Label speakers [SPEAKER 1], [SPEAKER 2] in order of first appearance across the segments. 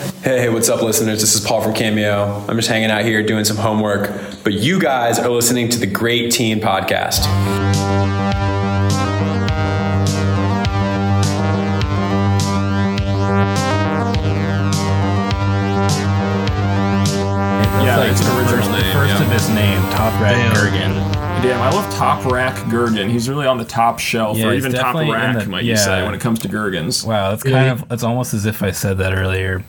[SPEAKER 1] Hey, hey, what's up, listeners? This is Paul from Cameo. I'm just hanging out here doing some homework, but you guys are listening to the Great Teen Podcast.
[SPEAKER 2] Yeah,
[SPEAKER 3] like
[SPEAKER 2] it's
[SPEAKER 3] the
[SPEAKER 2] original
[SPEAKER 3] first, the
[SPEAKER 2] name,
[SPEAKER 3] first
[SPEAKER 2] yeah.
[SPEAKER 3] of his name, Top Rat Gergen.
[SPEAKER 2] Damn, I love Top Rack Gergen. He's really on the top shelf,
[SPEAKER 3] Yeah,
[SPEAKER 2] or
[SPEAKER 3] he's
[SPEAKER 2] even top
[SPEAKER 3] definitely in
[SPEAKER 2] rack,
[SPEAKER 3] the-
[SPEAKER 2] might
[SPEAKER 3] yeah.
[SPEAKER 2] you say, when it comes to Gergens.
[SPEAKER 3] Wow, that's kind of it's almost as if I said that earlier.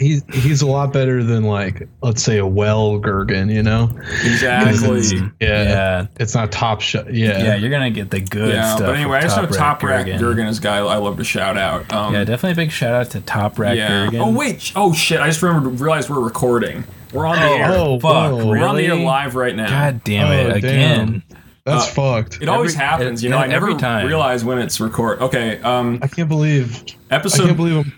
[SPEAKER 4] He's he's a lot better than like let's say a well Gergen, you know?
[SPEAKER 2] Exactly.
[SPEAKER 4] Yeah,
[SPEAKER 3] Yeah.
[SPEAKER 4] it's not top shot. Yeah,
[SPEAKER 3] Yeah, you're gonna get the good
[SPEAKER 2] Yeah,
[SPEAKER 3] stuff.
[SPEAKER 2] but anyway, I
[SPEAKER 3] with
[SPEAKER 2] just know Top Rack
[SPEAKER 3] Gergen.
[SPEAKER 2] Gergen is a guy I love to shout out. Um,
[SPEAKER 3] Yeah, definitely a big shout out to Top Rack
[SPEAKER 2] yeah.
[SPEAKER 3] Gergen.
[SPEAKER 2] Oh wait. sh- Oh shit. I just remembered. Realized we're recording. We're on the air.
[SPEAKER 4] oh,
[SPEAKER 3] fuck,
[SPEAKER 4] whoa.
[SPEAKER 2] We're on the air
[SPEAKER 3] really?
[SPEAKER 2] live right now.
[SPEAKER 3] God damn it
[SPEAKER 4] Oh,
[SPEAKER 3] again.
[SPEAKER 4] damn. that's
[SPEAKER 2] uh,
[SPEAKER 4] fucked.
[SPEAKER 2] It always
[SPEAKER 3] Every-
[SPEAKER 2] happens,
[SPEAKER 3] it-
[SPEAKER 2] you know. I
[SPEAKER 3] yeah,
[SPEAKER 2] never
[SPEAKER 3] every time.
[SPEAKER 2] realize when it's record. Okay, um,
[SPEAKER 4] I can't believe I
[SPEAKER 2] episode.
[SPEAKER 4] can't believe him.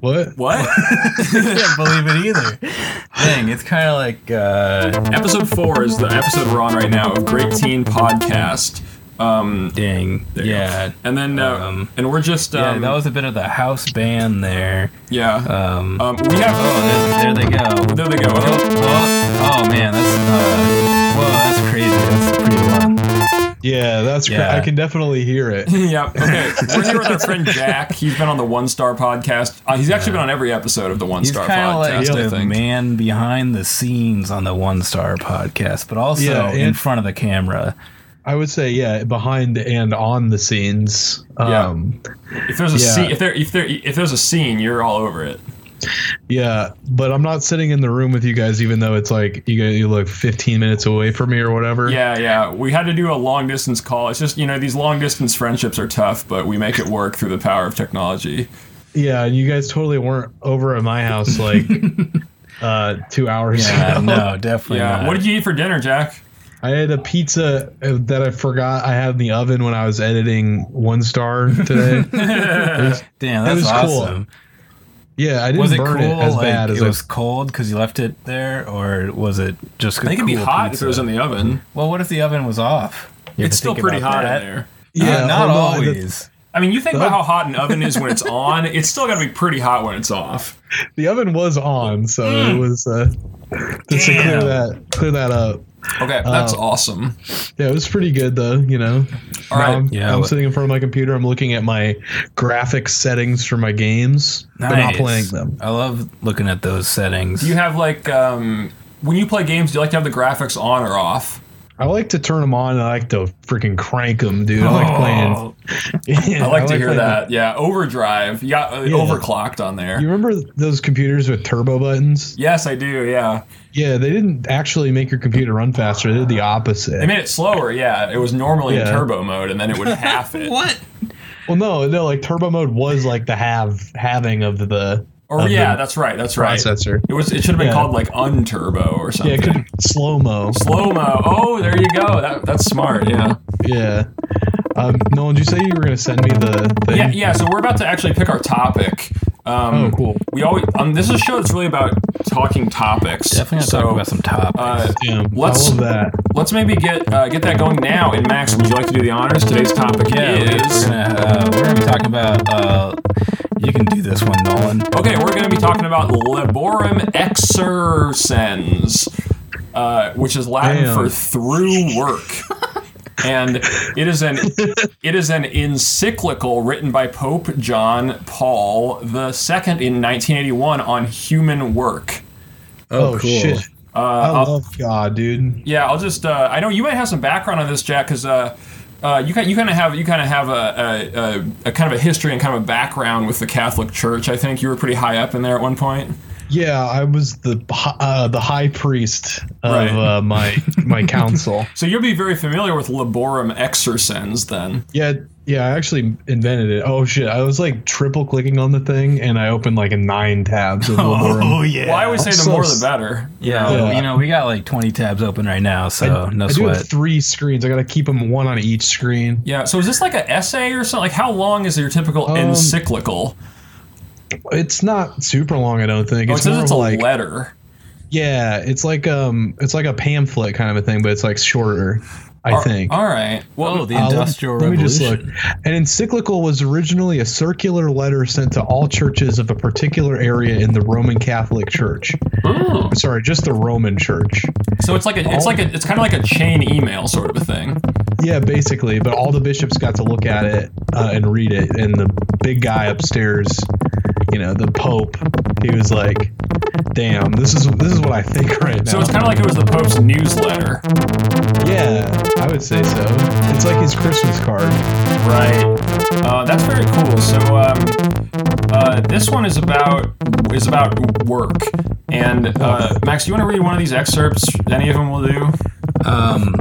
[SPEAKER 4] What?
[SPEAKER 2] what?
[SPEAKER 3] I can't believe it either. Dang, it's kind of like uh,
[SPEAKER 2] episode four is the episode we're on right now of Great Teen Podcast. Um,
[SPEAKER 3] dang.
[SPEAKER 2] you go.
[SPEAKER 3] Yeah,
[SPEAKER 2] and then, uh,
[SPEAKER 3] Um,
[SPEAKER 2] and we're just,
[SPEAKER 3] yeah,
[SPEAKER 2] um,
[SPEAKER 3] that was a bit of the house band there.
[SPEAKER 2] yeah.
[SPEAKER 3] Um,
[SPEAKER 2] um, we have.
[SPEAKER 3] oh, there, there they go.
[SPEAKER 2] There they go.
[SPEAKER 3] Oh, oh, oh, man, that's uh, whoa, that's crazy. That's pretty loud.
[SPEAKER 4] Yeah, that's cra-
[SPEAKER 3] Yeah.
[SPEAKER 4] I can definitely hear it.
[SPEAKER 2] yeah. Okay. We're here with our friend Jack. He's been on the One Star Podcast. Uh, he's actually been on every episode of the One
[SPEAKER 3] He's
[SPEAKER 2] Star
[SPEAKER 3] kind of like
[SPEAKER 2] Podcast. I
[SPEAKER 3] the
[SPEAKER 2] think.
[SPEAKER 3] man behind the scenes on the One Star podcast, but also
[SPEAKER 4] Yeah,
[SPEAKER 3] in
[SPEAKER 4] and-
[SPEAKER 3] front of the camera.
[SPEAKER 4] I would say yeah, behind and on the scenes.
[SPEAKER 2] Yeah.
[SPEAKER 4] Um
[SPEAKER 2] If there's a
[SPEAKER 4] Yeah.
[SPEAKER 2] scene, if there, if there, if there's a scene, you're all over it.
[SPEAKER 4] yeah, but I'm not sitting in the room with you guys even though it's like you guys you look 15 minutes away from me or whatever.
[SPEAKER 2] Yeah, yeah. We had to do a long distance call. It's just you know these long distance friendships are tough, but we make it work through the power of technology.
[SPEAKER 4] Yeah, and you guys totally weren't over at my house like uh 2 hours
[SPEAKER 3] Yeah,
[SPEAKER 4] ago.
[SPEAKER 3] Uh, no, definitely.
[SPEAKER 2] Yeah.
[SPEAKER 3] Not.
[SPEAKER 2] What did you eat for dinner, Jack?
[SPEAKER 4] I had a pizza uh, that I forgot I had in the oven when I was editing One Star today.
[SPEAKER 3] Damn,
[SPEAKER 4] It
[SPEAKER 3] that's
[SPEAKER 4] was cool.
[SPEAKER 3] awesome.
[SPEAKER 4] yeah, I didn't
[SPEAKER 3] Was it
[SPEAKER 4] burn
[SPEAKER 3] cool?
[SPEAKER 4] it as
[SPEAKER 3] like,
[SPEAKER 4] bad as
[SPEAKER 3] it
[SPEAKER 4] I-
[SPEAKER 3] was cold because you left it there, or was it just?
[SPEAKER 2] I think it'd be hot if it was in the oven.
[SPEAKER 3] Well, what if the oven was off? You have
[SPEAKER 2] It's
[SPEAKER 3] to
[SPEAKER 2] still
[SPEAKER 3] think
[SPEAKER 2] pretty
[SPEAKER 3] about
[SPEAKER 2] hot
[SPEAKER 3] that.
[SPEAKER 2] in there.
[SPEAKER 3] Yeah, not
[SPEAKER 4] well, no, the-
[SPEAKER 3] always.
[SPEAKER 2] I mean, you think about how hot an oven is when it's on. It's still got to be pretty hot when it's off.
[SPEAKER 4] the oven was on, so it was uh, just to
[SPEAKER 3] Damn.
[SPEAKER 4] clear that clear that up.
[SPEAKER 2] Okay, that's
[SPEAKER 3] Uh,
[SPEAKER 2] awesome.
[SPEAKER 4] Yeah, it was pretty good though. You know,
[SPEAKER 2] All
[SPEAKER 4] Now
[SPEAKER 2] right.
[SPEAKER 4] I'm,
[SPEAKER 3] Yeah,
[SPEAKER 4] I'm
[SPEAKER 3] what-
[SPEAKER 4] sitting in front of my computer. I'm looking at my graphic settings for my games, but not
[SPEAKER 3] Nice.
[SPEAKER 4] playing them.
[SPEAKER 3] I love looking at those settings.
[SPEAKER 2] Do you have like um, when you play games? Do you like to have the graphics on or off?
[SPEAKER 4] I like to turn them on. and I like to freaking crank them, dude. I like playing.
[SPEAKER 2] Oh,
[SPEAKER 4] Yeah,
[SPEAKER 2] I like to hear
[SPEAKER 4] playing-
[SPEAKER 2] that. Yeah, overdrive. Yeah, uh, overclocked on there.
[SPEAKER 4] You remember those computers with turbo buttons?
[SPEAKER 2] Yes, I do. Yeah,
[SPEAKER 4] Yeah, they didn't actually make your computer run faster. They did the opposite.
[SPEAKER 2] they made it slower. Yeah, it was normally in
[SPEAKER 4] Yeah.
[SPEAKER 2] turbo mode, and then it would half it.
[SPEAKER 3] what?
[SPEAKER 4] well, no, no, like turbo mode was like the have having of the
[SPEAKER 2] Or
[SPEAKER 4] of
[SPEAKER 2] Oh, yeah,
[SPEAKER 4] the
[SPEAKER 2] that's right. That's right.
[SPEAKER 4] Um, processor.
[SPEAKER 2] It was. It should have been
[SPEAKER 4] Yeah.
[SPEAKER 2] called like unturbo or
[SPEAKER 4] Yeah, it
[SPEAKER 2] something.
[SPEAKER 4] could have slow mo.
[SPEAKER 2] Slow mo. Oh, there you go. That, that's smart. Yeah.
[SPEAKER 4] Yeah. Um, Nolan, did you say you were going to send me the thing?
[SPEAKER 2] Yeah. Yeah. So we're about to actually pick our topic. Um,
[SPEAKER 4] Oh, cool.
[SPEAKER 2] We always. Um, this is a show that's really about talking topics.
[SPEAKER 3] Definitely gonna
[SPEAKER 2] so,
[SPEAKER 3] talk about some topics.
[SPEAKER 2] Uh,
[SPEAKER 4] Damn,
[SPEAKER 2] Let's-
[SPEAKER 4] I love that.
[SPEAKER 2] Let's maybe get uh, get that going now. And Max, would you like to do the honors? Today's topic
[SPEAKER 3] yeah, we-
[SPEAKER 2] is.
[SPEAKER 3] we're gonna uh, we're gonna be talking about. Uh, you can do this one, Nolan.
[SPEAKER 2] Okay, we're going to be talking about laborum exercens, uh, which is Latin
[SPEAKER 4] Damn.
[SPEAKER 2] for through work. and it is an it is an encyclical written by Pope John Paul II in 1981 on human work.
[SPEAKER 4] Oh, shit. I
[SPEAKER 2] Uh, I'll-
[SPEAKER 4] love God, dude.
[SPEAKER 2] Yeah, I'll just. Uh, I know you might have some background on this, Jack, because uh, uh, you kind you kind of have you kind of have a, a, a, a kind of a history and kind of a background with the Catholic Church. I think you were pretty high up in there at one point.
[SPEAKER 4] Yeah, I was the hi- uh, the high priest of
[SPEAKER 2] Right.
[SPEAKER 4] uh, my my council.
[SPEAKER 2] So you'll be very familiar with laborum exercens then.
[SPEAKER 4] Yeah, yeah, I actually invented it. Oh shit, I was like triple clicking on the thing, and I opened like nine tabs
[SPEAKER 2] Oh,
[SPEAKER 4] of Laborum.
[SPEAKER 3] yeah.
[SPEAKER 2] Well, I always say the
[SPEAKER 4] so
[SPEAKER 2] more
[SPEAKER 4] s-
[SPEAKER 2] the better.
[SPEAKER 3] yeah,
[SPEAKER 4] Yeah.
[SPEAKER 3] you know we got like 20 tabs open right now, so Oh, no
[SPEAKER 4] I do
[SPEAKER 3] sweat.
[SPEAKER 4] have three screens. I got to keep them one on each screen.
[SPEAKER 2] Yeah. So is this like an essay or something? Like how long is your typical
[SPEAKER 4] Um,
[SPEAKER 2] encyclical?
[SPEAKER 4] It's not super long, I don't think.
[SPEAKER 2] Oh, it
[SPEAKER 4] It's,
[SPEAKER 2] says
[SPEAKER 4] more
[SPEAKER 2] it's a
[SPEAKER 4] of like
[SPEAKER 2] letter.
[SPEAKER 4] yeah, it's like um, it's like a pamphlet kind of a thing, but it's like shorter. I think.
[SPEAKER 2] All right. Well,
[SPEAKER 3] Oh, the
[SPEAKER 4] Uh, let-
[SPEAKER 3] Industrial
[SPEAKER 4] let me just
[SPEAKER 3] Revolution.
[SPEAKER 4] look. An encyclical was originally a circular letter sent to all churches of a particular area in the Roman Catholic Church. Sorry, just the Roman Church.
[SPEAKER 2] so it's like a, it's like a, it's kind of like a chain email sort of a thing.
[SPEAKER 4] Yeah, basically. But all the bishops got to look at it uh, and read it, and the big guy upstairs, you know, the Pope, he was like, "Damn, this is this is what I think right now."
[SPEAKER 2] So it's kind of like it was the Pope's newsletter.
[SPEAKER 4] yeah, I would say so. It's like his Christmas card.
[SPEAKER 2] Right. Uh, that's very cool. So um, uh, this one is about is about work. And uh, Max, do you want to read one of these excerpts? Any of them will do.
[SPEAKER 3] Um,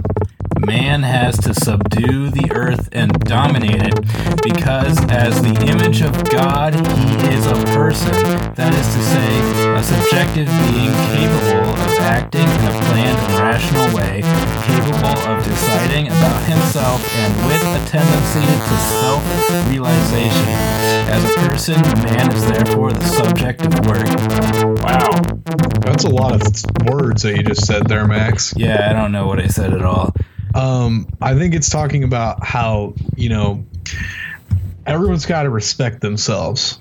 [SPEAKER 3] man has to subdue the earth and dominate it because, as the image of God, he is a person. That is to say, a subjective being capable of acting in a planned and rational way, capable of deciding about himself and with a tendency to self realization. As a person, man is therefore the subject of work.
[SPEAKER 2] Wow.
[SPEAKER 4] That's a lot of words that you just said there, Max.
[SPEAKER 3] Yeah, I don't know what I said at all.
[SPEAKER 4] Um, I think it's talking about how you know everyone's got to respect themselves.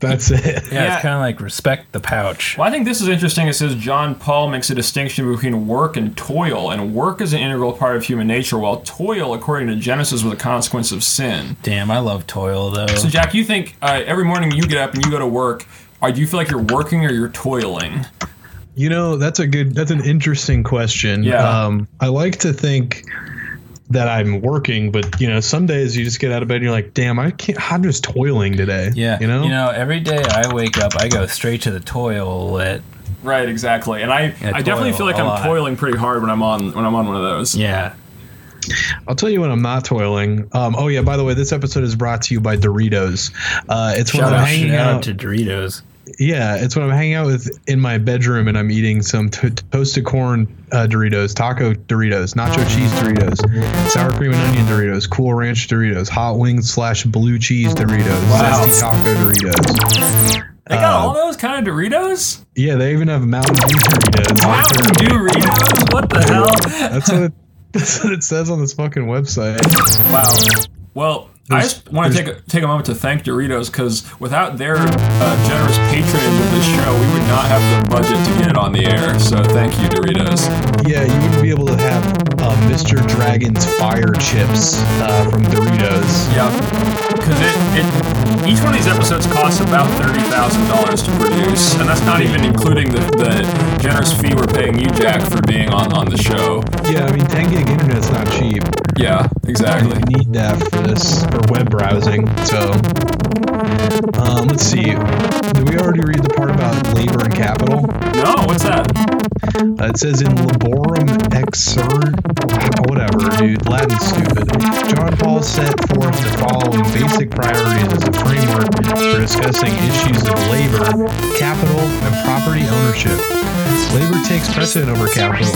[SPEAKER 4] That's it.
[SPEAKER 3] Yeah,
[SPEAKER 2] it's
[SPEAKER 3] it's kind of like respect the pouch.
[SPEAKER 2] Well, I think this is interesting. It says John Paul makes a distinction between work and toil, and work is an integral part of human nature, while toil, according to Genesis, was a consequence of sin.
[SPEAKER 3] Damn, I love toil though.
[SPEAKER 2] So, Jack, you think uh, every morning you get up and you go to work, uh, do you feel like you're working or you're toiling?
[SPEAKER 4] You know, that's a good. That's an interesting question.
[SPEAKER 2] Yeah.
[SPEAKER 4] Um, I like to think that I'm working, but you know, some days you just get out of bed and you're like, "Damn, I can't. I'm just toiling today."
[SPEAKER 3] Yeah.
[SPEAKER 4] You know.
[SPEAKER 3] every day I wake up, I go straight to the toilet.
[SPEAKER 2] Right, exactly. And I, I definitely
[SPEAKER 3] toil
[SPEAKER 2] feel like
[SPEAKER 3] a
[SPEAKER 2] I'm
[SPEAKER 3] lot.
[SPEAKER 2] toiling pretty hard when I'm on when I'm on one of those.
[SPEAKER 3] Yeah.
[SPEAKER 4] I'll tell you when I'm not toiling. Um, oh yeah. By the way, this episode is brought to you by Doritos. Uh, it's when
[SPEAKER 3] Shout
[SPEAKER 4] I'm
[SPEAKER 3] out,
[SPEAKER 4] hanging
[SPEAKER 3] shout out
[SPEAKER 4] out.
[SPEAKER 3] to Doritos.
[SPEAKER 4] Yeah, it's when I'm hanging out with in my bedroom and I'm eating some to toasted corn uh, Doritos, taco Doritos, nacho cheese Doritos, sour cream and onion Doritos, cool ranch Doritos, hot wings slash blue cheese Doritos, zesty taco Doritos.
[SPEAKER 2] They got all those kind of Doritos?
[SPEAKER 4] Yeah, they even have Mountain Dew Doritos.
[SPEAKER 2] Mountain Dew Doritos? What the hell?
[SPEAKER 4] That's what it, that's what it says on this fucking website.
[SPEAKER 2] Wow. Well, I just want to take a, take a moment to thank Doritos because without their uh, generous patronage of this show, we would not have the budget to get it on the air. So thank you, Doritos.
[SPEAKER 4] Yeah, you wouldn't be able to have uh, Mr. Dragon's fire chips uh, from Doritos.
[SPEAKER 2] Yeah, because it, it each one of these episodes costs about thirty thousand dollars to produce, and that's not even including the, the generous fee we're paying you, Jack, for being on on the show.
[SPEAKER 4] Yeah, I mean, 10 gig internet's not cheap.
[SPEAKER 2] Yeah,
[SPEAKER 4] I
[SPEAKER 2] exactly.
[SPEAKER 4] need that for this for web browsing. So, um, let's see. Did we already read the part about labor and capital?
[SPEAKER 2] No, what's that?
[SPEAKER 4] Uh, it says in laborum exert, whatever, dude. Latin's stupid. John Paul set forth the following basic priorities as a framework for discussing issues of labor, capital, and property ownership. Labor takes precedent over capital.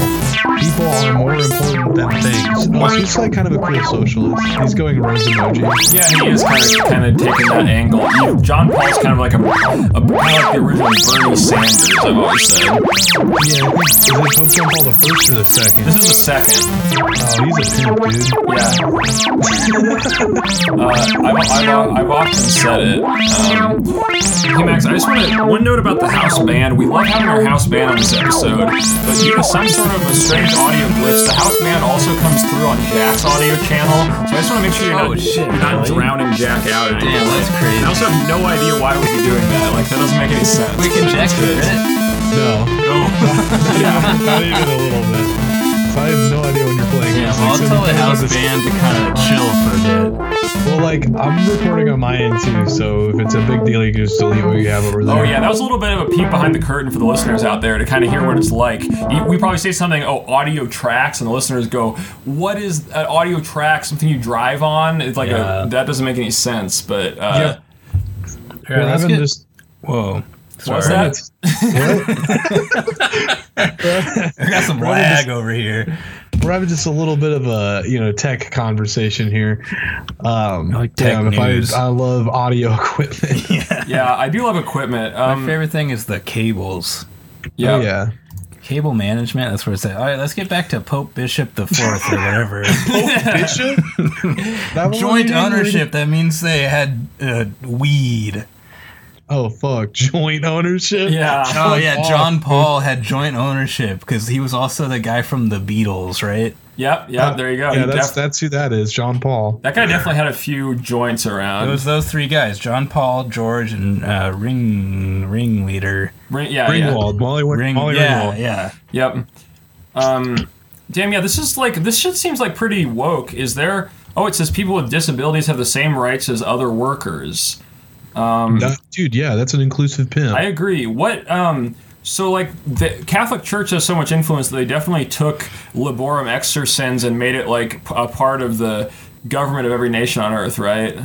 [SPEAKER 4] People are more important than things. Oh, so he's like kind of a cool socialist. He's going rose emoji.
[SPEAKER 2] Yeah, he is kind of kind of taking that angle. You- John Paul's kind of like a, a kind of like the original Bernie Sanders. I've always said
[SPEAKER 4] Yeah, I think, is it Pope John Paul the first or the second?
[SPEAKER 2] this is the second.
[SPEAKER 4] Oh, he's a pimp, dude.
[SPEAKER 2] Yeah. uh, I've, I've, I've often said it. Um, hey, Max, I just want to. One note about the house band. We love having our house band on this episode, but due to some sort of a strange audio glitch, the house band also comes through on Jack's audio channel. So I just want to make sure you're not,
[SPEAKER 3] Oh, shit,
[SPEAKER 2] you're not
[SPEAKER 3] really?
[SPEAKER 2] drowning Jack out. in any
[SPEAKER 3] Damn,
[SPEAKER 2] way.
[SPEAKER 3] that's crazy.
[SPEAKER 2] I also have no idea why we'd be doing that. Like, that doesn't make any sense.
[SPEAKER 3] We can check it.
[SPEAKER 4] No.
[SPEAKER 2] No.
[SPEAKER 4] Not even a little bit. So I have no idea when you're playing
[SPEAKER 3] Yeah,
[SPEAKER 4] music.
[SPEAKER 3] well, I'll
[SPEAKER 4] so
[SPEAKER 3] tell the
[SPEAKER 4] because
[SPEAKER 3] house
[SPEAKER 4] of this-
[SPEAKER 3] band to kind of chill for a bit.
[SPEAKER 4] Well, like I'm recording on my end too, so if it's a big deal, you can just delete what you have over there.
[SPEAKER 2] Oh yeah, that was a little bit of a peek behind the curtain for the listeners out there to kind of hear what it's like. You- We probably say something, oh, audio tracks, and the listeners go, "What is an audio track? Something you drive on?" It's like
[SPEAKER 3] Yeah.
[SPEAKER 2] a, that doesn't make any sense. But
[SPEAKER 3] Here,
[SPEAKER 2] uh,
[SPEAKER 4] What
[SPEAKER 3] let's
[SPEAKER 4] happened
[SPEAKER 3] get-
[SPEAKER 4] just?
[SPEAKER 3] Whoa.
[SPEAKER 2] what's
[SPEAKER 3] Sorry.
[SPEAKER 2] that?
[SPEAKER 3] I got some lag over here.
[SPEAKER 4] We're having just a little bit of a you know tech conversation here. Um,
[SPEAKER 3] like tech
[SPEAKER 4] damn, if I-
[SPEAKER 3] news.
[SPEAKER 4] I, love audio equipment.
[SPEAKER 2] Yeah, I do love equipment. Um,
[SPEAKER 3] Favorite thing is the cables.
[SPEAKER 2] yeah,
[SPEAKER 4] Oh, yeah.
[SPEAKER 3] Cable management. That's where it's at. All right, let's get back to Pope Bishop the Fourth or whatever.
[SPEAKER 4] Bishop? Oh, That one
[SPEAKER 3] Joint
[SPEAKER 4] you didn't read?
[SPEAKER 3] ownership. That means they had uh, weed.
[SPEAKER 4] Oh fuck, joint ownership.
[SPEAKER 2] Yeah.
[SPEAKER 3] Oh yeah, John Paul had joint ownership because he was also the guy from the Beatles, right?
[SPEAKER 2] Yep. Yep. There you go.
[SPEAKER 4] Yeah,
[SPEAKER 2] He
[SPEAKER 4] that's
[SPEAKER 2] def-
[SPEAKER 4] that's who that is, John Paul.
[SPEAKER 2] that guy definitely had a few joints
[SPEAKER 3] It
[SPEAKER 2] around.
[SPEAKER 3] was those three guys: John Paul, George, and uh, Ring Ringleader.
[SPEAKER 2] Ring- yeah. yeah.
[SPEAKER 4] Ringwald, Molly, Win-
[SPEAKER 3] Ring,
[SPEAKER 4] Molly
[SPEAKER 3] yeah,
[SPEAKER 4] Ringwald.
[SPEAKER 3] yeah.
[SPEAKER 2] Yep. Um, damn, yeah, this is like, this shit seems like pretty woke. Is there, oh, it says people with disabilities have the same rights as other workers.
[SPEAKER 4] That- dude, yeah, that's an inclusive pimp.
[SPEAKER 2] I agree. What, um, so like the Catholic Church has so much influence that they definitely took Laborum Exercens and made it like p- a part of the government of every nation on earth, right?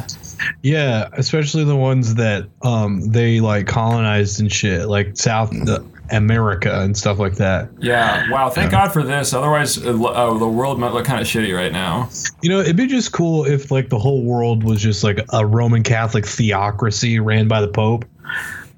[SPEAKER 4] yeah, especially the ones that um they like colonized and shit, like South uh, America and stuff like that.
[SPEAKER 2] Yeah. Wow. Thank God for this. Otherwise, uh, l- uh, the world might look kind of shitty right now.
[SPEAKER 4] You know, it'd be just cool if like the whole world was just like a Roman Catholic theocracy ran by the Pope.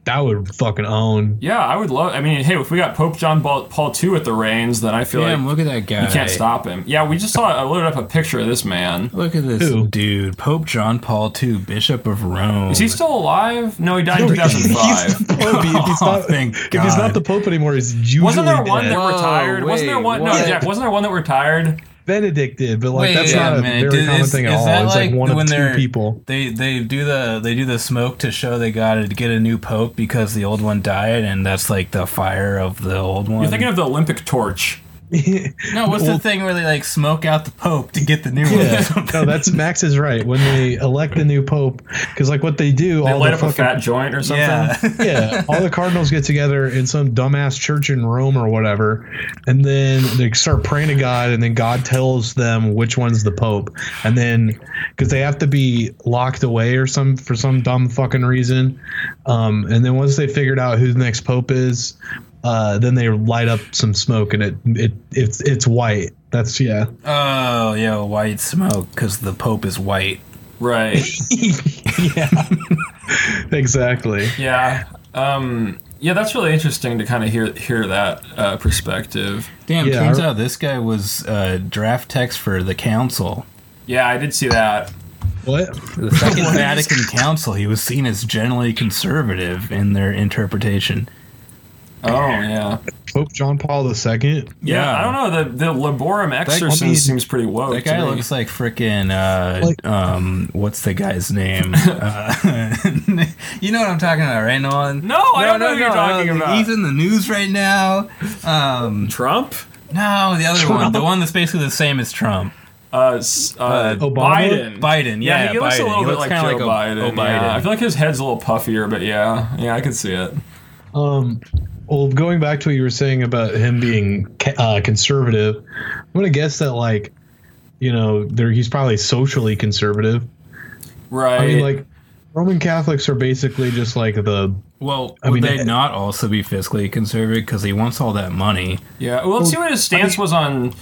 [SPEAKER 4] That would fucking own.
[SPEAKER 2] Yeah, I would love. I mean, hey, if we got Pope John Paul, Paul II at the reins, then I feel like
[SPEAKER 3] Damn, look at that guy.
[SPEAKER 2] You can't stop him. Yeah, we just saw. I loaded up a picture of this man.
[SPEAKER 3] Look at this
[SPEAKER 4] Who?
[SPEAKER 3] dude, Pope John Paul II, Bishop of Rome.
[SPEAKER 2] Is he still alive? Oh No, he died in
[SPEAKER 4] He's
[SPEAKER 2] 2005.
[SPEAKER 4] the Pope. If he's
[SPEAKER 3] Oh,
[SPEAKER 4] not,
[SPEAKER 3] thank
[SPEAKER 4] if he's
[SPEAKER 3] God.
[SPEAKER 4] not the Pope anymore, he's usually
[SPEAKER 2] Wasn't there one
[SPEAKER 4] dead.
[SPEAKER 2] that
[SPEAKER 3] Whoa,
[SPEAKER 2] retired? wasn't there
[SPEAKER 3] wait,
[SPEAKER 2] one? No,
[SPEAKER 3] what?
[SPEAKER 2] Jack. Wasn't there one that retired?
[SPEAKER 4] Benedict did, but like
[SPEAKER 3] Wait,
[SPEAKER 4] that's
[SPEAKER 3] yeah,
[SPEAKER 4] not a
[SPEAKER 3] man,
[SPEAKER 4] very
[SPEAKER 3] dude,
[SPEAKER 4] common
[SPEAKER 3] is-
[SPEAKER 4] thing at
[SPEAKER 3] is
[SPEAKER 4] all.
[SPEAKER 3] that
[SPEAKER 4] It's like,
[SPEAKER 3] like
[SPEAKER 4] one
[SPEAKER 3] when
[SPEAKER 4] of two
[SPEAKER 3] they're-
[SPEAKER 4] people.
[SPEAKER 3] They they do the they do the smoke to show they got to get a new pope because the old one died, and that's like the fire of the old one.
[SPEAKER 2] You're thinking of the Olympic torch.
[SPEAKER 3] no, what's the thing where they like smoke out the pope to get the new
[SPEAKER 4] Yeah,
[SPEAKER 3] one?
[SPEAKER 4] no, that's Max is right. When they elect a new pope, because like what they do,
[SPEAKER 2] They
[SPEAKER 4] all
[SPEAKER 2] light
[SPEAKER 4] the
[SPEAKER 2] up a
[SPEAKER 4] fucking
[SPEAKER 2] fat joint or
[SPEAKER 3] yeah,
[SPEAKER 2] something.
[SPEAKER 4] yeah, all the cardinals get together in some dumbass church in Rome or whatever, and then they start praying to God, and then God tells them which one's the pope, and then because they have to be locked away or some for some dumb fucking reason, um, and then once they figured out who the next pope is, uh, then they light up some smoke, and it it it's it's white. That's yeah.
[SPEAKER 3] oh yeah, white smoke because the pope is white.
[SPEAKER 2] Right.
[SPEAKER 4] Exactly.
[SPEAKER 2] Yeah. Um. Yeah, that's really interesting to kind of hear hear that uh, perspective.
[SPEAKER 3] Damn,
[SPEAKER 4] Yeah,
[SPEAKER 3] turns
[SPEAKER 4] I-
[SPEAKER 3] out this guy was uh, draft text for the council.
[SPEAKER 2] Yeah, I did see that.
[SPEAKER 4] What?
[SPEAKER 3] The Second Vatican Council, he was seen as generally conservative in their interpretation.
[SPEAKER 2] Oh yeah.
[SPEAKER 4] Pope John Paul II?
[SPEAKER 2] Yeah. I don't know. The the Laborum Exorcist
[SPEAKER 4] I mean,
[SPEAKER 2] seems pretty woke.
[SPEAKER 3] That guy
[SPEAKER 2] to me.
[SPEAKER 3] looks like frickin' uh,
[SPEAKER 4] Like-
[SPEAKER 3] um, what's the guy's name? uh, you know what I'm talking about, right, Nolan?
[SPEAKER 2] No, I don't know who you're talking about.
[SPEAKER 3] He's in the news right now. Um,
[SPEAKER 2] Trump.
[SPEAKER 3] no, the other one, the one that's basically the same as Trump,
[SPEAKER 2] Uh, s- uh,
[SPEAKER 4] Obama?
[SPEAKER 2] Biden.
[SPEAKER 3] Biden.
[SPEAKER 2] Yeah,
[SPEAKER 3] Yeah,
[SPEAKER 2] he looks
[SPEAKER 3] Biden.
[SPEAKER 2] a little
[SPEAKER 3] He
[SPEAKER 2] bit
[SPEAKER 3] looks
[SPEAKER 2] like Joe
[SPEAKER 3] kinda like
[SPEAKER 2] Biden.
[SPEAKER 3] O- O-
[SPEAKER 2] yeah.
[SPEAKER 3] Biden.
[SPEAKER 2] I feel like his head's a little puffier, but yeah, yeah, I can see it.
[SPEAKER 4] Um, well, going back to what you were saying about him being ca- uh, conservative, I'm gonna guess that like, you know, there he's probably socially conservative.
[SPEAKER 2] Right.
[SPEAKER 4] I mean, like, Roman Catholics are basically just like the
[SPEAKER 3] Well,
[SPEAKER 4] I
[SPEAKER 3] would
[SPEAKER 4] mean,
[SPEAKER 3] they
[SPEAKER 4] uh,
[SPEAKER 3] not also be fiscally conservative because he wants all that money?
[SPEAKER 2] yeah. Well, let's see what his stance was on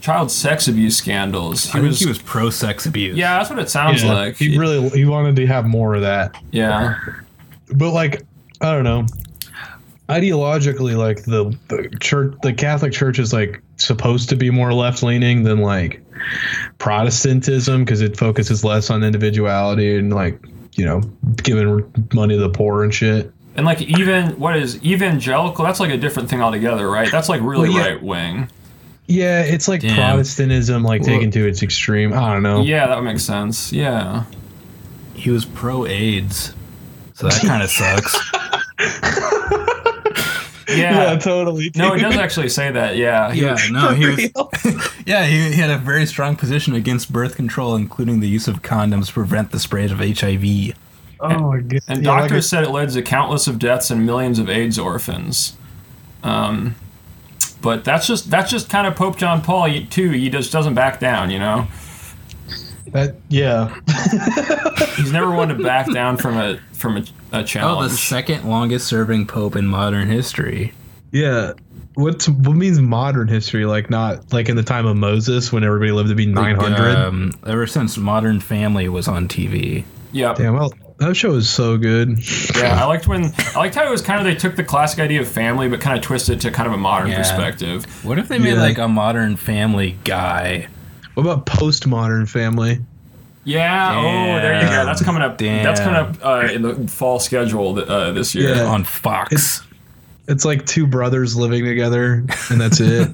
[SPEAKER 2] child sex abuse scandals. He
[SPEAKER 3] I
[SPEAKER 2] was,
[SPEAKER 3] think he was pro sex abuse.
[SPEAKER 2] Yeah, that's what it sounds
[SPEAKER 4] yeah,
[SPEAKER 2] like.
[SPEAKER 4] he really he wanted to have more of that.
[SPEAKER 2] yeah.
[SPEAKER 4] But like, I don't know. Ideologically, like the, the church, the Catholic Church is like supposed to be more left leaning than like Protestantism because it focuses less on individuality and like you know giving money to the poor and shit.
[SPEAKER 2] And like even what is evangelical? That's like a different thing altogether, right? That's like really
[SPEAKER 4] Well, yeah.
[SPEAKER 2] right wing.
[SPEAKER 4] Yeah, it's like
[SPEAKER 3] Damn.
[SPEAKER 4] Protestantism, like taken to its extreme. I don't know.
[SPEAKER 2] Yeah, that would make sense. Yeah.
[SPEAKER 3] He was pro AIDS. So that kind of sucks.
[SPEAKER 2] Yeah.
[SPEAKER 4] totally.
[SPEAKER 2] no, it does actually say that. Yeah.
[SPEAKER 3] Yeah, no, he was. yeah, he, he had a very strong position against birth control, including the use of condoms to prevent the spread of HIV.
[SPEAKER 4] Oh my god.
[SPEAKER 2] And
[SPEAKER 4] Yeah, like
[SPEAKER 2] doctors
[SPEAKER 4] it-
[SPEAKER 2] said it led to countless of deaths and millions of AIDS orphans. Um, but that's just that's just kind of Pope John Paul he- too. He just doesn't back down, you know.
[SPEAKER 4] that, yeah.
[SPEAKER 2] He's never one to back down from a from a, a
[SPEAKER 3] Oh,
[SPEAKER 2] challenge.
[SPEAKER 3] the second longest serving pope in modern history.
[SPEAKER 4] Yeah. What's what means modern history? Like not like in the time of Moses when
[SPEAKER 2] uh,
[SPEAKER 4] everybody lived to be nine hundred.
[SPEAKER 3] Um, ever since Modern Family was on TV.
[SPEAKER 2] yep.
[SPEAKER 4] Damn well That show is so good.
[SPEAKER 2] Yeah, I liked when I liked how it was kind of they took the classic idea of family but kind of twisted it to kind of a modern
[SPEAKER 3] Yeah.
[SPEAKER 2] perspective.
[SPEAKER 3] What if they made
[SPEAKER 4] Yeah.
[SPEAKER 3] like a modern family guy?
[SPEAKER 4] What about Postmodern Family?
[SPEAKER 2] Yeah. Oh, there you go.
[SPEAKER 3] Damn.
[SPEAKER 2] That's coming up. That's
[SPEAKER 3] Damn.
[SPEAKER 2] coming up uh, in the fall schedule uh, this year.
[SPEAKER 4] Yeah.
[SPEAKER 3] on Fox.
[SPEAKER 4] It's like two brothers living together, and that's it.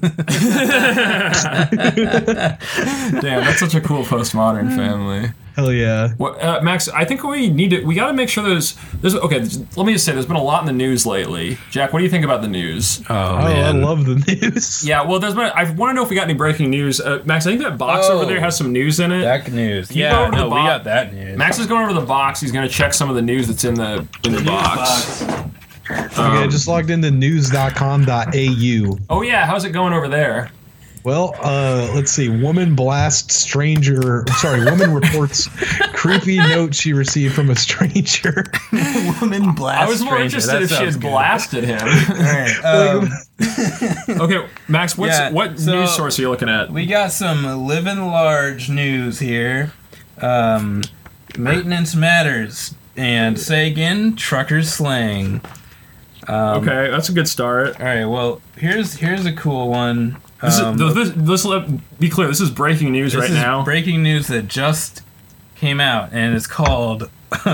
[SPEAKER 2] Damn, that's such a cool postmodern family.
[SPEAKER 4] Hell yeah.
[SPEAKER 2] What, uh, Max, I think we need to. We got to make sure there's. There's okay. Let me just say, there's been a lot in the news lately. Jack, what do you think about the news?
[SPEAKER 3] oh,
[SPEAKER 4] Oh, I
[SPEAKER 3] man.
[SPEAKER 4] love the news.
[SPEAKER 2] Yeah, well, there's been. I want to know if we got any breaking news. Uh, Max, I think that box
[SPEAKER 3] Oh.
[SPEAKER 2] over there has some news in it.
[SPEAKER 3] that news.
[SPEAKER 2] you
[SPEAKER 3] Yeah,
[SPEAKER 2] go to the
[SPEAKER 3] no, we
[SPEAKER 2] bo-
[SPEAKER 3] got that news.
[SPEAKER 2] Max is going over the box. He's going to check some of the news that's in the in the box.
[SPEAKER 4] Okay, I just logged into news.com.au.
[SPEAKER 2] Oh yeah, how's it going over there?
[SPEAKER 4] Well, uh, let's see. Woman blasts stranger. Sorry, woman reports creepy note she received from a stranger.
[SPEAKER 3] Woman blast.
[SPEAKER 2] I was more interested if she had blasted him. okay, Max, what's
[SPEAKER 3] um, Yeah,
[SPEAKER 2] what
[SPEAKER 3] so-
[SPEAKER 2] news source are you looking at?
[SPEAKER 3] We got some living large news here. Um, maintenance matters. And say again, truckers slang.
[SPEAKER 2] okay, that's a good start.
[SPEAKER 3] All right, well, here's here's a cool one.
[SPEAKER 2] This is,
[SPEAKER 3] Um,
[SPEAKER 2] th- this, this, let be clear. This is breaking news
[SPEAKER 3] This
[SPEAKER 2] right
[SPEAKER 3] is
[SPEAKER 2] now.
[SPEAKER 3] breaking news that just came out, and it's called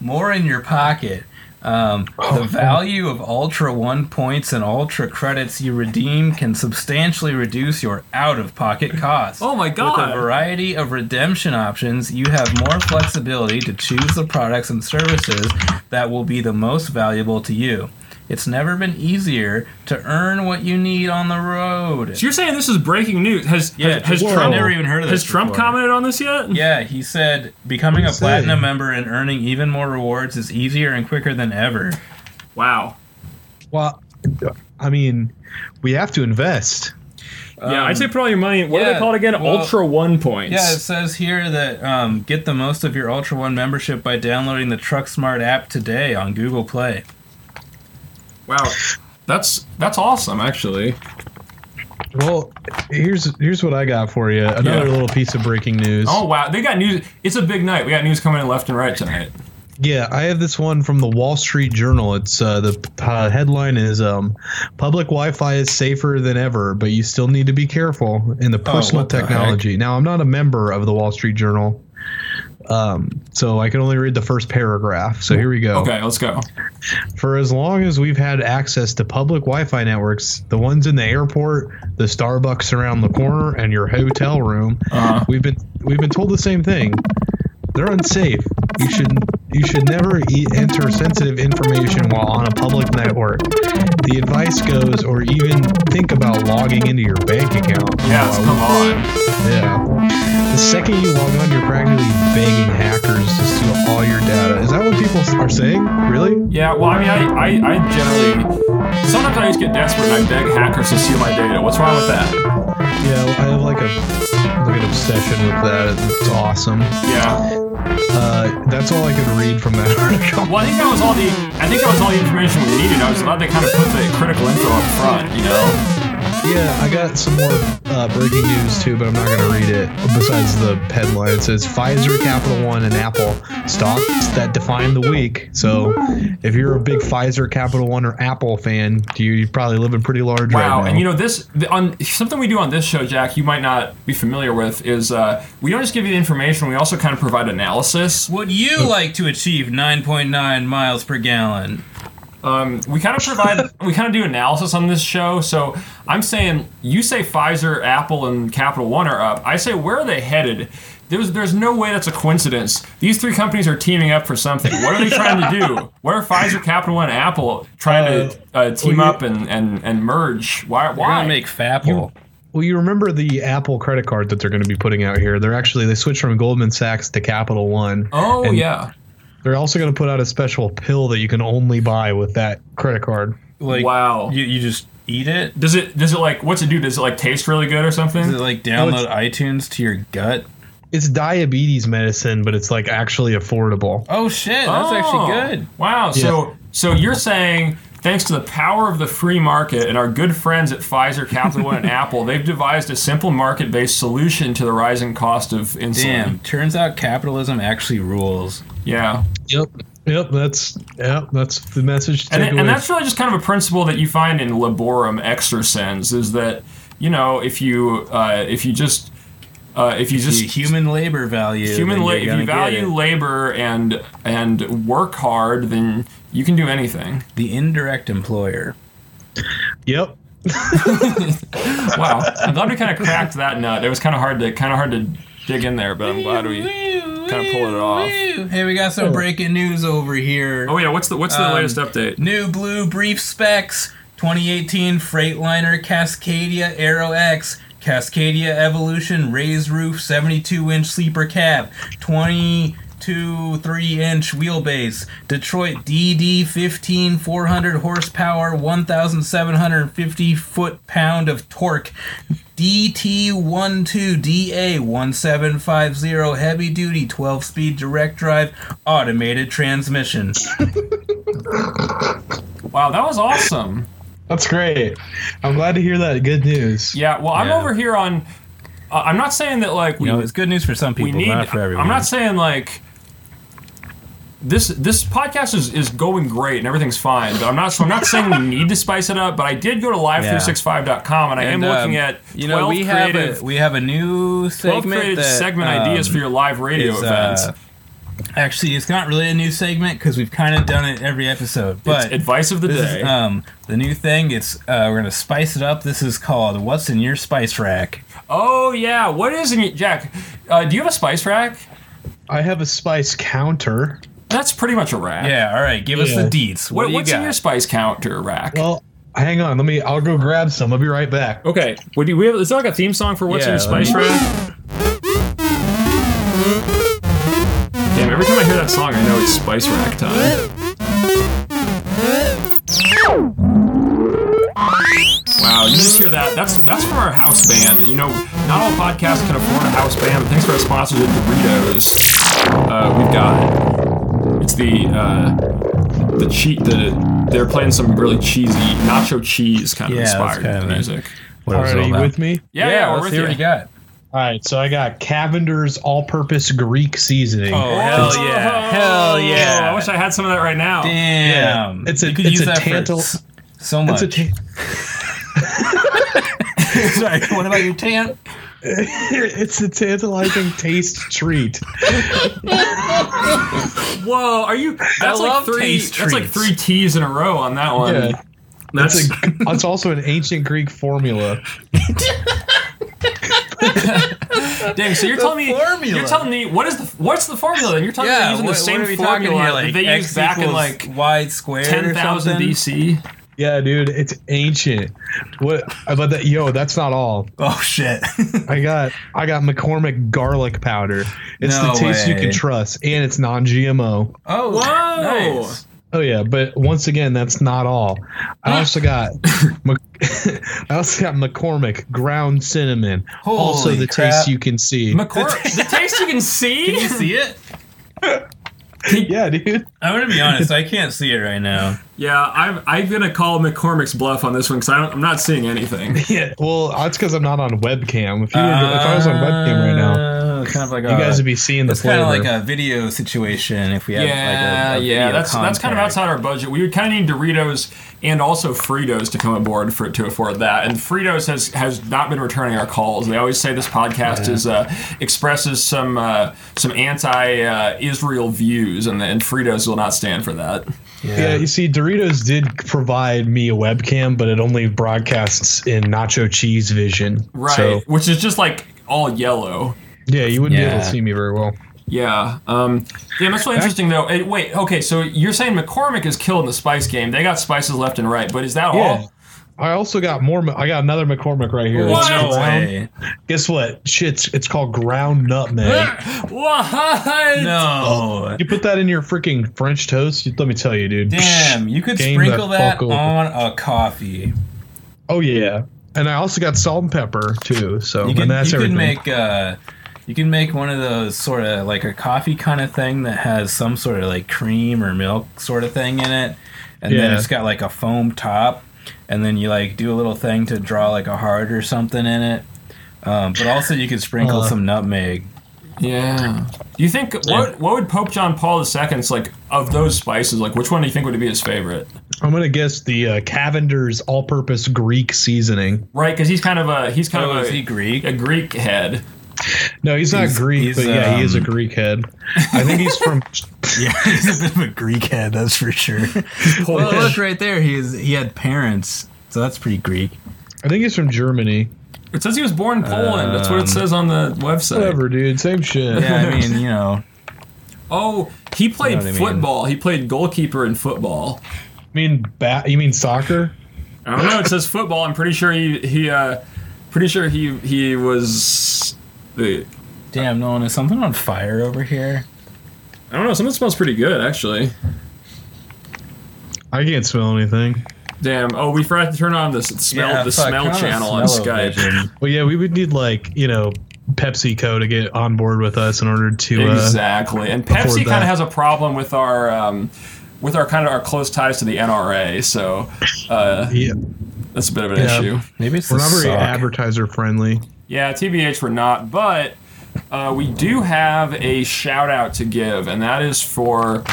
[SPEAKER 3] "More in Your Pocket." Um,
[SPEAKER 2] Oh.
[SPEAKER 3] the value of Ultra One points and Ultra credits you redeem can substantially reduce your out-of-pocket costs.
[SPEAKER 2] Oh my
[SPEAKER 3] With
[SPEAKER 2] God.
[SPEAKER 3] a variety of redemption options, you have more flexibility to choose the products and services that will be the most valuable to you. It's never been easier to earn what you need on the road.
[SPEAKER 2] so you're saying this is breaking news? Has
[SPEAKER 3] Yeah,
[SPEAKER 2] has, has
[SPEAKER 4] whoa.
[SPEAKER 3] I've
[SPEAKER 2] Trump
[SPEAKER 3] never even heard of this.
[SPEAKER 2] has Trump
[SPEAKER 3] before.
[SPEAKER 2] commented on this yet?
[SPEAKER 3] Yeah, he said becoming a
[SPEAKER 4] What'd he
[SPEAKER 3] platinum
[SPEAKER 4] say?
[SPEAKER 3] member and earning even more rewards is easier and quicker than ever.
[SPEAKER 2] Wow.
[SPEAKER 4] Well, I mean, we have to invest.
[SPEAKER 2] yeah, I'd say put all your money. What are they
[SPEAKER 3] Um, yeah,
[SPEAKER 2] called again?
[SPEAKER 3] well-
[SPEAKER 2] Ultra one points.
[SPEAKER 3] Yeah, it says here that um, get the most of your Ultra One membership by downloading the Truck Smart app today on Google Play.
[SPEAKER 2] Wow. That's that's awesome, actually.
[SPEAKER 4] Well, here's here's what I got for you. Another
[SPEAKER 2] Yeah.
[SPEAKER 4] little piece of breaking news.
[SPEAKER 2] Oh wow, they got news. It's a big night. We got news coming in left and right tonight.
[SPEAKER 4] Yeah, I have this one from the Wall Street Journal. It's uh, the uh, headline is um, "Public Wi-Fi is safer than ever, but you still need to be careful in the personal
[SPEAKER 3] Oh, what the heck?
[SPEAKER 4] technology." now, I'm not a member of the Wall Street Journal, um, so I can only read the first paragraph. So here we go.
[SPEAKER 2] Okay, let's go.
[SPEAKER 4] For as long as we've had access to public Wi Fi networks, the ones in the airport, the Starbucks around the corner, and your hotel room,
[SPEAKER 2] Uh-huh.
[SPEAKER 4] we've been we've been told the same thing. They're unsafe. You should you should never e- enter sensitive information while on a public network. The advice goes, or even think about logging into your bank account. Oh,
[SPEAKER 2] Yes, come on.
[SPEAKER 4] Yeah. The second you log on, you're practically begging hackers to steal all your data. Is that what people are saying? Really?
[SPEAKER 2] Yeah, well, I mean, I, I, I generally sometimes I just get desperate and I beg hackers to steal my data. What's wrong with that?
[SPEAKER 4] Yeah, I have like a like an obsession with that. It's awesome.
[SPEAKER 2] Yeah.
[SPEAKER 4] Uh, that's all I could read from that article.
[SPEAKER 2] Well, I think that was all the I think that was all the information we needed. I was glad they kind of put the critical info up front. You know.
[SPEAKER 4] Yeah, I got some more uh, breaking news too, but I'm not gonna read it. Besides the headline, it says Pfizer, Capital One, and Apple stocks that define the week. So, if you're a big Pfizer, Capital One, or Apple fan, you, you're probably living pretty large right
[SPEAKER 2] Wow.
[SPEAKER 4] now.
[SPEAKER 2] And you know this the- on something we do on this show, Jack. You might not be familiar with is uh, we don't just give you the information. We also kind of provide analysis.
[SPEAKER 3] Would you like to achieve 9.9 miles per gallon?
[SPEAKER 2] Um, we kind of provide we kind of do analysis on this show. So I'm saying you say Pfizer, Apple, and Capital One are up. I say where are they headed? There's there's no way that's a coincidence. These three companies are teaming up for something. What are they trying to do? What are Pfizer, Capital One, and Apple trying to uh, team
[SPEAKER 4] well, you-
[SPEAKER 2] up and, and, and merge? Why
[SPEAKER 3] We're
[SPEAKER 2] why?
[SPEAKER 3] gonna make Fapple.
[SPEAKER 4] Well, you remember the Apple credit card that they're going to be putting out here. They're actually they switched from Goldman Sachs to Capital One.
[SPEAKER 2] oh
[SPEAKER 4] and
[SPEAKER 2] yeah.
[SPEAKER 4] They're also going to put out a special pill that you can only buy with that credit card.
[SPEAKER 3] Like
[SPEAKER 2] Wow.
[SPEAKER 3] you, you just eat it.
[SPEAKER 2] Does it does it like what's it do? Does it like taste really good or something?
[SPEAKER 3] Does it like download iTunes to your gut?
[SPEAKER 4] It's diabetes medicine, but it's like actually affordable.
[SPEAKER 3] Oh shit, that's actually good.
[SPEAKER 2] Wow. So so you're saying thanks to the power of the free market and our good friends at Pfizer, Capital One, and Apple, they've devised a simple market-based solution to the rising cost of insulin.
[SPEAKER 3] Damn, turns out capitalism actually rules.
[SPEAKER 2] Yeah.
[SPEAKER 4] Yep. Yep. That's yep. That's the message. To
[SPEAKER 2] and,
[SPEAKER 4] take
[SPEAKER 2] it-
[SPEAKER 4] away.
[SPEAKER 2] and that's really just kind of a principle that you find in laborum exercens is that you know if you uh, if you just uh, if you just
[SPEAKER 3] The human labor value.
[SPEAKER 2] human
[SPEAKER 3] then
[SPEAKER 2] la-
[SPEAKER 3] you're
[SPEAKER 2] if
[SPEAKER 3] gonna
[SPEAKER 2] you
[SPEAKER 3] get it.
[SPEAKER 2] value labor and and work hard then you can do anything
[SPEAKER 3] the indirect employer.
[SPEAKER 4] yep.
[SPEAKER 2] wow i'm glad we kind of cracked that nut it was kind of hard to kind of hard to dig in there but i'm glad we kind of pulled it off
[SPEAKER 3] Hey, we got some breaking news over here.
[SPEAKER 2] oh yeah what's the what's the
[SPEAKER 3] Um,
[SPEAKER 2] latest update
[SPEAKER 3] New blue brief specs 2018 Freightliner Cascadia Aero X. Cascadia Evolution raised roof 72 inch sleeper cab. 22 3 inch wheelbase. Detroit DD 15 400 horsepower 1,750 foot pound of torque. DT12DA1750 heavy duty 12 speed direct drive automated transmission.
[SPEAKER 2] wow that was awesome
[SPEAKER 4] That's great. I'm glad to hear that. Good news.
[SPEAKER 2] yeah well i'm
[SPEAKER 3] Yeah.
[SPEAKER 2] over here on uh, i'm not saying that like we
[SPEAKER 3] You know, it's good news for some people,
[SPEAKER 2] we need.
[SPEAKER 3] not for everyone.
[SPEAKER 2] I'm not saying like this. This podcast is, is going great and everything's fine. But I'm not. So I'm not saying we need to spice it up. But I did go to live365.com and I
[SPEAKER 3] And,
[SPEAKER 2] am
[SPEAKER 3] um,
[SPEAKER 2] looking at
[SPEAKER 3] you know,
[SPEAKER 2] 12
[SPEAKER 3] we have
[SPEAKER 2] creative,
[SPEAKER 3] a, we have a new
[SPEAKER 2] 12
[SPEAKER 3] segment
[SPEAKER 2] creative
[SPEAKER 3] that,
[SPEAKER 2] segment ideas
[SPEAKER 3] um,
[SPEAKER 2] for your live radio
[SPEAKER 3] is, uh,
[SPEAKER 2] events.
[SPEAKER 3] Actually, it's not really a new segment because we've kind of done it every episode. But
[SPEAKER 2] it's advice of the
[SPEAKER 3] this is,
[SPEAKER 2] day.
[SPEAKER 3] um, the new thing. It's uh, we're gonna spice it up. This is called "What's in Your Spice Rack."
[SPEAKER 2] oh yeah, what is in your Jack? Uh, do you have a spice rack?
[SPEAKER 4] I have a spice counter.
[SPEAKER 2] That's pretty much a rack.
[SPEAKER 3] Yeah. All right. Give us the
[SPEAKER 4] Yeah.
[SPEAKER 3] deets. What,
[SPEAKER 2] What,
[SPEAKER 3] do you
[SPEAKER 2] what's
[SPEAKER 3] got?
[SPEAKER 2] in your spice counter rack?
[SPEAKER 4] Well, hang on. Let me. I'll go grab some. I'll be right back.
[SPEAKER 3] Oh,
[SPEAKER 2] okay. Would you, we have, is there like a theme song for what's in
[SPEAKER 3] Yeah,
[SPEAKER 2] your spice
[SPEAKER 3] let
[SPEAKER 2] rack? Damn, every time I hear that song, I know it's spice rack time. Wow, you just hear that. That's that's from our house band. You know, not all podcasts can afford a house band, but thanks to our sponsors at Doritos, uh, we've got it. It's the uh, the cheat the they're playing some really cheesy nacho cheese kind of
[SPEAKER 3] Yeah, that's
[SPEAKER 2] inspired
[SPEAKER 3] kind of neat.
[SPEAKER 2] music.
[SPEAKER 3] What
[SPEAKER 4] All
[SPEAKER 3] was it
[SPEAKER 4] right, are
[SPEAKER 3] all
[SPEAKER 4] you
[SPEAKER 3] about?
[SPEAKER 4] with me?
[SPEAKER 2] Yeah, yeah,
[SPEAKER 3] Yeah.
[SPEAKER 2] we're
[SPEAKER 3] let's
[SPEAKER 2] with
[SPEAKER 3] see
[SPEAKER 2] you.
[SPEAKER 3] what you got.
[SPEAKER 4] All right. So I got Cavender's all-purpose Greek seasoning.
[SPEAKER 3] Oh hell yeah! Hell yeah!
[SPEAKER 2] Oh, I wish I had some of that right now.
[SPEAKER 3] Damn.
[SPEAKER 4] Yeah, it's a-
[SPEAKER 3] you could
[SPEAKER 4] it's
[SPEAKER 3] use
[SPEAKER 4] a
[SPEAKER 3] that for
[SPEAKER 4] tantal-
[SPEAKER 3] s- so much.
[SPEAKER 4] It's a ta-
[SPEAKER 3] Sorry, what about your tan?
[SPEAKER 4] it's a tantalizing taste treat.
[SPEAKER 2] Whoa, are you? That's like
[SPEAKER 3] love
[SPEAKER 2] three.
[SPEAKER 3] taste
[SPEAKER 2] That's like
[SPEAKER 3] treats.
[SPEAKER 2] three T's in a row on that one.
[SPEAKER 4] Yeah.
[SPEAKER 2] That's
[SPEAKER 4] It's, a, it's also an ancient Greek formula.
[SPEAKER 2] Dang, so you're telling me
[SPEAKER 3] formula.
[SPEAKER 2] you're telling me what is the what's the formula? Then you're telling me you're using
[SPEAKER 3] what-
[SPEAKER 2] the same
[SPEAKER 3] what are we talking
[SPEAKER 2] formula
[SPEAKER 3] here,
[SPEAKER 2] that they
[SPEAKER 3] X
[SPEAKER 2] used back in
[SPEAKER 3] equals
[SPEAKER 2] like
[SPEAKER 3] y squared or
[SPEAKER 2] ten thousand
[SPEAKER 3] something?
[SPEAKER 2] BC.
[SPEAKER 4] Yeah, dude, it's ancient. What? But that, yo, that's not all.
[SPEAKER 3] Oh shit!
[SPEAKER 4] I got I got McCormick garlic powder. It's
[SPEAKER 3] No
[SPEAKER 4] the taste you
[SPEAKER 3] way.
[SPEAKER 4] can trust, and it's non-GMO.
[SPEAKER 3] oh
[SPEAKER 2] Whoa!
[SPEAKER 3] nice.
[SPEAKER 4] Oh yeah, but once again, that's not all. I also got Mc- I also got McCormick ground cinnamon. also
[SPEAKER 3] Holy
[SPEAKER 4] the
[SPEAKER 3] crap.
[SPEAKER 4] taste you can see.
[SPEAKER 2] McCor- the taste you can see.
[SPEAKER 3] Can you see it?
[SPEAKER 4] yeah, dude.
[SPEAKER 3] I'm gonna be honest. I can't see it right now.
[SPEAKER 2] Yeah, I'm I'm gonna call McCormick's bluff on this one because I don't I'm not seeing anything.
[SPEAKER 4] Yeah. Well, that's because I'm not on webcam.
[SPEAKER 3] Uh,
[SPEAKER 4] If you were, if I was on webcam right now,
[SPEAKER 3] now, Uh, kind of like
[SPEAKER 4] you guys would be seeing the
[SPEAKER 3] It's kind
[SPEAKER 4] flavor.
[SPEAKER 3] of like a video situation. If we had
[SPEAKER 2] Yeah,
[SPEAKER 3] like a, a
[SPEAKER 2] yeah,
[SPEAKER 3] video
[SPEAKER 2] that's that's kind
[SPEAKER 3] contact.
[SPEAKER 2] of outside our budget. We would kind of need Doritos and also Fritos to come aboard for to afford that. And Fritos has has not been returning our calls. They always say this podcast is uh, expresses some uh, some anti-Israel views, and, and Fritos will not stand for that.
[SPEAKER 4] Yeah, you see, Doritos did provide me a webcam, but it only broadcasts in nacho cheese vision.
[SPEAKER 2] Right,
[SPEAKER 4] So,
[SPEAKER 2] which is just like all yellow.
[SPEAKER 4] yeah, you wouldn't be able
[SPEAKER 3] Yeah.
[SPEAKER 4] to see me very well.
[SPEAKER 2] Yeah. Um, yeah, that's really interesting though. Eh, wait, okay, so you're saying McCormick is killed in the spice game. They got spices left and right, but is that
[SPEAKER 3] Oh.
[SPEAKER 4] Yeah.
[SPEAKER 2] all?
[SPEAKER 4] Oh, I also got more. I got another McCormick right here.
[SPEAKER 2] What?
[SPEAKER 4] It's
[SPEAKER 2] No
[SPEAKER 4] ground-
[SPEAKER 3] way.
[SPEAKER 4] Guess what? Shit's it's called ground nutmeg.
[SPEAKER 2] What?
[SPEAKER 3] No.
[SPEAKER 4] you put that in your freaking French toast. you- Let me tell you, dude.
[SPEAKER 3] Damn, you could
[SPEAKER 4] Game
[SPEAKER 3] sprinkle
[SPEAKER 4] the
[SPEAKER 3] that
[SPEAKER 4] fuck over.
[SPEAKER 3] on a coffee.
[SPEAKER 4] Oh yeah. And I also got salt and pepper too. So
[SPEAKER 3] You can,
[SPEAKER 4] and that's
[SPEAKER 3] you
[SPEAKER 4] everything.
[SPEAKER 3] can make uh, you can make one of those sort of like a coffee kind of thing that has some sort of like cream or milk sort of thing in it, and then
[SPEAKER 4] Yeah.
[SPEAKER 3] it's got like a foam top, and then you like do a little thing to draw like a heart or something in it. Um, but also you could sprinkle
[SPEAKER 4] Uh.
[SPEAKER 3] some nutmeg
[SPEAKER 2] Yeah. Do you think what what would Pope John Paul II's like of those spices? Like, which one do you think would be his favorite?
[SPEAKER 4] I'm gonna guess the uh, Cavender's all-purpose Greek seasoning.
[SPEAKER 2] Right, because he's kind of a he's kind
[SPEAKER 3] Oh,
[SPEAKER 2] of
[SPEAKER 3] is
[SPEAKER 2] a,
[SPEAKER 3] he Greek?
[SPEAKER 2] a Greek head.
[SPEAKER 4] No, he's, not
[SPEAKER 3] He's-
[SPEAKER 4] Greek,
[SPEAKER 3] he's,
[SPEAKER 4] but yeah, he is a
[SPEAKER 3] um,
[SPEAKER 4] Greek head. I think he's from.
[SPEAKER 3] Yeah, he's a bit of a Greek head, that's for sure. well, look right there. He is. He had parents, so that's pretty Greek.
[SPEAKER 4] I think he's from Germany.
[SPEAKER 2] It says he was born in Poland. That's
[SPEAKER 3] Um,
[SPEAKER 2] what it says on the website.
[SPEAKER 4] Whatever, dude. Same shit.
[SPEAKER 3] Yeah, I mean, you know,
[SPEAKER 2] Oh, he played
[SPEAKER 3] what I mean.
[SPEAKER 2] football. He played goalkeeper in football.
[SPEAKER 4] I mean, ba- you mean soccer?
[SPEAKER 2] I don't know. It says football. I'm pretty sure he he uh, pretty sure he he was. The,
[SPEAKER 3] damn, Nolan, is something on fire over here?
[SPEAKER 2] I don't know. Something smells pretty good actually.
[SPEAKER 4] I can't smell anything.
[SPEAKER 2] Damn. Oh, we forgot to turn on the s- smell the
[SPEAKER 3] fuck,
[SPEAKER 2] smell
[SPEAKER 3] kinda
[SPEAKER 2] channel on Skype.
[SPEAKER 3] smell-o-vision.
[SPEAKER 4] Well, yeah, we would need like you know PepsiCo to get on board with us in order to. Uh,
[SPEAKER 2] Exactly. And Pepsi
[SPEAKER 4] afford that.
[SPEAKER 2] kind of has a problem with our um, with our kind of our close ties to the NRA. So uh,
[SPEAKER 4] yeah,
[SPEAKER 2] that's a bit of an
[SPEAKER 4] Yeah.
[SPEAKER 2] issue.
[SPEAKER 3] Maybe it's
[SPEAKER 4] we're
[SPEAKER 3] the
[SPEAKER 4] not very
[SPEAKER 3] sock.
[SPEAKER 4] advertiser friendly.
[SPEAKER 2] Yeah, TBH, we're not, but uh, we do have a shout out to give, and that is for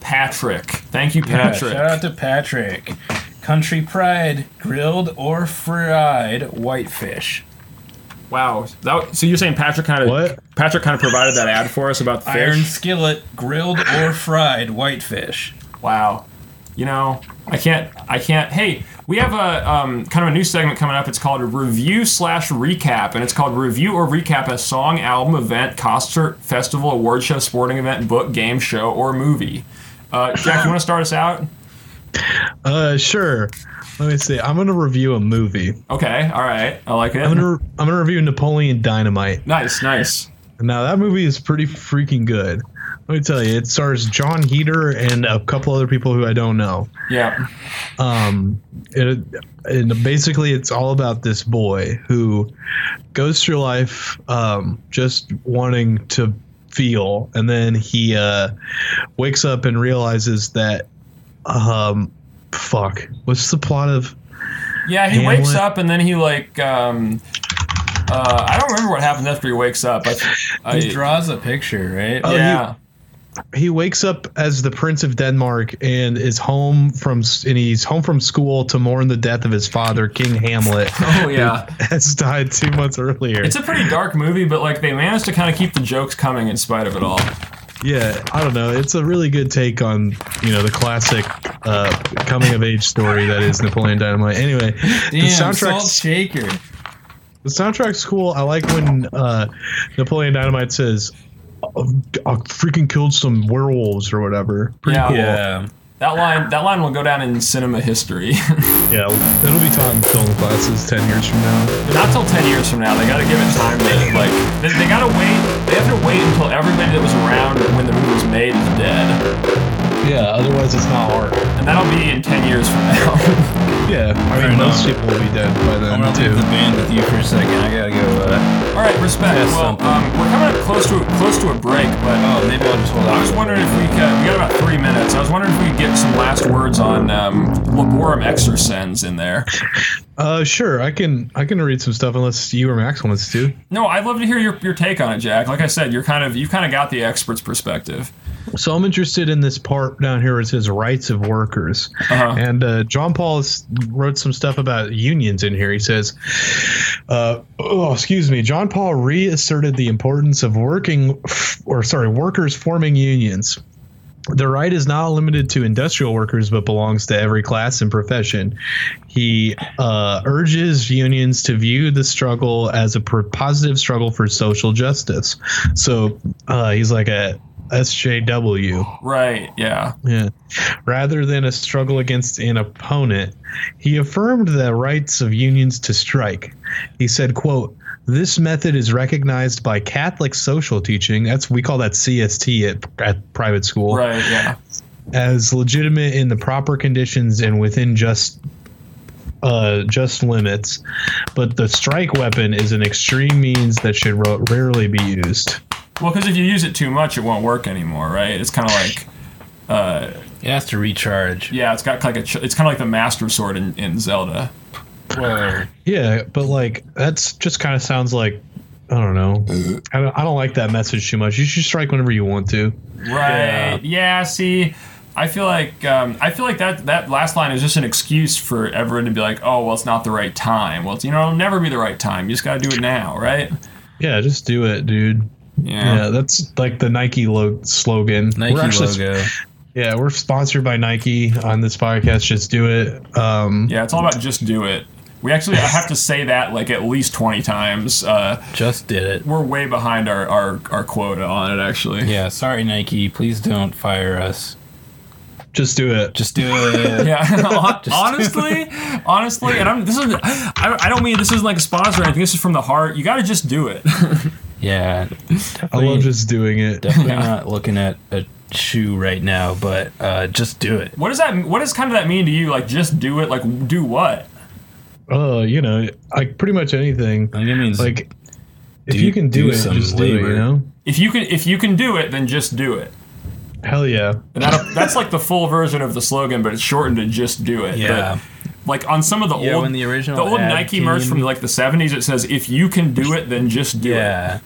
[SPEAKER 2] Patrick. Thank you,
[SPEAKER 3] Yeah,
[SPEAKER 2] Patrick.
[SPEAKER 3] Shout out to Patrick. Country Pride, grilled or fried whitefish.
[SPEAKER 2] wow. That, so you're saying Patrick kind of
[SPEAKER 4] What?
[SPEAKER 2] Patrick kind of provided that ad for us about the fish?
[SPEAKER 3] Iron skillet, grilled or fried whitefish.
[SPEAKER 2] Wow. You know, I can't. I can't. Hey, we have a um, kind of a new segment coming up. It's called Review slash Recap, and it's called Review or Recap a song, album, event, concert, festival, award show, sporting event, book, game, show, or movie. Uh, Jack, you want to start us out?
[SPEAKER 4] Uh, sure. Let me see. I'm gonna review a movie.
[SPEAKER 2] Okay, all right, I like it.
[SPEAKER 4] I'm gonna re- I'm gonna review Napoleon Dynamite.
[SPEAKER 2] nice, nice.
[SPEAKER 4] Now that movie is pretty freaking good. Let me tell you, it stars John Heater and a couple other people who I don't know.
[SPEAKER 2] Yeah,
[SPEAKER 4] Um, it, and basically, it's all about this boy who goes through life um, just wanting to feel, and then he uh, wakes up and realizes that, um, fuck, what's the plot of?
[SPEAKER 2] yeah. He wakes
[SPEAKER 4] Hamlet.
[SPEAKER 2] up and then he like. Um, uh, I don't remember what happens after he wakes up. I, I,
[SPEAKER 3] He draws a picture, right?
[SPEAKER 4] Oh,
[SPEAKER 2] yeah,
[SPEAKER 4] He wakes up as the Prince of Denmark and is home from s- and he's home from school to mourn the death of his father, King Hamlet,
[SPEAKER 2] oh yeah.
[SPEAKER 4] has died two months earlier.
[SPEAKER 2] It's a pretty dark movie, but like they managed to kind of keep the jokes coming in spite of it all.
[SPEAKER 4] Yeah, I don't know. It's a really good take on you know the classic uh, coming of age story that is Napoleon Dynamite. Anyway,
[SPEAKER 3] Damn,
[SPEAKER 4] the
[SPEAKER 3] salt
[SPEAKER 4] soundtrack's
[SPEAKER 3] shaker.
[SPEAKER 4] the soundtrack's cool. I like when uh, Napoleon Dynamite says, "I freaking killed some werewolves" or whatever. Pretty
[SPEAKER 2] Yeah.
[SPEAKER 4] cool.
[SPEAKER 3] Yeah.
[SPEAKER 2] That line, that line will go down in cinema history.
[SPEAKER 4] Yeah, it'll be taught in film classes ten years from now.
[SPEAKER 2] Not till ten years from now. They got to give it time. To, like they, they got to wait. They have to wait until everybody that was around when the movie was made is dead,
[SPEAKER 4] Yeah, otherwise it's not art.
[SPEAKER 2] and that'll be in ten years from now.
[SPEAKER 4] Yeah, I
[SPEAKER 3] Fair
[SPEAKER 4] mean most
[SPEAKER 3] enough.
[SPEAKER 4] people will be dead by
[SPEAKER 3] I'm
[SPEAKER 4] then
[SPEAKER 3] gonna leave the
[SPEAKER 4] too.
[SPEAKER 3] band with you for a second. I gotta go. Uh,
[SPEAKER 2] all right, respect.
[SPEAKER 3] Yes,
[SPEAKER 2] well,
[SPEAKER 3] something.
[SPEAKER 2] um, we're coming up close to close to a break, but um,
[SPEAKER 3] oh, maybe I'll just hold on.
[SPEAKER 2] I was wondering if we could. We got about three minutes. I was wondering if we could get some last words on um, Laborum Exercens in there.
[SPEAKER 4] Uh, sure, I can I can read some stuff unless you or Max wants to.
[SPEAKER 2] No, I'd love to hear your, your take on it, Jack. Like I said, you're kind of you kind of got the expert's perspective.
[SPEAKER 4] So I'm interested in this part down here. where It says rights of workers, and uh, John Paul has wrote some stuff about unions in here. He says, uh, "Oh, excuse me." John Paul reasserted the importance of working, or sorry, workers forming unions. The right is not limited to industrial workers, but belongs to every class and profession. He uh, urges unions to view the struggle as a pr- positive struggle for social justice. So uh, he's like a SJW.
[SPEAKER 2] Right? Yeah.
[SPEAKER 4] Yeah. Rather than a struggle against an opponent, he affirmed the rights of unions to strike. He said, quote, this method is recognized by Catholic social teaching. That's we call that CST at, at private school
[SPEAKER 2] Right. Yeah.
[SPEAKER 4] as legitimate in the proper conditions and within just uh, just limits. But the strike weapon is an extreme means that should ro- rarely be used.
[SPEAKER 2] Well, because if you use it too much, it won't work anymore, right? It's kind of like
[SPEAKER 3] It has to recharge.
[SPEAKER 2] yeah, it's got like a ch- it's kind of like the master sword in, in Zelda.
[SPEAKER 3] Whoa.
[SPEAKER 4] Yeah, but like that's just kind of sounds like I don't know. I don't, I don't like that message too much. You should strike whenever you want to.
[SPEAKER 2] Right. Yeah. see, I feel like um, I feel like that that last line is just an excuse for everyone to be like, oh, well, it's not the right time. Well, it's you know, it'll never be the right time. You just got to do it now, right?
[SPEAKER 4] Yeah, just do it, dude. Yeah,
[SPEAKER 2] Yeah.
[SPEAKER 4] that's like the Nike lo- slogan.
[SPEAKER 3] Nike
[SPEAKER 4] We're actually-
[SPEAKER 3] logo.
[SPEAKER 4] Yeah, we're sponsored by Nike on this podcast. Just do it. Um,
[SPEAKER 2] Yeah. It's all about just do it. We actually have to say that like at least twenty times. Uh,
[SPEAKER 3] Just did it.
[SPEAKER 2] we're way behind our, our, our quota on it, actually.
[SPEAKER 3] Yeah, sorry, Nike. Please don't fire us.
[SPEAKER 4] Just do it.
[SPEAKER 3] Just do it.
[SPEAKER 2] Yeah, hon- honestly, honestly, and I'm this is I don't- I don't mean this isn't like a sponsor or anything. This is from the heart. You got to just do it.
[SPEAKER 3] yeah.
[SPEAKER 4] I love just doing it.
[SPEAKER 3] Definitely not looking at a shoe right now, but uh, just do it.
[SPEAKER 2] What does that? What does kind of that mean to you? Like, just do it. Like, do what?
[SPEAKER 4] Oh, you know, like pretty much anything.
[SPEAKER 3] Like, it means
[SPEAKER 4] Like if
[SPEAKER 3] Do-
[SPEAKER 4] you can do,
[SPEAKER 3] do
[SPEAKER 4] it,
[SPEAKER 3] some
[SPEAKER 4] just do it.
[SPEAKER 3] labor.
[SPEAKER 4] You know?
[SPEAKER 2] If you can, if you can do it, then just do it.
[SPEAKER 4] Hell yeah.
[SPEAKER 2] And that, that's like the full version of the slogan, but it's shortened to just do it.
[SPEAKER 3] Yeah.
[SPEAKER 2] But, like on some of the
[SPEAKER 3] Yeah,
[SPEAKER 2] old
[SPEAKER 3] when the original
[SPEAKER 2] old
[SPEAKER 3] ad
[SPEAKER 2] Nike merch
[SPEAKER 3] came-
[SPEAKER 2] from like the '70s, it says if you can do it, then just do it.
[SPEAKER 3] yeah.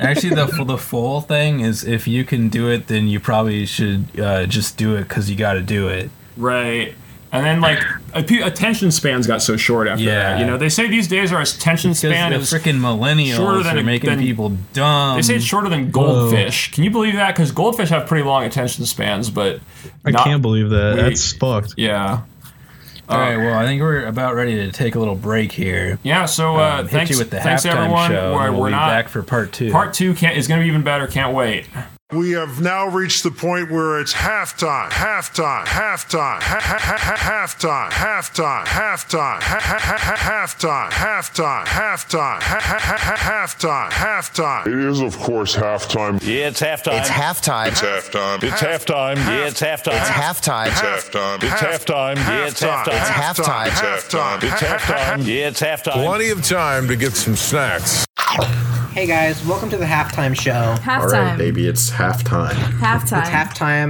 [SPEAKER 3] Actually, the the full thing is if you can do it, then you probably should uh, just do it because you got to do it.
[SPEAKER 2] Right. And then like a pe- attention spans got so short after
[SPEAKER 3] Yeah.
[SPEAKER 2] that. You know, they say these days our attention span
[SPEAKER 3] Because
[SPEAKER 2] is
[SPEAKER 3] the freaking
[SPEAKER 2] shorter
[SPEAKER 3] millennials
[SPEAKER 2] than
[SPEAKER 3] are
[SPEAKER 2] a-
[SPEAKER 3] making
[SPEAKER 2] than-
[SPEAKER 3] people dumb.
[SPEAKER 2] they say it's shorter than goldfish. Can you believe that? Because goldfish have pretty long attention spans, but
[SPEAKER 4] I
[SPEAKER 2] not-
[SPEAKER 4] can't believe that.
[SPEAKER 2] we-
[SPEAKER 4] That's fucked.
[SPEAKER 2] Yeah.
[SPEAKER 3] All right, well, I think we're about ready to take a little break here.
[SPEAKER 2] Yeah. So uh,
[SPEAKER 3] Um, hit
[SPEAKER 2] thanks,
[SPEAKER 3] you with the
[SPEAKER 2] thanks
[SPEAKER 3] halftime
[SPEAKER 2] everyone.
[SPEAKER 3] show.
[SPEAKER 2] We're,
[SPEAKER 3] and we'll
[SPEAKER 2] we're
[SPEAKER 3] be
[SPEAKER 2] not
[SPEAKER 3] back for part two.
[SPEAKER 2] part two. Can't is going to be even better. Can't wait.
[SPEAKER 5] We have now reached the point where it's halftime, halftime, halftime, ha- ha- ha- ha- halftime, halftime, halftime, ha- ha- ha- ha- halftime, halftime, halftime, ha- ha- ha- ha- halftime, halftime.
[SPEAKER 6] It is, of course, halftime.
[SPEAKER 7] Yeah, it's halftime.
[SPEAKER 8] It's halftime.
[SPEAKER 6] It's halftime.
[SPEAKER 7] It's halftime. Yeah, it's halftime.
[SPEAKER 8] It's halftime.
[SPEAKER 6] halftime.
[SPEAKER 7] It's halftime. Yeah, it's halftime.
[SPEAKER 8] It's halftime.
[SPEAKER 6] It's halftime.
[SPEAKER 7] It's halftime. Yeah, it's halftime.
[SPEAKER 9] Plenty of time to get some snacks.
[SPEAKER 10] Hey guys, welcome to the halftime show.
[SPEAKER 11] Halftime.
[SPEAKER 12] All right, baby, it's halftime.
[SPEAKER 11] Halftime.
[SPEAKER 10] It's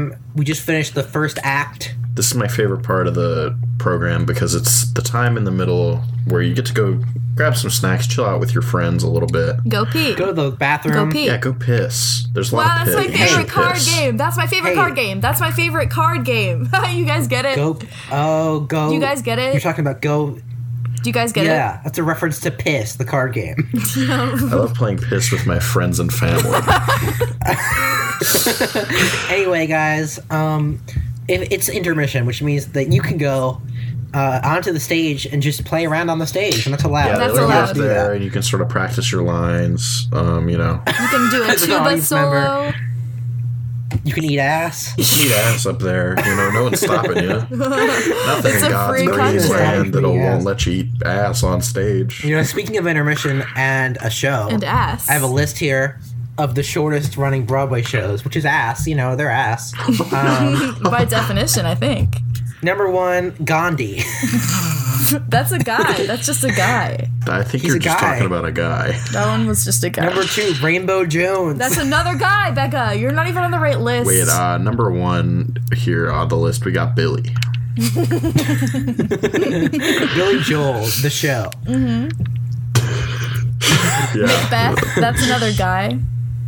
[SPEAKER 10] halftime. We just finished the first act.
[SPEAKER 12] This is my favorite part of the program because it's the time in the middle where you get to go grab some snacks, chill out with your friends a little bit.
[SPEAKER 11] Go pee.
[SPEAKER 10] Go to
[SPEAKER 11] Go,
[SPEAKER 10] the bathroom.
[SPEAKER 11] pee.
[SPEAKER 12] Yeah, go piss. There's a lot
[SPEAKER 11] Wow,
[SPEAKER 12] of piss.
[SPEAKER 11] that's my
[SPEAKER 12] You should
[SPEAKER 11] favorite card
[SPEAKER 12] piss.
[SPEAKER 11] game. That's my favorite
[SPEAKER 10] Hey.
[SPEAKER 11] card game. That's my favorite card game. you guys get it?
[SPEAKER 10] Go. Oh, go.
[SPEAKER 11] You guys get it?
[SPEAKER 10] You're talking about go.
[SPEAKER 11] Do you guys get it?
[SPEAKER 10] Yeah, that's a reference to piss, the card game.
[SPEAKER 12] I love playing piss with my friends and family.
[SPEAKER 10] anyway, guys, um, if it's intermission, which means that you can go uh, onto the stage and just play around on the stage, and that's allowed.
[SPEAKER 12] Yeah,
[SPEAKER 11] That's
[SPEAKER 12] they're
[SPEAKER 11] allowed.
[SPEAKER 12] just there, and you can sort of practice your lines. Um, you know,
[SPEAKER 11] You can do a tuba
[SPEAKER 10] audience
[SPEAKER 11] solo.
[SPEAKER 10] member. You can eat ass.
[SPEAKER 12] eat ass up there. You know, no one's stopping you. Nothing
[SPEAKER 11] It's
[SPEAKER 12] in
[SPEAKER 11] a
[SPEAKER 12] God's
[SPEAKER 11] free
[SPEAKER 12] green
[SPEAKER 11] country.
[SPEAKER 12] land that
[SPEAKER 10] Yes.
[SPEAKER 12] won't let you eat ass on stage.
[SPEAKER 10] You know, speaking of intermission and a show,
[SPEAKER 11] And ass.
[SPEAKER 10] I have a list here of the shortest running Broadway shows, which is ass. You know, they're ass. Um,
[SPEAKER 11] By definition, I think.
[SPEAKER 10] number one, Gandhi.
[SPEAKER 11] That's a guy. That's just a guy.
[SPEAKER 12] I think
[SPEAKER 10] He's
[SPEAKER 12] you're
[SPEAKER 10] a
[SPEAKER 12] just
[SPEAKER 10] guy.
[SPEAKER 12] talking about a guy.
[SPEAKER 11] That one was just a guy.
[SPEAKER 10] Number two, Rainbow Jones.
[SPEAKER 11] That's another guy, Becca. You're not even on the right list.
[SPEAKER 12] Wait, uh, number one here on the list, we got Billy.
[SPEAKER 10] Billy Joel, the show.
[SPEAKER 12] Yeah,
[SPEAKER 11] Beth. That's another guy.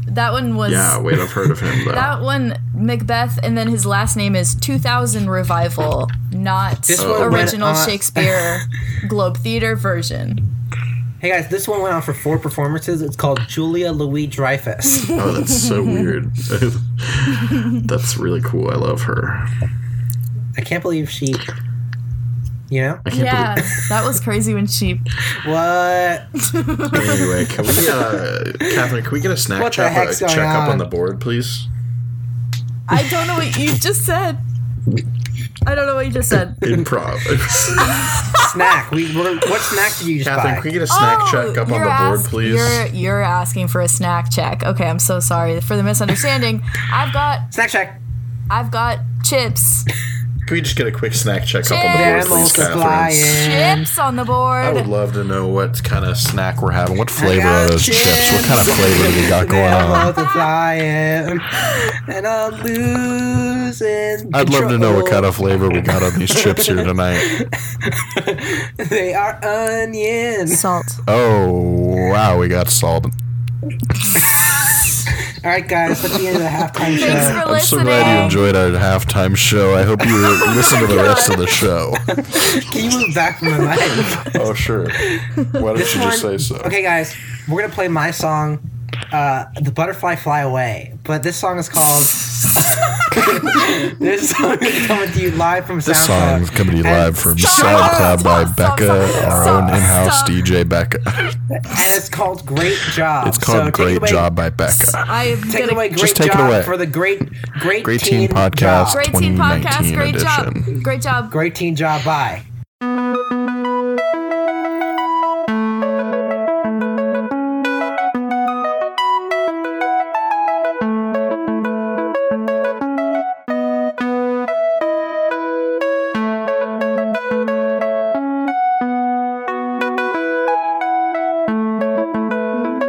[SPEAKER 11] That one was.
[SPEAKER 12] yeah. Wait, I've heard of him though.
[SPEAKER 11] That one, Macbeth, and then his last name is 2000 Revival, not
[SPEAKER 10] This one went
[SPEAKER 11] original
[SPEAKER 10] on-
[SPEAKER 11] Shakespeare Globe Theater version.
[SPEAKER 10] Hey guys, this one went on for four performances. It's called Julia Louis Dreyfus.
[SPEAKER 12] oh, that's so weird. that's really cool. I love her.
[SPEAKER 10] I can't believe she. You know
[SPEAKER 11] Yeah, that was crazy when she.
[SPEAKER 10] what?
[SPEAKER 12] Anyway, can we, uh, Catherine, can we get a snack
[SPEAKER 10] What the
[SPEAKER 12] check,
[SPEAKER 10] heck's
[SPEAKER 12] uh,
[SPEAKER 10] going
[SPEAKER 12] check up
[SPEAKER 10] on?
[SPEAKER 12] on the board, please?
[SPEAKER 11] I don't know what you just said. I don't know what you just said.
[SPEAKER 12] Improv.
[SPEAKER 10] snack? We we're, what snack did you just
[SPEAKER 12] Catherine, can we
[SPEAKER 10] buy?
[SPEAKER 12] get a snack
[SPEAKER 11] Oh,
[SPEAKER 12] check up on
[SPEAKER 11] you're
[SPEAKER 12] the board,
[SPEAKER 11] ask-
[SPEAKER 12] please?
[SPEAKER 11] You're, you're asking for a snack check. Okay, I'm so sorry for the misunderstanding. I've got
[SPEAKER 10] Snack check.
[SPEAKER 11] I've got chips
[SPEAKER 12] Can we just get a quick snack check up on the board,
[SPEAKER 10] Chips.
[SPEAKER 12] please,
[SPEAKER 10] They're
[SPEAKER 12] Catherine?
[SPEAKER 13] Chips on the board.
[SPEAKER 12] I would love to know what kind of snack we're having. What flavor
[SPEAKER 10] got
[SPEAKER 12] are those chips? What kind of flavor do we got going on?
[SPEAKER 10] multiplying, and I'm losing.
[SPEAKER 12] I'd love to know what
[SPEAKER 10] control.
[SPEAKER 12] kind of flavor we got on these chips here tonight.
[SPEAKER 10] they are onion.
[SPEAKER 13] Salt.
[SPEAKER 12] Oh, wow, we got salt.
[SPEAKER 10] All right, guys, that's the end of the halftime show.
[SPEAKER 13] Thanks for
[SPEAKER 12] I'm so glad you enjoyed our halftime show. I hope you listen to the rest of the show.
[SPEAKER 10] Can you move back from the mic?
[SPEAKER 12] Oh, sure. Why don't you just say so?
[SPEAKER 10] Okay, guys, we're gonna play my song, uh, "The Butterfly Fly Away," but this song is called. this song is coming to you live from SoundCloud.
[SPEAKER 12] This song is coming to you live from SoundCloud by Becca, our own in-house DJ Becca.
[SPEAKER 10] and it's called "Great Job."
[SPEAKER 12] It's called
[SPEAKER 10] So take
[SPEAKER 12] "Great
[SPEAKER 10] away-
[SPEAKER 12] Job" by Becca.
[SPEAKER 13] I am
[SPEAKER 10] Take
[SPEAKER 13] gonna
[SPEAKER 10] away great
[SPEAKER 12] Just take it
[SPEAKER 10] job
[SPEAKER 12] away.
[SPEAKER 10] for the great, great,
[SPEAKER 12] Great Teen
[SPEAKER 10] Job.
[SPEAKER 12] Podcast
[SPEAKER 13] Great teen podcast.
[SPEAKER 12] 2019
[SPEAKER 13] Great
[SPEAKER 12] edition.
[SPEAKER 13] job. Great job.
[SPEAKER 10] Great teen job. Bye.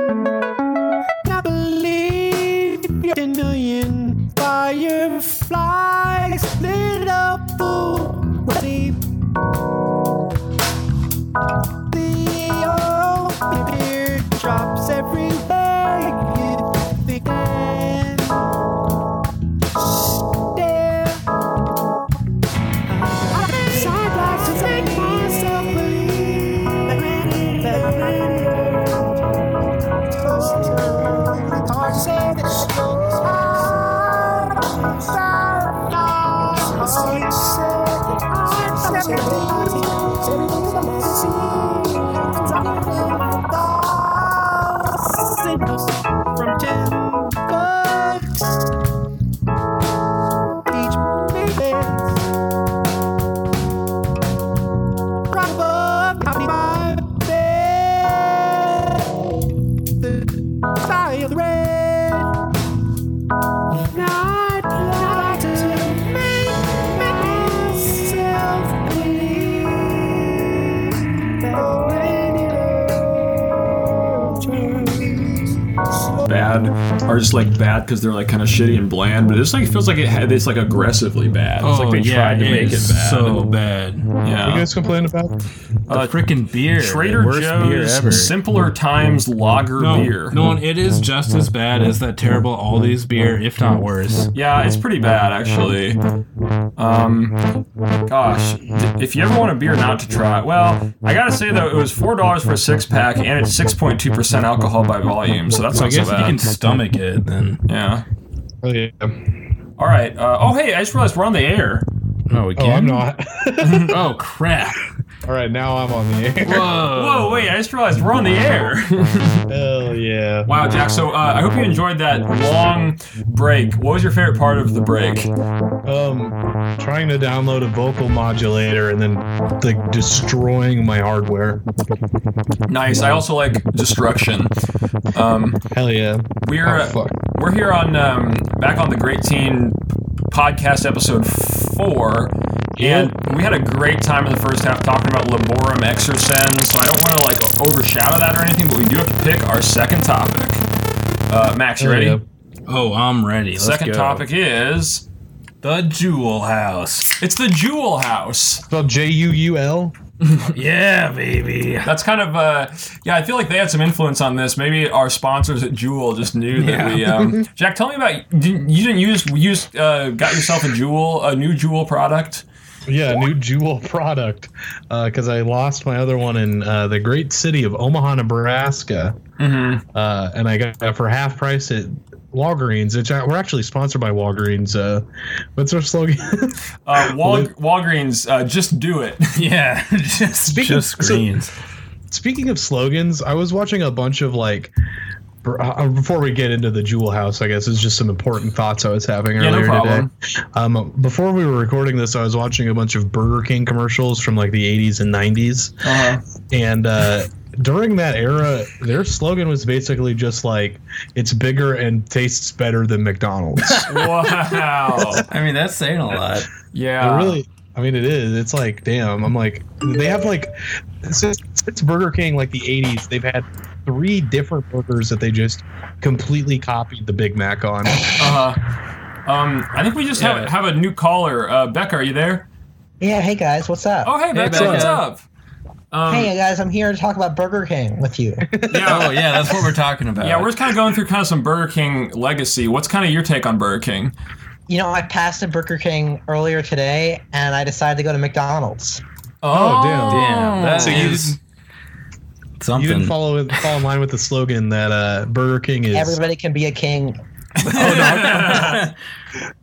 [SPEAKER 11] I believe a million fireflies lit up already. The old beer drops everywhere. It began. Stare. I'd like to make myself believe that just from ten bucks each minute. Right above my bed fire red. I'd like to make myself believe that when
[SPEAKER 2] Bad are just like bad because they're like kind of shitty and bland, but it's like feels like it had it's like aggressively bad. It's
[SPEAKER 3] Oh,
[SPEAKER 2] like they
[SPEAKER 3] yeah,
[SPEAKER 2] tried to
[SPEAKER 3] it
[SPEAKER 2] make it
[SPEAKER 3] is
[SPEAKER 2] bad.
[SPEAKER 3] so bad.
[SPEAKER 2] Yeah.
[SPEAKER 4] You guys complain about?
[SPEAKER 2] Mm-hmm.
[SPEAKER 3] The freaking beer. the
[SPEAKER 2] Trader
[SPEAKER 3] worst
[SPEAKER 2] Joe's
[SPEAKER 3] beer ever. Mm.
[SPEAKER 2] Simpler Times Lager
[SPEAKER 3] no,
[SPEAKER 2] beer.
[SPEAKER 3] No, it is just as bad as that terrible Aldi's beer, if not worse.
[SPEAKER 2] Yeah, it's pretty bad
[SPEAKER 3] Mm.
[SPEAKER 2] actually. Um, gosh, d- if you ever want a beer not to try, well, I gotta say though, it was four dollars for a six pack, and it's six point two percent alcohol by volume, so that's
[SPEAKER 3] So I
[SPEAKER 2] not so
[SPEAKER 3] guess if
[SPEAKER 2] bad.
[SPEAKER 3] you uh, can stomach it, then.
[SPEAKER 2] yeah.
[SPEAKER 4] Oh yeah.
[SPEAKER 2] All right. Uh, oh hey, I just realized we're on the air.
[SPEAKER 3] No, we
[SPEAKER 4] Oh, I'm
[SPEAKER 3] can.
[SPEAKER 4] not.
[SPEAKER 3] oh crap!
[SPEAKER 4] All right, now I'm on the air.
[SPEAKER 3] Uh.
[SPEAKER 2] Whoa, wait! I just realized we're on the air.
[SPEAKER 4] Hell yeah.
[SPEAKER 2] wow, Jack. So uh, I hope you enjoyed that long break. What was your favorite part of the break?
[SPEAKER 4] Um, trying to download a vocal modulator and then like destroying my hardware.
[SPEAKER 2] Nice. I also like destruction. Um,
[SPEAKER 4] Hell yeah.
[SPEAKER 2] We're
[SPEAKER 4] Oh,
[SPEAKER 2] uh,
[SPEAKER 4] fuck.
[SPEAKER 2] we're here on um, back on the Great Teen podcast episode four, and we had a great time in the first half talking about Laborum Exorcens. So I don't want to like overshadow that or anything, but we do have to pick our second topic. Uh, Max, you
[SPEAKER 4] Hell
[SPEAKER 2] ready?
[SPEAKER 4] yeah.
[SPEAKER 3] Oh, I'm ready. Let's
[SPEAKER 2] Second
[SPEAKER 3] go.
[SPEAKER 2] topic is
[SPEAKER 3] The Jewel House.
[SPEAKER 2] it's the Jewel House.
[SPEAKER 4] Spelled J U U L.
[SPEAKER 3] Yeah, baby.
[SPEAKER 2] That's kind of uh, yeah. I feel like they had some influence on this. Maybe our sponsors at Jewel just knew
[SPEAKER 3] Yeah.
[SPEAKER 2] that we. Um, Jack, tell me about didn't, you didn't use use uh, got yourself a Jewel a new Jewel product.
[SPEAKER 4] Yeah, new Jewel product. Because I lost my other one in uh, the great city of Omaha, Nebraska. Uh, and I got it for half price at Walgreens, which I, we're actually sponsored by Walgreens. Uh, what's our slogan?
[SPEAKER 2] Uh, Wal- Walgreens, uh, just do it.
[SPEAKER 3] Yeah, just
[SPEAKER 4] Speaking-
[SPEAKER 3] just screens.
[SPEAKER 4] Speaking of slogans, I was watching a bunch of like. br- uh, Before we get into the Jewel House, I guess it's just some important thoughts I was having
[SPEAKER 2] no
[SPEAKER 4] earlier
[SPEAKER 2] problem.
[SPEAKER 4] today. Um, before we were recording this, I was watching a bunch of Burger King commercials from like the 80s and 90s.
[SPEAKER 2] Uh-huh.
[SPEAKER 4] and uh, during that era, their slogan was basically just like, "It's bigger and tastes better than McDonald's."
[SPEAKER 2] wow.
[SPEAKER 3] I mean, that's saying a lot.
[SPEAKER 2] Yeah.
[SPEAKER 4] It really, I mean, it is. It's like, damn. I'm like, they have like since, since Burger King, like the '80s, they've had three different burgers that they just completely copied the Big Mac on.
[SPEAKER 2] Uh huh. Um, I think we just have have a new caller. Uh, Becca, are you there?
[SPEAKER 10] Yeah, hey guys, what's up?
[SPEAKER 2] Oh, hey, Becca, what's up? Um,
[SPEAKER 10] hey guys, I'm here to talk about Burger King with you.
[SPEAKER 3] Oh yeah, that's what we're talking about.
[SPEAKER 2] Yeah, we're just kind of going through kind of some Burger King legacy. What's kind of your take on Burger King?
[SPEAKER 10] you know, I passed a Burger King earlier today, and I decided to go to McDonald's.
[SPEAKER 2] Oh,
[SPEAKER 4] damn.
[SPEAKER 3] Damn, that
[SPEAKER 4] so you
[SPEAKER 3] is
[SPEAKER 4] didn't, you didn't follow in- fall in line with the slogan that uh, Burger King is
[SPEAKER 10] Everybody can be a king.
[SPEAKER 4] the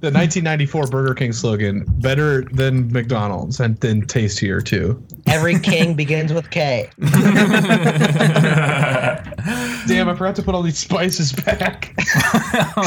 [SPEAKER 4] 1994 Burger King slogan: "Better than McDonald's and then tastier too."
[SPEAKER 10] Every king begins with K.
[SPEAKER 4] Damn, I forgot to put all these spices back.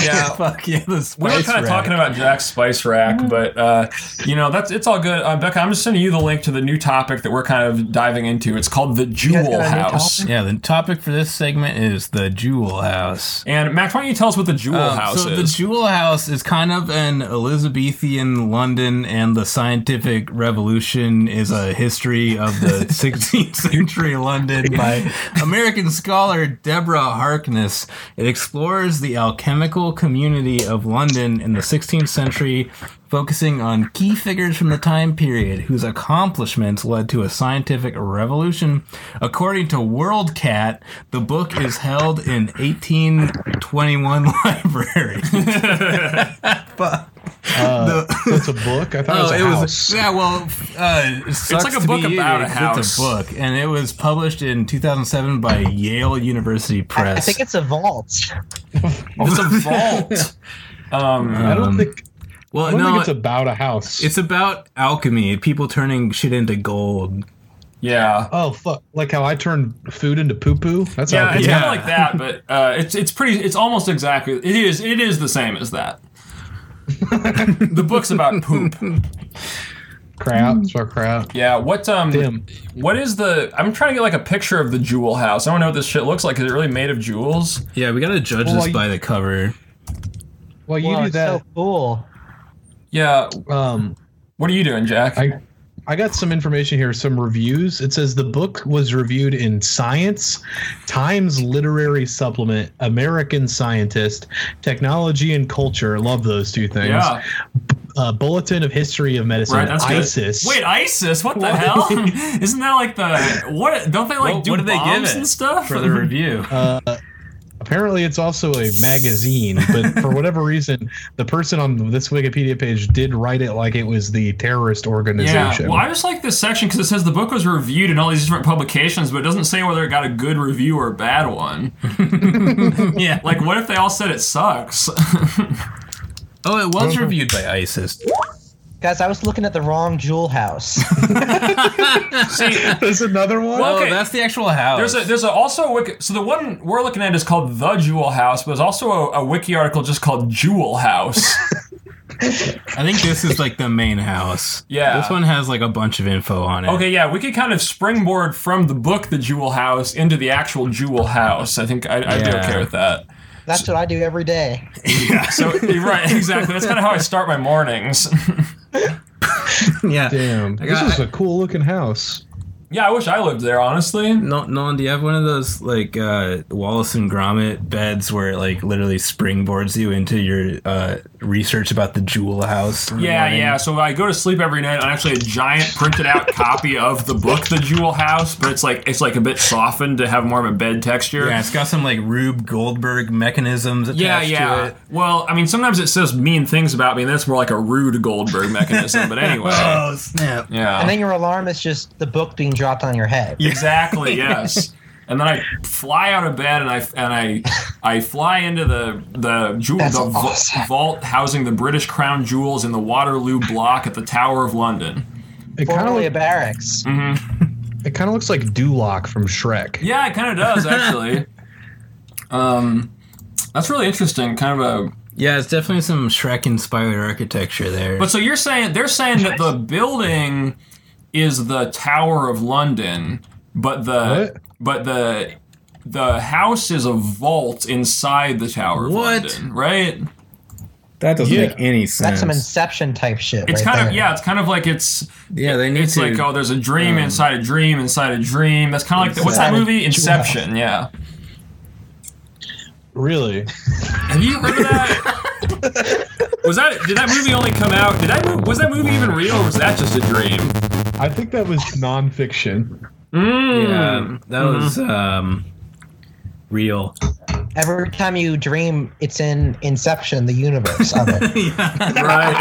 [SPEAKER 2] yeah,
[SPEAKER 3] fuck yeah, the
[SPEAKER 2] We were
[SPEAKER 3] spice
[SPEAKER 2] kind of
[SPEAKER 3] rack.
[SPEAKER 2] talking about Jack's Spice Rack, but uh, you know that's it's all good. Uh, Becca, I'm just sending you the link to the new topic that we're kind of diving into. It's called the Jewel House.
[SPEAKER 3] Yeah, the topic for this segment is the Jewel House.
[SPEAKER 2] And Max, why don't you tell us what the Jewel
[SPEAKER 3] Um,
[SPEAKER 2] House
[SPEAKER 3] so the
[SPEAKER 2] is?
[SPEAKER 3] Jewel House is kind of an Elizabethan London, and the scientific revolution is a history of the 16th century London by American scholar Deborah Harkness. It explores the alchemical community of London in the 16th century. Focusing on key figures from the time period whose accomplishments led to a scientific revolution. According to WorldCat, the book is held in 1821 library.
[SPEAKER 4] Uh, it's a book. I thought
[SPEAKER 3] Oh,
[SPEAKER 4] it was a house.
[SPEAKER 3] yeah. Well, uh, it sucks
[SPEAKER 2] like a
[SPEAKER 3] to
[SPEAKER 2] book
[SPEAKER 3] be
[SPEAKER 2] about
[SPEAKER 3] you,
[SPEAKER 2] a house.
[SPEAKER 3] It's a book, and it was published in 2007 by Yale University Press.
[SPEAKER 10] I think it's a vault.
[SPEAKER 2] It's a vault. Um,
[SPEAKER 4] I don't think.
[SPEAKER 3] well,
[SPEAKER 4] I don't
[SPEAKER 3] no,
[SPEAKER 4] think it's about a house.
[SPEAKER 3] it's about alchemy, people turning shit into gold.
[SPEAKER 2] yeah.
[SPEAKER 4] oh fuck! Like how I turned food into poo poo. That's
[SPEAKER 2] Yeah,
[SPEAKER 4] how.
[SPEAKER 2] it's
[SPEAKER 4] It
[SPEAKER 2] kind of like that, but uh, it's it's pretty. It's almost exactly. It is. It is the same as that. the book's about poop.
[SPEAKER 4] crap. It's about crap.
[SPEAKER 2] Yeah. What um.
[SPEAKER 4] Damn.
[SPEAKER 2] What is the? I'm trying to get like a picture of the jewel house. I don't know what this shit looks like. Is it really made of jewels?
[SPEAKER 3] Yeah, we gotta judge
[SPEAKER 4] Well,
[SPEAKER 3] this
[SPEAKER 4] you-
[SPEAKER 3] by the cover.
[SPEAKER 4] Well, you
[SPEAKER 10] Wow,
[SPEAKER 4] do
[SPEAKER 10] it's
[SPEAKER 2] Uh,
[SPEAKER 4] that.
[SPEAKER 10] so cool.
[SPEAKER 2] Yeah.
[SPEAKER 4] um,
[SPEAKER 2] What are you doing, Jack?
[SPEAKER 4] I I got some information here, some reviews. It says the book was reviewed in Science, Times Literary Supplement, American Scientist, Technology and Culture. Love those two things.
[SPEAKER 2] yeah.
[SPEAKER 4] Uh, Bulletin of History of Medicine,
[SPEAKER 2] Right. That's good.
[SPEAKER 4] ISIS.
[SPEAKER 2] Wait, ISIS. What the hell? Isn't that like the what? Don't they like
[SPEAKER 3] What-
[SPEAKER 2] do
[SPEAKER 3] what do they give
[SPEAKER 2] bombs
[SPEAKER 3] it
[SPEAKER 2] and stuff
[SPEAKER 3] For the review.
[SPEAKER 4] Uh, apparently, it's also a magazine, but for whatever reason, the person on this Wikipedia page did write it like it was the terrorist
[SPEAKER 2] Yeah,
[SPEAKER 4] organization.
[SPEAKER 2] well, I just like this section because it says the book was reviewed in all these different publications, but it doesn't say whether it got a good review or a bad one.
[SPEAKER 3] yeah.
[SPEAKER 2] Like, what if they all said it sucks?
[SPEAKER 3] Oh, it was reviewed by ISIS.
[SPEAKER 10] Guys, I was looking at the wrong jewel house.
[SPEAKER 4] There's another one.
[SPEAKER 2] Well, okay.
[SPEAKER 3] Oh, that's the actual house.
[SPEAKER 2] There's a there's a, also a wiki. So the one we're looking at is called the Jewel House, but there's also a, a wiki article just called Jewel House.
[SPEAKER 3] I think this is like the main house.
[SPEAKER 2] Yeah.
[SPEAKER 3] This one has like a bunch of info on it.
[SPEAKER 2] okay, yeah, we could kind of springboard from the book The Jewel House into the actual Jewel House. I think I, I'd be
[SPEAKER 3] Yeah.
[SPEAKER 2] okay with that.
[SPEAKER 10] That's what I do every day.
[SPEAKER 2] So you're right, exactly. That's kind of how I start my mornings.
[SPEAKER 3] Yeah.
[SPEAKER 4] Damn,
[SPEAKER 3] I
[SPEAKER 4] this
[SPEAKER 3] got-
[SPEAKER 4] is a cool looking house.
[SPEAKER 2] yeah, I wish I lived there, honestly.
[SPEAKER 3] No, Nolan, do you have one of those like uh, Wallace and Gromit beds where it like literally springboards you into your uh, research about the jewel house? in the
[SPEAKER 2] Yeah,
[SPEAKER 3] morning?
[SPEAKER 2] yeah. So I go to sleep every night on actually a giant printed out copy of the book, The Jewel House, but it's like it's like a bit softened to have more of a bed texture.
[SPEAKER 3] Yeah, it's got some like Rube Goldberg mechanisms attached
[SPEAKER 2] yeah, yeah.
[SPEAKER 3] to it.
[SPEAKER 2] Well, I mean, sometimes it says mean things about me, and that's more like a rude Goldberg mechanism. But anyway,
[SPEAKER 3] Oh snap!
[SPEAKER 10] And
[SPEAKER 2] yeah,
[SPEAKER 10] then your alarm is just the book being dropped on your head.
[SPEAKER 2] exactly. Yes. And then I fly out of bed, and I and I I fly into the the jewel
[SPEAKER 10] That's
[SPEAKER 2] the va-
[SPEAKER 10] awesome.
[SPEAKER 2] vault housing the British Crown jewels in the Waterloo Block at the Tower of London.
[SPEAKER 4] It kind
[SPEAKER 10] Formerly a
[SPEAKER 4] of
[SPEAKER 10] barracks.
[SPEAKER 4] it kind of looks like Duloc from Shrek.
[SPEAKER 2] Yeah, it kind of does actually. um, that's really interesting. Kind of a.
[SPEAKER 3] Yeah, it's definitely some Shrek-inspired architecture there.
[SPEAKER 2] But so you're saying they're saying that the building is the Tower of London, But the but the the house is a vault inside the Tower of London, right?
[SPEAKER 3] That doesn't
[SPEAKER 2] Yeah.
[SPEAKER 3] make any
[SPEAKER 10] That's
[SPEAKER 3] sense.
[SPEAKER 10] some Inception type shit.
[SPEAKER 2] It's
[SPEAKER 10] right
[SPEAKER 2] kind of
[SPEAKER 10] there.
[SPEAKER 2] yeah, it's kind of like it's
[SPEAKER 3] yeah, they need
[SPEAKER 2] it's
[SPEAKER 3] to-
[SPEAKER 2] like oh, there's a dream
[SPEAKER 3] um,
[SPEAKER 2] inside a dream inside a dream. That's kind of like the, what's that
[SPEAKER 3] Inside a
[SPEAKER 2] movie? Inception. Yeah.
[SPEAKER 4] Really?
[SPEAKER 2] Have you heard of that? was that did that movie only come out? Did that mo- was that movie even real? or Was that just a dream?
[SPEAKER 4] I think that was nonfiction.
[SPEAKER 3] Yeah,
[SPEAKER 2] Mm-hmm.
[SPEAKER 3] that was um, real.
[SPEAKER 10] Every time you dream, it's in Inception, the universe of it.
[SPEAKER 2] Right.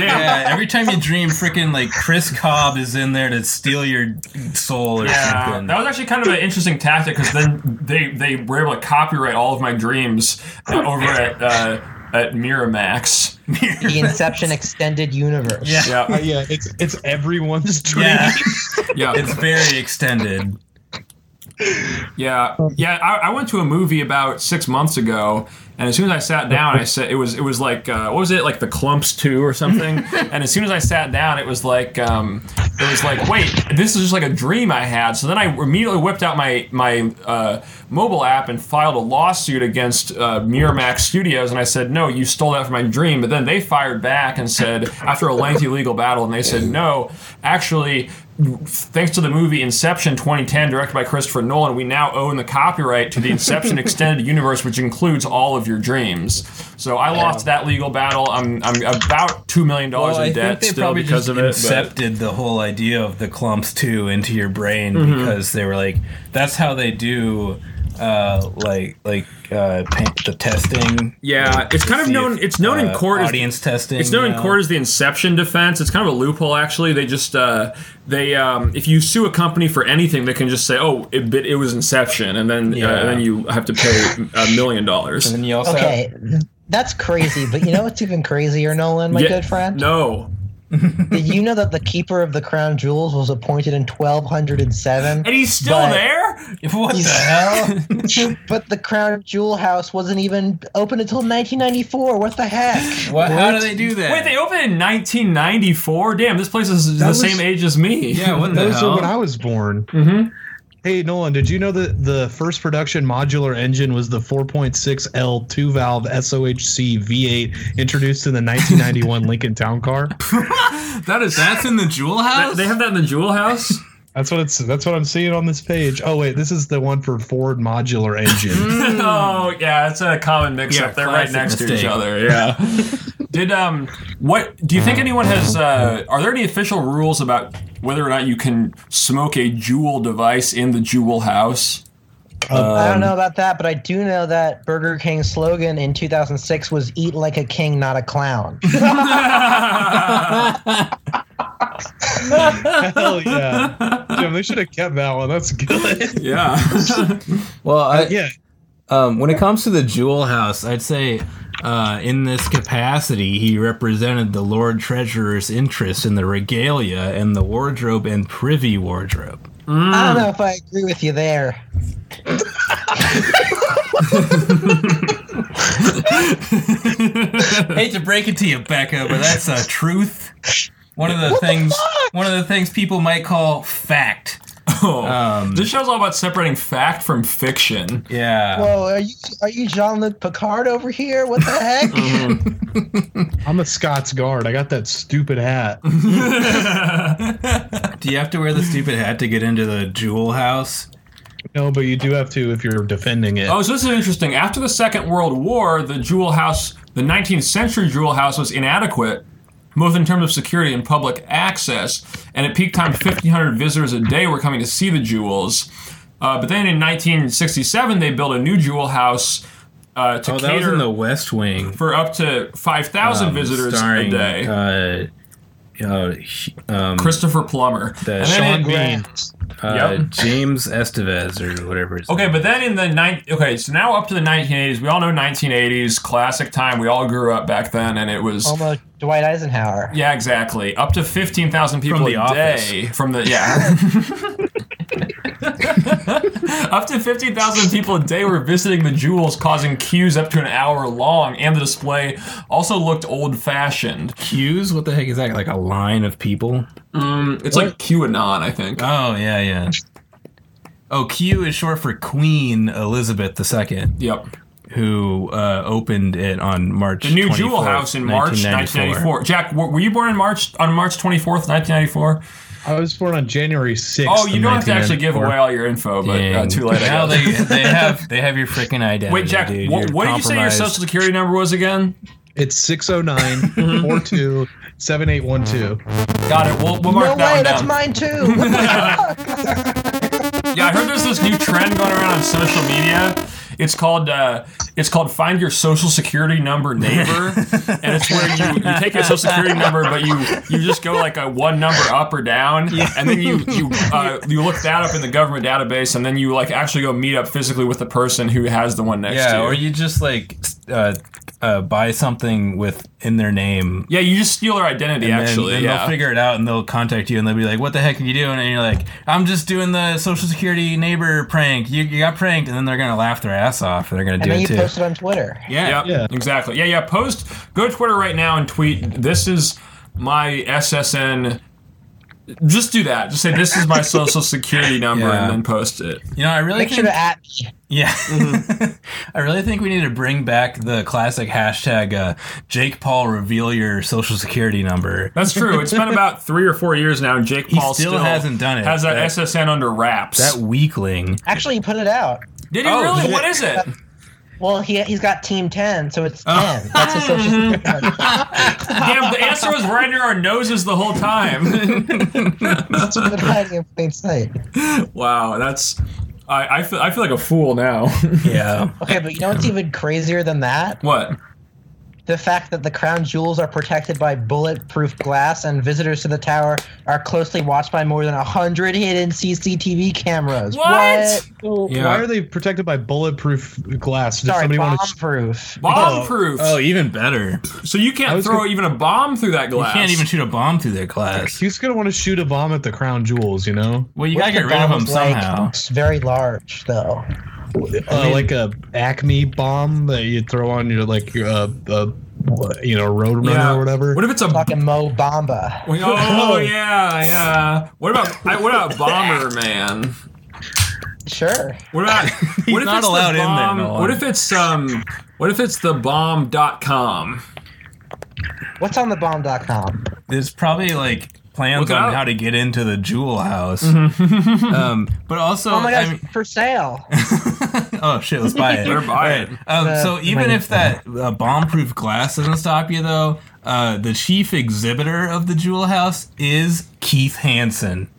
[SPEAKER 3] Yeah, every time you dream, freaking like Chris Cobb is in there to steal your soul or
[SPEAKER 2] Yeah,
[SPEAKER 3] something.
[SPEAKER 2] that was actually kind of an interesting tactic because then they they were able to copyright all of my dreams uh, over at uh, at Miramax.
[SPEAKER 10] the Inception extended universe.
[SPEAKER 2] Yeah.
[SPEAKER 4] Uh, yeah. It's it's everyone's dream.
[SPEAKER 2] Yeah,
[SPEAKER 3] it's very extended.
[SPEAKER 2] Yeah, yeah. I, I went to a movie about six months ago, and as soon as I sat down, I said it was it was like uh, what was it like the Clumps Two or something? and as soon as I sat down, it was like um, it was like wait, this is just like a dream I had. So then I immediately whipped out my my uh, mobile app and filed a lawsuit against uh, Miramax Studios, and I said no, you stole that from my dream. But then they fired back and said after a lengthy legal battle, and they said no, actually thanks to the movie Inception 2010, directed by Christopher Nolan, we now own the copyright to the Inception extended universe, which includes all of your dreams. So I lost that legal battle. I'm I'm about two million dollars
[SPEAKER 3] Well, Oh, I
[SPEAKER 2] in
[SPEAKER 3] think
[SPEAKER 2] debt
[SPEAKER 3] they
[SPEAKER 2] still
[SPEAKER 3] probably
[SPEAKER 2] because
[SPEAKER 3] just
[SPEAKER 2] of it. but-
[SPEAKER 3] incepted the whole idea of the clumps too into your brain
[SPEAKER 2] Mhm.
[SPEAKER 3] because they were like, that's how they do, uh, like like uh, paint the testing.
[SPEAKER 2] Yeah, it's kind of
[SPEAKER 3] See if,
[SPEAKER 2] known. It's known in
[SPEAKER 3] uh,
[SPEAKER 2] court
[SPEAKER 3] audience
[SPEAKER 2] as,
[SPEAKER 3] testing,
[SPEAKER 2] It's known
[SPEAKER 3] yeah.
[SPEAKER 2] in court as the inception defense. It's kind of a loophole, actually. They just uh, they um, if you sue a company for anything, they can just say, "Oh, it, but it was inception," and then uh,
[SPEAKER 10] Yeah.
[SPEAKER 2] and then you have to pay a million dollars. And
[SPEAKER 3] then you also
[SPEAKER 10] Okay, that's crazy. But you know what's even crazier, Nolan, my
[SPEAKER 2] Yeah,
[SPEAKER 10] good friend?
[SPEAKER 2] No.
[SPEAKER 10] Did you know that the keeper of the crown jewels was appointed in 1207?
[SPEAKER 2] And he's still there?
[SPEAKER 3] What
[SPEAKER 10] the
[SPEAKER 3] hell?
[SPEAKER 10] Oh, but the crown jewel house wasn't even open until 1994. What the heck?
[SPEAKER 2] Wait, they opened in 1994. Damn, this place is
[SPEAKER 4] That
[SPEAKER 2] the
[SPEAKER 4] was-
[SPEAKER 2] same age as me.
[SPEAKER 4] Those are when I was born.
[SPEAKER 2] Mm-hmm.
[SPEAKER 4] Hey Nolan, did you know that the first production modular engine was the 4.6L two-valve SOHC V8 introduced in the 1991 Lincoln Town Car?
[SPEAKER 2] that is
[SPEAKER 3] that's in the Jewel House.
[SPEAKER 2] they have that in the Jewel House.
[SPEAKER 4] That's what it's. That's what I'm seeing on this page. Oh wait, this is the one for Ford modular engine.
[SPEAKER 2] oh yeah, it's a common mix-up.
[SPEAKER 4] Yeah,
[SPEAKER 2] They're right
[SPEAKER 4] classic
[SPEAKER 2] next to each
[SPEAKER 4] mistake.
[SPEAKER 2] other. Yeah. Hmm. Did um, what do you think anyone has? Uh, are there any official rules about whether or not you can smoke a Jewel device in the Jewel House?
[SPEAKER 10] I don't know about that, but I do know that Burger King's slogan in 2006 was "Eat like a king, not a clown."
[SPEAKER 4] Hell yeah, Jim. They should have kept that one. That's good.
[SPEAKER 2] Yeah.
[SPEAKER 3] Well, I,
[SPEAKER 4] yeah.
[SPEAKER 3] Um, when it comes to the Jewel House, I'd say uh, in this capacity, he represented the Lord Treasurer's interest in the regalia and the wardrobe and privy wardrobe.
[SPEAKER 10] I don't know if I agree with you there.
[SPEAKER 3] Hate to break it to you, Becca, but that's a truth. One of the things, one of the things people might call fact.
[SPEAKER 2] Oh, this show's all about separating fact from fiction.
[SPEAKER 3] Yeah.
[SPEAKER 10] Whoa, Oh, are you are you Jean Luc Picard over here? What the heck?
[SPEAKER 4] I'm a Scots guard. I got that stupid hat.
[SPEAKER 3] Do you have to wear the stupid hat to get into the Jewel House?
[SPEAKER 4] No, but you do have to if you're defending it.
[SPEAKER 2] Oh, so this is interesting. After the Second World War, the Jewel House, the 19th century Jewel House, was inadequate, both in terms of security and public access. And at peak time, 1,500 visitors a day were coming to see the jewels. Uh, but then in 1967, they built a new Jewel House uh, to
[SPEAKER 3] Oh, that was
[SPEAKER 2] cater
[SPEAKER 3] in the West Wing.
[SPEAKER 2] for up to 5,000
[SPEAKER 3] um,
[SPEAKER 2] visitors
[SPEAKER 3] starring,
[SPEAKER 2] a day.
[SPEAKER 3] Uh, uh, he- um,
[SPEAKER 2] Christopher Plummer.
[SPEAKER 3] the-
[SPEAKER 2] And then it-
[SPEAKER 3] Uh,
[SPEAKER 2] Yep.
[SPEAKER 3] James Estevez or whatever. It's
[SPEAKER 2] Okay, but then in the nine, okay, so now up to the 1980s, we all know 1980s classic time. We all grew up back then, and it was
[SPEAKER 10] Almost Dwight Eisenhower.
[SPEAKER 2] yeah, exactly, up to 15,000 people
[SPEAKER 10] From The
[SPEAKER 2] a
[SPEAKER 10] Office.
[SPEAKER 2] day from the yeah. Up to 15,000 people a day were visiting the jewels, causing queues up to an hour long, and the display also looked old fashioned.
[SPEAKER 3] Queues? What the heck is that? Like a line of people?
[SPEAKER 2] Um, it's like QAnon, I think.
[SPEAKER 3] Oh, yeah, yeah. Oh, Q is short for Queen Elizabeth II.
[SPEAKER 2] Yep.
[SPEAKER 3] Who uh, opened it on March
[SPEAKER 2] The new
[SPEAKER 3] 24th,
[SPEAKER 2] jewel house in March 1994. Jack, w- were you born in March on March 24th, 1994?
[SPEAKER 4] I was born on January 6th.
[SPEAKER 2] Oh, you don't have to actually give away all your info, but uh,
[SPEAKER 3] Dang.
[SPEAKER 2] too late. I
[SPEAKER 3] Now they,
[SPEAKER 2] guess.
[SPEAKER 3] they have they have your freaking identity.
[SPEAKER 2] Wait, Jack,
[SPEAKER 3] dude.
[SPEAKER 2] what,
[SPEAKER 3] You're
[SPEAKER 2] what did you say your
[SPEAKER 3] compromised.
[SPEAKER 2] social security number was again?
[SPEAKER 4] It's 609
[SPEAKER 2] Mm-hmm.
[SPEAKER 4] 42 7812.
[SPEAKER 2] Got it. We'll, we'll mark
[SPEAKER 10] No
[SPEAKER 2] that
[SPEAKER 10] way,
[SPEAKER 2] one
[SPEAKER 10] that's
[SPEAKER 2] down.
[SPEAKER 10] mine too. What the
[SPEAKER 2] Yeah, I heard there's this new trend going around on social media. It's called uh, it's called find your social security number neighbor, and it's where you, you take your social security number, but you you just go like a one number up or down, and then you you uh, you look that up in the government database, and then you like actually go meet up physically with the person who has the one next to
[SPEAKER 3] Yeah,
[SPEAKER 2] you.
[SPEAKER 3] or you just like uh, uh, buy something with in their name.
[SPEAKER 2] yeah, you just steal their identity.
[SPEAKER 3] And then-
[SPEAKER 2] actually,
[SPEAKER 3] then,
[SPEAKER 2] yeah.
[SPEAKER 3] they'll figure it out and they'll contact you and they'll be like, "What the heck are you doing?" And you're like, "I'm just doing the social security neighbor prank. You, you got pranked." And then they're gonna laugh their ass off and they're gonna
[SPEAKER 10] And
[SPEAKER 3] do
[SPEAKER 10] then
[SPEAKER 3] it
[SPEAKER 10] you
[SPEAKER 3] too.
[SPEAKER 10] post it on Twitter.
[SPEAKER 2] Yeah, exactly. Yeah, yeah. Post, go to Twitter right now and tweet. This is my SSN. Just do that. Just say this is my social security number
[SPEAKER 3] Yeah.
[SPEAKER 2] and then post it.
[SPEAKER 3] you know, I really
[SPEAKER 10] Make sure
[SPEAKER 3] think,
[SPEAKER 10] to at
[SPEAKER 3] yeah, I really think we need to bring back the classic hashtag uh, Jake Paul reveal your social security number.
[SPEAKER 2] That's true. It's been about three or four years now, and Jake
[SPEAKER 3] He
[SPEAKER 2] Paul
[SPEAKER 3] still hasn't done it.
[SPEAKER 2] Has that,
[SPEAKER 3] That-
[SPEAKER 2] SSN under wraps?
[SPEAKER 3] That weakling.
[SPEAKER 10] actually put it out.
[SPEAKER 2] Did he
[SPEAKER 3] Oh,
[SPEAKER 2] really?
[SPEAKER 3] shit.
[SPEAKER 2] What is it?
[SPEAKER 10] Well, he he's got Team Ten, so it's ten. That's his social security. number.
[SPEAKER 2] Damn, the answer was right under our noses the whole time.
[SPEAKER 10] It's been hiding in plain sight.
[SPEAKER 2] wow, that's. I, I feel I feel like a fool now.
[SPEAKER 3] Yeah.
[SPEAKER 10] Okay, but you know what's even crazier than that?
[SPEAKER 2] what?
[SPEAKER 10] The fact that the crown jewels are protected by bulletproof glass, and visitors to the tower are closely watched by more than hundred hidden CCTV cameras.
[SPEAKER 2] What?
[SPEAKER 3] Yeah.
[SPEAKER 4] Why are they protected by bulletproof glass? Does
[SPEAKER 10] Sorry,
[SPEAKER 4] somebody
[SPEAKER 10] bomb
[SPEAKER 4] want to?
[SPEAKER 10] proof.
[SPEAKER 2] Bomb proof.
[SPEAKER 3] Oh, even better.
[SPEAKER 2] so you
[SPEAKER 4] I
[SPEAKER 2] can't
[SPEAKER 4] was
[SPEAKER 2] throw
[SPEAKER 4] gonna-
[SPEAKER 2] even a bomb through that
[SPEAKER 3] You
[SPEAKER 2] glass.
[SPEAKER 3] can't even shoot a bomb through their class.
[SPEAKER 4] He's gonna want to shoot a bomb at the crown jewels, you know,
[SPEAKER 3] Well, you
[SPEAKER 10] What
[SPEAKER 3] gotta
[SPEAKER 10] if
[SPEAKER 3] get
[SPEAKER 10] the
[SPEAKER 3] rid of them
[SPEAKER 10] bomb's, like,
[SPEAKER 3] somehow.
[SPEAKER 10] very large, though.
[SPEAKER 4] uh, like a Acme bomb that you throw on your like your, uh, uh, you know Roadrunner
[SPEAKER 2] Yeah.
[SPEAKER 4] or whatever.
[SPEAKER 2] What if it's a
[SPEAKER 10] Fucking Mo Bamba.
[SPEAKER 2] We- Oh yeah, yeah. What about I, what about Bomber Man?
[SPEAKER 10] Sure.
[SPEAKER 2] What about what if
[SPEAKER 3] not
[SPEAKER 2] it's the
[SPEAKER 3] allowed in there,
[SPEAKER 2] bomb,
[SPEAKER 3] Nolan.
[SPEAKER 2] What if it's um what if it's the bomb.com?
[SPEAKER 10] What's on the bomb.com?
[SPEAKER 3] There's probably like plans
[SPEAKER 2] Look it
[SPEAKER 3] on
[SPEAKER 2] up.
[SPEAKER 3] how to get into the jewel house. um, but also,
[SPEAKER 10] Oh my
[SPEAKER 3] I mean-
[SPEAKER 10] gosh, for sale.
[SPEAKER 3] oh shit, let's buy it.
[SPEAKER 2] Better buy it.
[SPEAKER 3] Um,
[SPEAKER 10] Uh,
[SPEAKER 3] so even if that uh, bomb-proof glass doesn't stop you, though, uh, the chief exhibitor of the jewel house is Keith Hansen.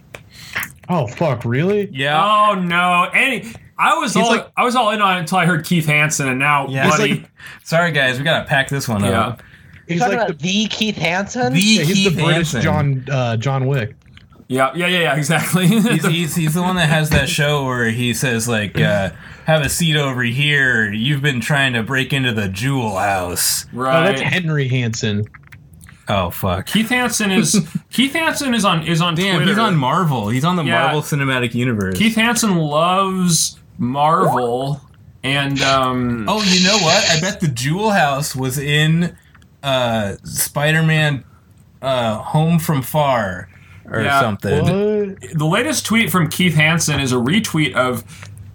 [SPEAKER 4] oh fuck, really?
[SPEAKER 3] Yeah.
[SPEAKER 2] Oh no. Any I was all
[SPEAKER 4] like-
[SPEAKER 2] I was all in on it until I heard Keith Hansen and now
[SPEAKER 3] Yeah.
[SPEAKER 2] buddy.
[SPEAKER 3] He's Sorry guys, we gotta pack this one
[SPEAKER 2] yeah.
[SPEAKER 3] up.
[SPEAKER 10] You're
[SPEAKER 4] He's
[SPEAKER 10] talking
[SPEAKER 4] like
[SPEAKER 10] about
[SPEAKER 4] the,
[SPEAKER 10] the, Keith Hansen?
[SPEAKER 3] The
[SPEAKER 4] yeah, he's
[SPEAKER 3] Keith
[SPEAKER 4] the British
[SPEAKER 3] Hansen.
[SPEAKER 4] John uh, John Wick.
[SPEAKER 2] Yeah, yeah, yeah, yeah, exactly.
[SPEAKER 3] He's, he's, he's the one that has that show where he says like, uh, "Have a seat over here. You've been trying to break into the jewel house."
[SPEAKER 4] Oh,
[SPEAKER 2] right.
[SPEAKER 4] that's Henry Hansen.
[SPEAKER 3] Oh fuck.
[SPEAKER 2] Keith Hansen is Keith Hansen is on is on
[SPEAKER 3] Damn,
[SPEAKER 2] Twitter.
[SPEAKER 3] he's on Marvel. He's on the
[SPEAKER 2] Yeah.
[SPEAKER 3] Marvel Cinematic Universe.
[SPEAKER 2] Keith Hansen loves Marvel and um
[SPEAKER 3] oh, you know what? I bet the Jewel House was in uh, Spider-Man: uh, Home from Far or
[SPEAKER 2] Yeah.
[SPEAKER 3] something.
[SPEAKER 4] What?
[SPEAKER 2] the latest tweet from Keith Hansen is a retweet of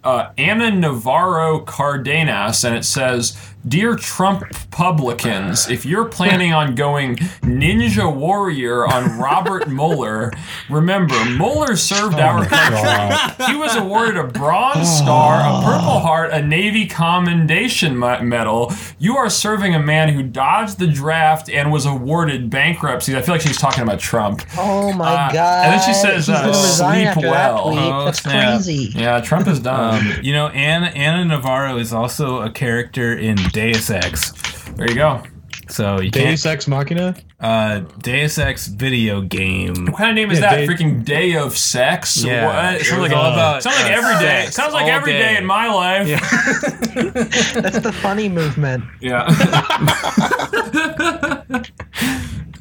[SPEAKER 2] uh, Anna Navarro Cardenas, and it says, "Dear Trump publicans, if you're planning on going Ninja Warrior on Robert Mueller, remember Mueller served our country. He was awarded a Bronze Star, a Purple Heart, a Navy Commendation me- Medal. You are serving a man who dodged the draft and was awarded bankruptcy." I feel like she's talking about Trump.
[SPEAKER 10] Oh my
[SPEAKER 2] Uh,
[SPEAKER 10] god.
[SPEAKER 2] and then she says,
[SPEAKER 10] He's
[SPEAKER 2] uh,
[SPEAKER 10] gonna resign
[SPEAKER 2] sleep
[SPEAKER 10] after
[SPEAKER 2] well.
[SPEAKER 10] That tweet.
[SPEAKER 3] Oh,
[SPEAKER 10] That's
[SPEAKER 3] snap.
[SPEAKER 10] crazy.
[SPEAKER 2] Yeah, Trump is done.
[SPEAKER 3] Um, you know, Anna Anna Navarro is also a character in Deus Ex,
[SPEAKER 2] there you go.
[SPEAKER 3] so you
[SPEAKER 4] Deus
[SPEAKER 3] can't
[SPEAKER 4] Ex Machina.
[SPEAKER 3] uh, Deus Ex video game.
[SPEAKER 2] What kind of name is
[SPEAKER 4] Yeah,
[SPEAKER 2] that?
[SPEAKER 4] day-
[SPEAKER 2] Freaking day of sex?
[SPEAKER 3] Yeah.
[SPEAKER 2] What?
[SPEAKER 3] It
[SPEAKER 2] Sounds
[SPEAKER 3] was
[SPEAKER 2] like,
[SPEAKER 3] all
[SPEAKER 2] a-
[SPEAKER 3] about,
[SPEAKER 2] sounds like
[SPEAKER 3] uh,
[SPEAKER 2] every day.
[SPEAKER 3] sex
[SPEAKER 2] Sounds like
[SPEAKER 3] all
[SPEAKER 2] every day.
[SPEAKER 3] day.
[SPEAKER 2] in my life. Yeah.
[SPEAKER 10] That's the funny movement.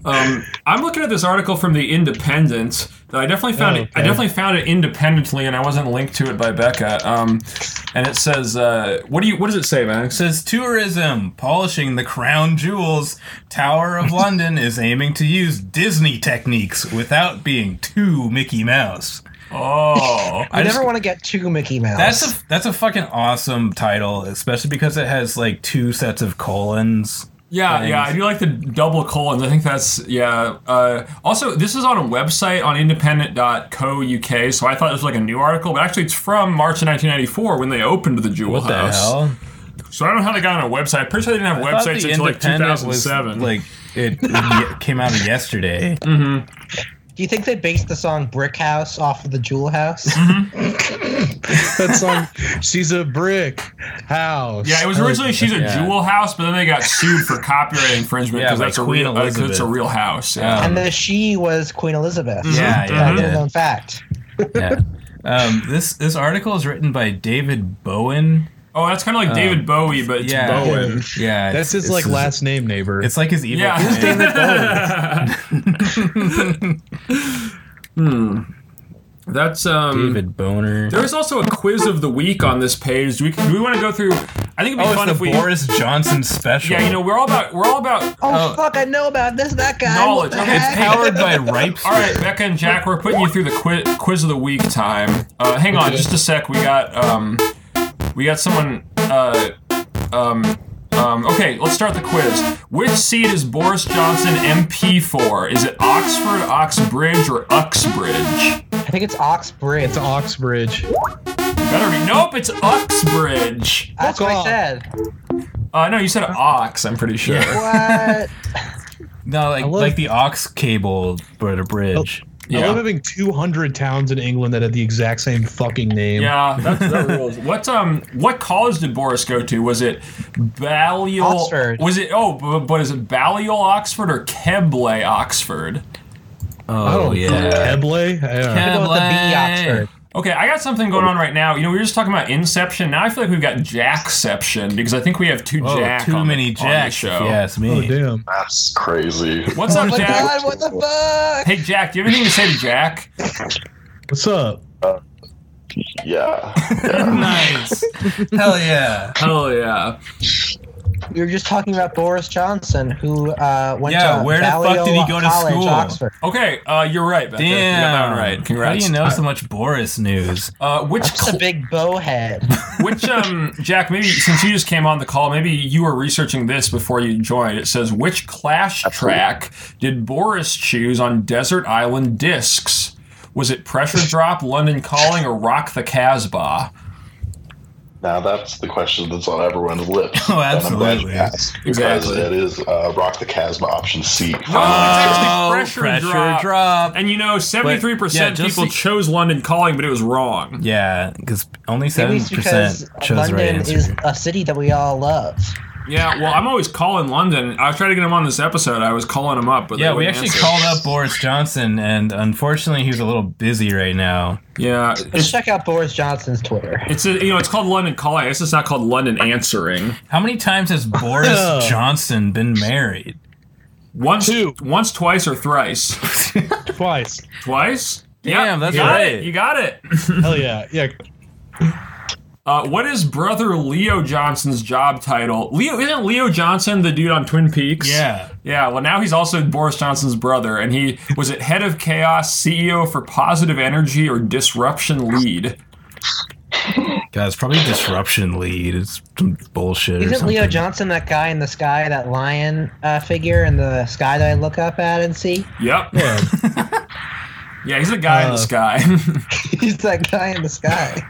[SPEAKER 2] Um, I'm looking at this article from the Independent that I definitely found.
[SPEAKER 6] Oh,
[SPEAKER 2] it, I
[SPEAKER 6] okay.
[SPEAKER 2] definitely found it independently, and I wasn't linked to it by Becca. Um, and it says, uh, "What do you? What does it say, Max?"
[SPEAKER 3] says tourism polishing the crown jewels. Tower of London is aiming to use Disney techniques without being too Mickey Mouse.
[SPEAKER 2] Oh,
[SPEAKER 10] I, never want to get too Mickey Mouse.
[SPEAKER 3] That's a that's a fucking awesome title, especially because it has like two sets of colons.
[SPEAKER 2] Yeah, yeah, I do like the double colons. I think that's yeah. Uh, also, this is on a website on independent.co.uk, so I thought it was like a new article, but actually, it's from March of 1994 when they opened the Jewel
[SPEAKER 3] What the
[SPEAKER 2] House.
[SPEAKER 3] hell?
[SPEAKER 2] So I don't know how they got on a website. I'm pretty sure they didn't have
[SPEAKER 3] I thought the
[SPEAKER 2] websites until like
[SPEAKER 3] Independent was,
[SPEAKER 2] 2007.
[SPEAKER 3] like it y- came out yesterday.
[SPEAKER 2] mm-hmm.
[SPEAKER 10] Do you think they based the song Brick House off of the Jewel House?
[SPEAKER 3] Mm-hmm.
[SPEAKER 4] that song, She's a Brick House.
[SPEAKER 2] Yeah, it was
[SPEAKER 4] I like
[SPEAKER 2] originally
[SPEAKER 4] that.
[SPEAKER 2] she's a jewel house, but then they got sued for copyright infringement
[SPEAKER 3] Yeah,
[SPEAKER 2] because
[SPEAKER 3] by
[SPEAKER 2] that's a
[SPEAKER 3] Queen
[SPEAKER 2] real because it's a
[SPEAKER 3] Elizabeth.
[SPEAKER 2] real house. Yeah.
[SPEAKER 10] and the she was Queen Elizabeth.
[SPEAKER 3] Yeah,
[SPEAKER 10] That
[SPEAKER 3] yeah,
[SPEAKER 10] is
[SPEAKER 3] yeah.
[SPEAKER 10] a known fact.
[SPEAKER 3] Yeah. Um, this this article is written by David Bowen.
[SPEAKER 2] oh, that's kind of like
[SPEAKER 3] Um,
[SPEAKER 2] David Bowie, but it's
[SPEAKER 3] yeah.
[SPEAKER 2] Bowen.
[SPEAKER 3] Yeah,
[SPEAKER 4] That's his like last name, neighbor.
[SPEAKER 3] It's like his evil.
[SPEAKER 2] Yeah.
[SPEAKER 3] twin.
[SPEAKER 2] hmm. That's um.
[SPEAKER 3] David Boner.
[SPEAKER 2] There is also a quiz of the week on this page. Do we, do we want to go through? I think it'd be
[SPEAKER 3] Oh, it's
[SPEAKER 2] fun
[SPEAKER 3] the
[SPEAKER 2] if we.
[SPEAKER 3] Boris Johnson special.
[SPEAKER 2] yeah, you know, we're all about we're all about
[SPEAKER 10] Oh, fuck! I know about this. That guy.
[SPEAKER 2] knowledge.
[SPEAKER 10] What the
[SPEAKER 2] Okay,
[SPEAKER 10] heck?
[SPEAKER 3] powered by Ripes.
[SPEAKER 2] All right, Becca and Jack, we're putting you through the quiz quiz of the week time. Uh, hang on, just a sec. We got um, we got someone. Uh, um, um, okay, let's start the quiz. Which seat is Boris Johnson MP for? Is it Oxford, Oxbridge, or Uxbridge?
[SPEAKER 10] I think it's Oxbridge.
[SPEAKER 4] It's Oxbridge.
[SPEAKER 2] Better be. Nope, it's Uxbridge.
[SPEAKER 10] That's what I said.
[SPEAKER 2] Uh, no, you said Ox. I'm pretty sure.
[SPEAKER 10] What?
[SPEAKER 3] no, like
[SPEAKER 4] love-
[SPEAKER 3] like the ox cable, but a bridge.
[SPEAKER 4] I
[SPEAKER 2] Yeah.
[SPEAKER 4] love having 200 towns in England that have the exact same fucking name.
[SPEAKER 2] Yeah, that's, that rules. What um, what college did Boris go to? Was it Balliol?
[SPEAKER 10] Oxford.
[SPEAKER 2] Was it oh, but, but is it Balliol Oxford or Keble Oxford?
[SPEAKER 4] I
[SPEAKER 3] Oh
[SPEAKER 4] don't
[SPEAKER 3] yeah.
[SPEAKER 4] Keble? I don't know.
[SPEAKER 10] Go with the B Oxford.
[SPEAKER 2] Okay, I got something going on right now. You know, we were just talking about Inception. Now I feel like we've got Jackception because I think we have two
[SPEAKER 3] Oh,
[SPEAKER 2] Jack
[SPEAKER 3] too
[SPEAKER 2] on the-
[SPEAKER 3] many
[SPEAKER 2] on the
[SPEAKER 3] jacks.
[SPEAKER 2] show.
[SPEAKER 3] Yes,
[SPEAKER 4] Oh,
[SPEAKER 3] me.
[SPEAKER 4] damn.
[SPEAKER 12] That's crazy.
[SPEAKER 2] What's
[SPEAKER 10] Oh
[SPEAKER 2] up,
[SPEAKER 10] my
[SPEAKER 2] Jack?
[SPEAKER 10] god! What the fuck?
[SPEAKER 2] Hey, Jack, do you have anything to say to Jack?
[SPEAKER 4] What's up?
[SPEAKER 12] Yeah.
[SPEAKER 3] nice. Hell yeah.
[SPEAKER 2] Hell yeah.
[SPEAKER 10] You were just talking about Boris Johnson, who uh, went
[SPEAKER 3] Yeah,
[SPEAKER 10] to
[SPEAKER 3] where the fuck
[SPEAKER 10] Balliol
[SPEAKER 3] did he go to
[SPEAKER 10] College,
[SPEAKER 3] school?
[SPEAKER 10] Oxford.
[SPEAKER 2] Okay, uh, you're right, Becca. You got that
[SPEAKER 3] Damn.
[SPEAKER 2] one right. Congrats.
[SPEAKER 3] How do you know so much Boris news?
[SPEAKER 2] Uh, which
[SPEAKER 10] Just a big bowhead.
[SPEAKER 2] Which um Jack, maybe since you just came on the call, maybe you were researching this before you joined. It says which clash track did Boris choose on Desert Island Discs? Was it Pressure Drop, London Calling, or Rock the Casbah?
[SPEAKER 12] Now that's the question that's on everyone's lips.
[SPEAKER 3] Oh,
[SPEAKER 12] And I'm glad you
[SPEAKER 3] absolutely.
[SPEAKER 12] asked, Because
[SPEAKER 2] Exactly.
[SPEAKER 12] it is uh, Rock the Casbah option C.
[SPEAKER 2] Oh, it's actually
[SPEAKER 3] pressure drop.
[SPEAKER 2] And you know, seventy three percent
[SPEAKER 3] But, yeah, just
[SPEAKER 2] people
[SPEAKER 3] the-
[SPEAKER 2] chose London Calling, but it was wrong.
[SPEAKER 3] Yeah, because only
[SPEAKER 10] Maybe
[SPEAKER 3] seven
[SPEAKER 10] it's
[SPEAKER 3] percent
[SPEAKER 10] because
[SPEAKER 3] chose the
[SPEAKER 10] London
[SPEAKER 3] right answer.
[SPEAKER 10] is a city that we all love.
[SPEAKER 2] Yeah, well, I'm always calling London. I was trying to get him on this episode. I was calling him up, but they
[SPEAKER 3] yeah, we
[SPEAKER 2] wouldn't
[SPEAKER 3] actually
[SPEAKER 2] answer.
[SPEAKER 3] called up Boris Johnson, and unfortunately, he's a little busy right now.
[SPEAKER 2] Yeah,
[SPEAKER 10] Let's
[SPEAKER 2] it's,
[SPEAKER 10] check out Boris Johnson's Twitter.
[SPEAKER 2] it's a, you know, it's called London Calling. I guess it's not called London Answering.
[SPEAKER 3] How many times has Boris Johnson been married?
[SPEAKER 2] Once,
[SPEAKER 4] Two.
[SPEAKER 2] once, twice, or thrice.
[SPEAKER 4] Twice.
[SPEAKER 2] Twice.
[SPEAKER 3] Damn, that's
[SPEAKER 2] you got
[SPEAKER 3] right.
[SPEAKER 2] It. You got it.
[SPEAKER 4] Hell yeah. Yeah.
[SPEAKER 2] Uh, what is brother Leo Johnson's job title? Leo isn't Leo Johnson the dude on Twin Peaks?
[SPEAKER 3] Yeah.
[SPEAKER 2] Yeah. Well, now he's also Boris Johnson's brother, and he was it head of chaos, CEO for positive energy, or disruption lead.
[SPEAKER 3] Guys, probably disruption lead. It's some bullshit. or
[SPEAKER 10] Isn't Leo
[SPEAKER 3] something.
[SPEAKER 10] Johnson that guy in the sky, that lion uh, figure in the sky that I look up at and see?
[SPEAKER 2] Yep.
[SPEAKER 4] Yeah.
[SPEAKER 2] Yeah, he's the guy in the
[SPEAKER 4] Uh,
[SPEAKER 2] sky.
[SPEAKER 10] He's that guy in the sky.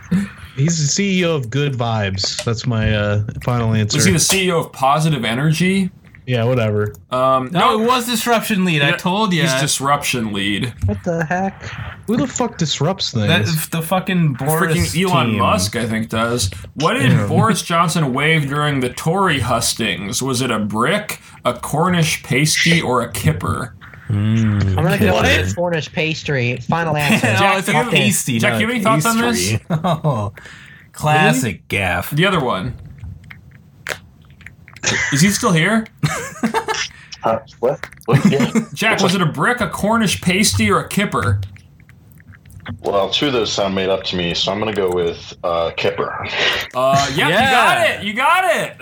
[SPEAKER 4] He's the CEO of Good Vibes. That's my uh, final answer.
[SPEAKER 2] was he the CEO of positive energy?
[SPEAKER 4] yeah, whatever.
[SPEAKER 2] Um,
[SPEAKER 3] No, it was disruption lead. I told you.
[SPEAKER 2] he's disruption lead.
[SPEAKER 10] What the heck?
[SPEAKER 4] Who the fuck disrupts things?
[SPEAKER 3] That's the fucking Boris.
[SPEAKER 2] Freaking Elon
[SPEAKER 3] team.
[SPEAKER 2] Musk, I think, does. What did Boris Johnson wave during the Tory hustings? Was it a brick, a Cornish pasty, or a kipper?
[SPEAKER 10] I'm gonna go with Cornish pastry. Final answer.
[SPEAKER 3] oh, it's a
[SPEAKER 2] Jack, do you-
[SPEAKER 3] pasty.
[SPEAKER 2] Jack,
[SPEAKER 3] not
[SPEAKER 2] do you have
[SPEAKER 3] a
[SPEAKER 2] any thoughts on
[SPEAKER 3] pastry. Oh, classic gaff.
[SPEAKER 2] The other one. Is he still here?
[SPEAKER 6] Uh, what?
[SPEAKER 2] Jack, was it a brick, a Cornish pasty, or a kipper?
[SPEAKER 6] Well, two of those sound made up to me, so I'm going to go with uh, Kipper.
[SPEAKER 2] Uh, yep, you got it. You got it.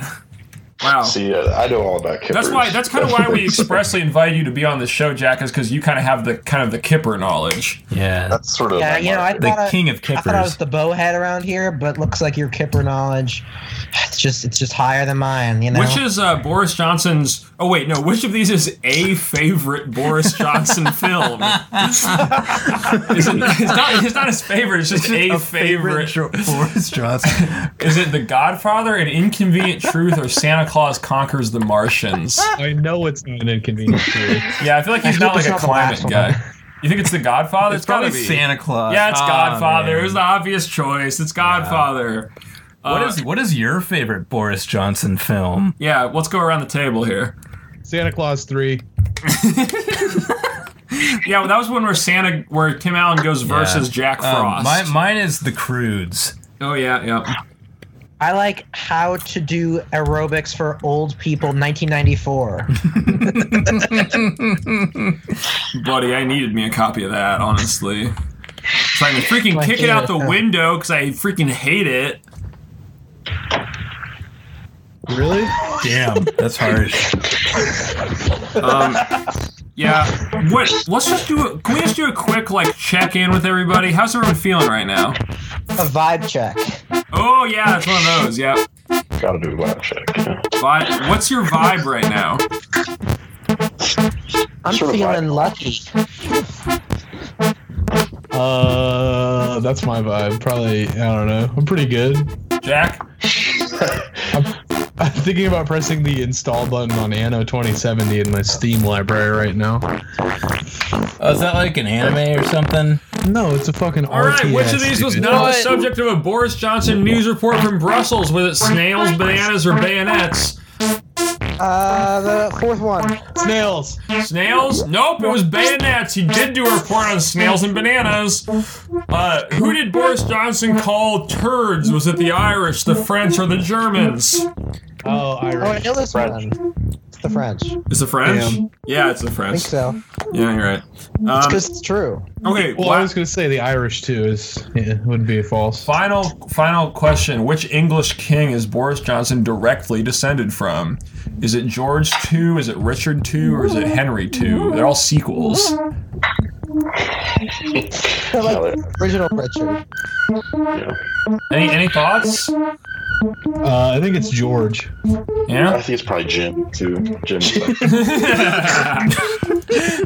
[SPEAKER 2] Wow.
[SPEAKER 6] See, uh, I know all about Kippers.
[SPEAKER 2] That's why. That's kind of why we expressly invited you to be on the show, Jack, is because you kind of have the kind of the kipper knowledge.
[SPEAKER 3] Yeah,
[SPEAKER 6] that's sort of
[SPEAKER 10] Yeah, you know, I thought I- I thought I was
[SPEAKER 2] kippers.
[SPEAKER 10] the bowhead around here, but looks like your kipper knowledge. It's just it's just higher than mine. You know.
[SPEAKER 2] Which is uh, Boris Johnson's? Oh wait, no. Which of these is a favorite Boris Johnson film? Is it, it's not. It's not his favorite. It's just a, favorite.
[SPEAKER 3] Boris Johnson.
[SPEAKER 2] Is it The Godfather, An Inconvenient Truth, or Santa Claus Conquers the Martians?
[SPEAKER 4] I know it's not an inconvenient truth.
[SPEAKER 2] Yeah, I feel like
[SPEAKER 4] I
[SPEAKER 2] he's
[SPEAKER 4] hope
[SPEAKER 2] not like
[SPEAKER 4] it's
[SPEAKER 2] a
[SPEAKER 4] not the
[SPEAKER 2] climate
[SPEAKER 4] last one.
[SPEAKER 2] guy. You think it's The Godfather?
[SPEAKER 3] It's
[SPEAKER 2] gotta
[SPEAKER 3] probably
[SPEAKER 2] be.
[SPEAKER 3] Santa Claus.
[SPEAKER 2] Yeah, it's
[SPEAKER 3] Oh,
[SPEAKER 2] Godfather.
[SPEAKER 3] man.
[SPEAKER 2] It was the obvious choice. It's Godfather. Uh,
[SPEAKER 3] What is what is your favorite Boris Johnson film?
[SPEAKER 2] Yeah, let's go around the table here.
[SPEAKER 4] Santa Claus three.
[SPEAKER 2] Yeah, well, that was one where Santa, where Tim Allen goes versus
[SPEAKER 3] Yeah.
[SPEAKER 2] Jack
[SPEAKER 3] Um,
[SPEAKER 2] Frost.
[SPEAKER 3] my- mine is The Crudes.
[SPEAKER 2] oh yeah, yeah.
[SPEAKER 10] I like how to do aerobics for old people, 1994.
[SPEAKER 2] Buddy, I needed me a copy of that, honestly. So I can freaking kick it out the window because I freaking hate it.
[SPEAKER 4] Really?
[SPEAKER 3] Damn, that's harsh.
[SPEAKER 2] Um, yeah. What? Let's just do. A, can we just do a quick like check in with everybody? How's everyone feeling right now?
[SPEAKER 10] A vibe check.
[SPEAKER 2] Oh yeah, that's one of those. Yeah.
[SPEAKER 6] Gotta do a vibe check.
[SPEAKER 2] Vibe, what's your vibe right now?
[SPEAKER 10] I'm feeling lucky.
[SPEAKER 4] Uh, that's my vibe. Probably. I don't know. I'm pretty good.
[SPEAKER 2] Jack.
[SPEAKER 4] I'm thinking about pressing the install button on Anno 2070 in my Steam library right now.
[SPEAKER 3] Oh, is that like an anime or something?
[SPEAKER 4] No, it's a fucking.
[SPEAKER 2] All right.
[SPEAKER 4] RTS,
[SPEAKER 2] Which of these was
[SPEAKER 4] dude.
[SPEAKER 2] not the subject of a Boris Johnson news report from Brussels with its snails, bananas, or bayonets?
[SPEAKER 10] Uh, the fourth one.
[SPEAKER 4] Snails.
[SPEAKER 2] Snails? Nope, it was bayonets. He did do a report on snails and bananas. Uh, who did Boris Johnson call turds? Was it the Irish, the French, or the Germans?
[SPEAKER 4] Oh, Irish.
[SPEAKER 10] Oh, I know this one. It's the French.
[SPEAKER 2] It's the French?
[SPEAKER 4] Damn.
[SPEAKER 2] Yeah, it's the
[SPEAKER 10] I
[SPEAKER 2] French.
[SPEAKER 10] think so.
[SPEAKER 2] Yeah, you're right.
[SPEAKER 10] It's
[SPEAKER 2] Um,
[SPEAKER 10] because it's true.
[SPEAKER 2] okay,
[SPEAKER 4] Well, I was gonna say the Irish too is yeah, would be false.
[SPEAKER 2] Final final question. Which English king is Boris Johnson directly descended from? Is it George II? Is it Richard II? Or is it Henry II? They're all sequels.
[SPEAKER 10] They're like original Richard.
[SPEAKER 2] Any any thoughts?
[SPEAKER 4] Uh, I think it's George.
[SPEAKER 2] Yeah.
[SPEAKER 6] I think it's probably Jim too. Jim.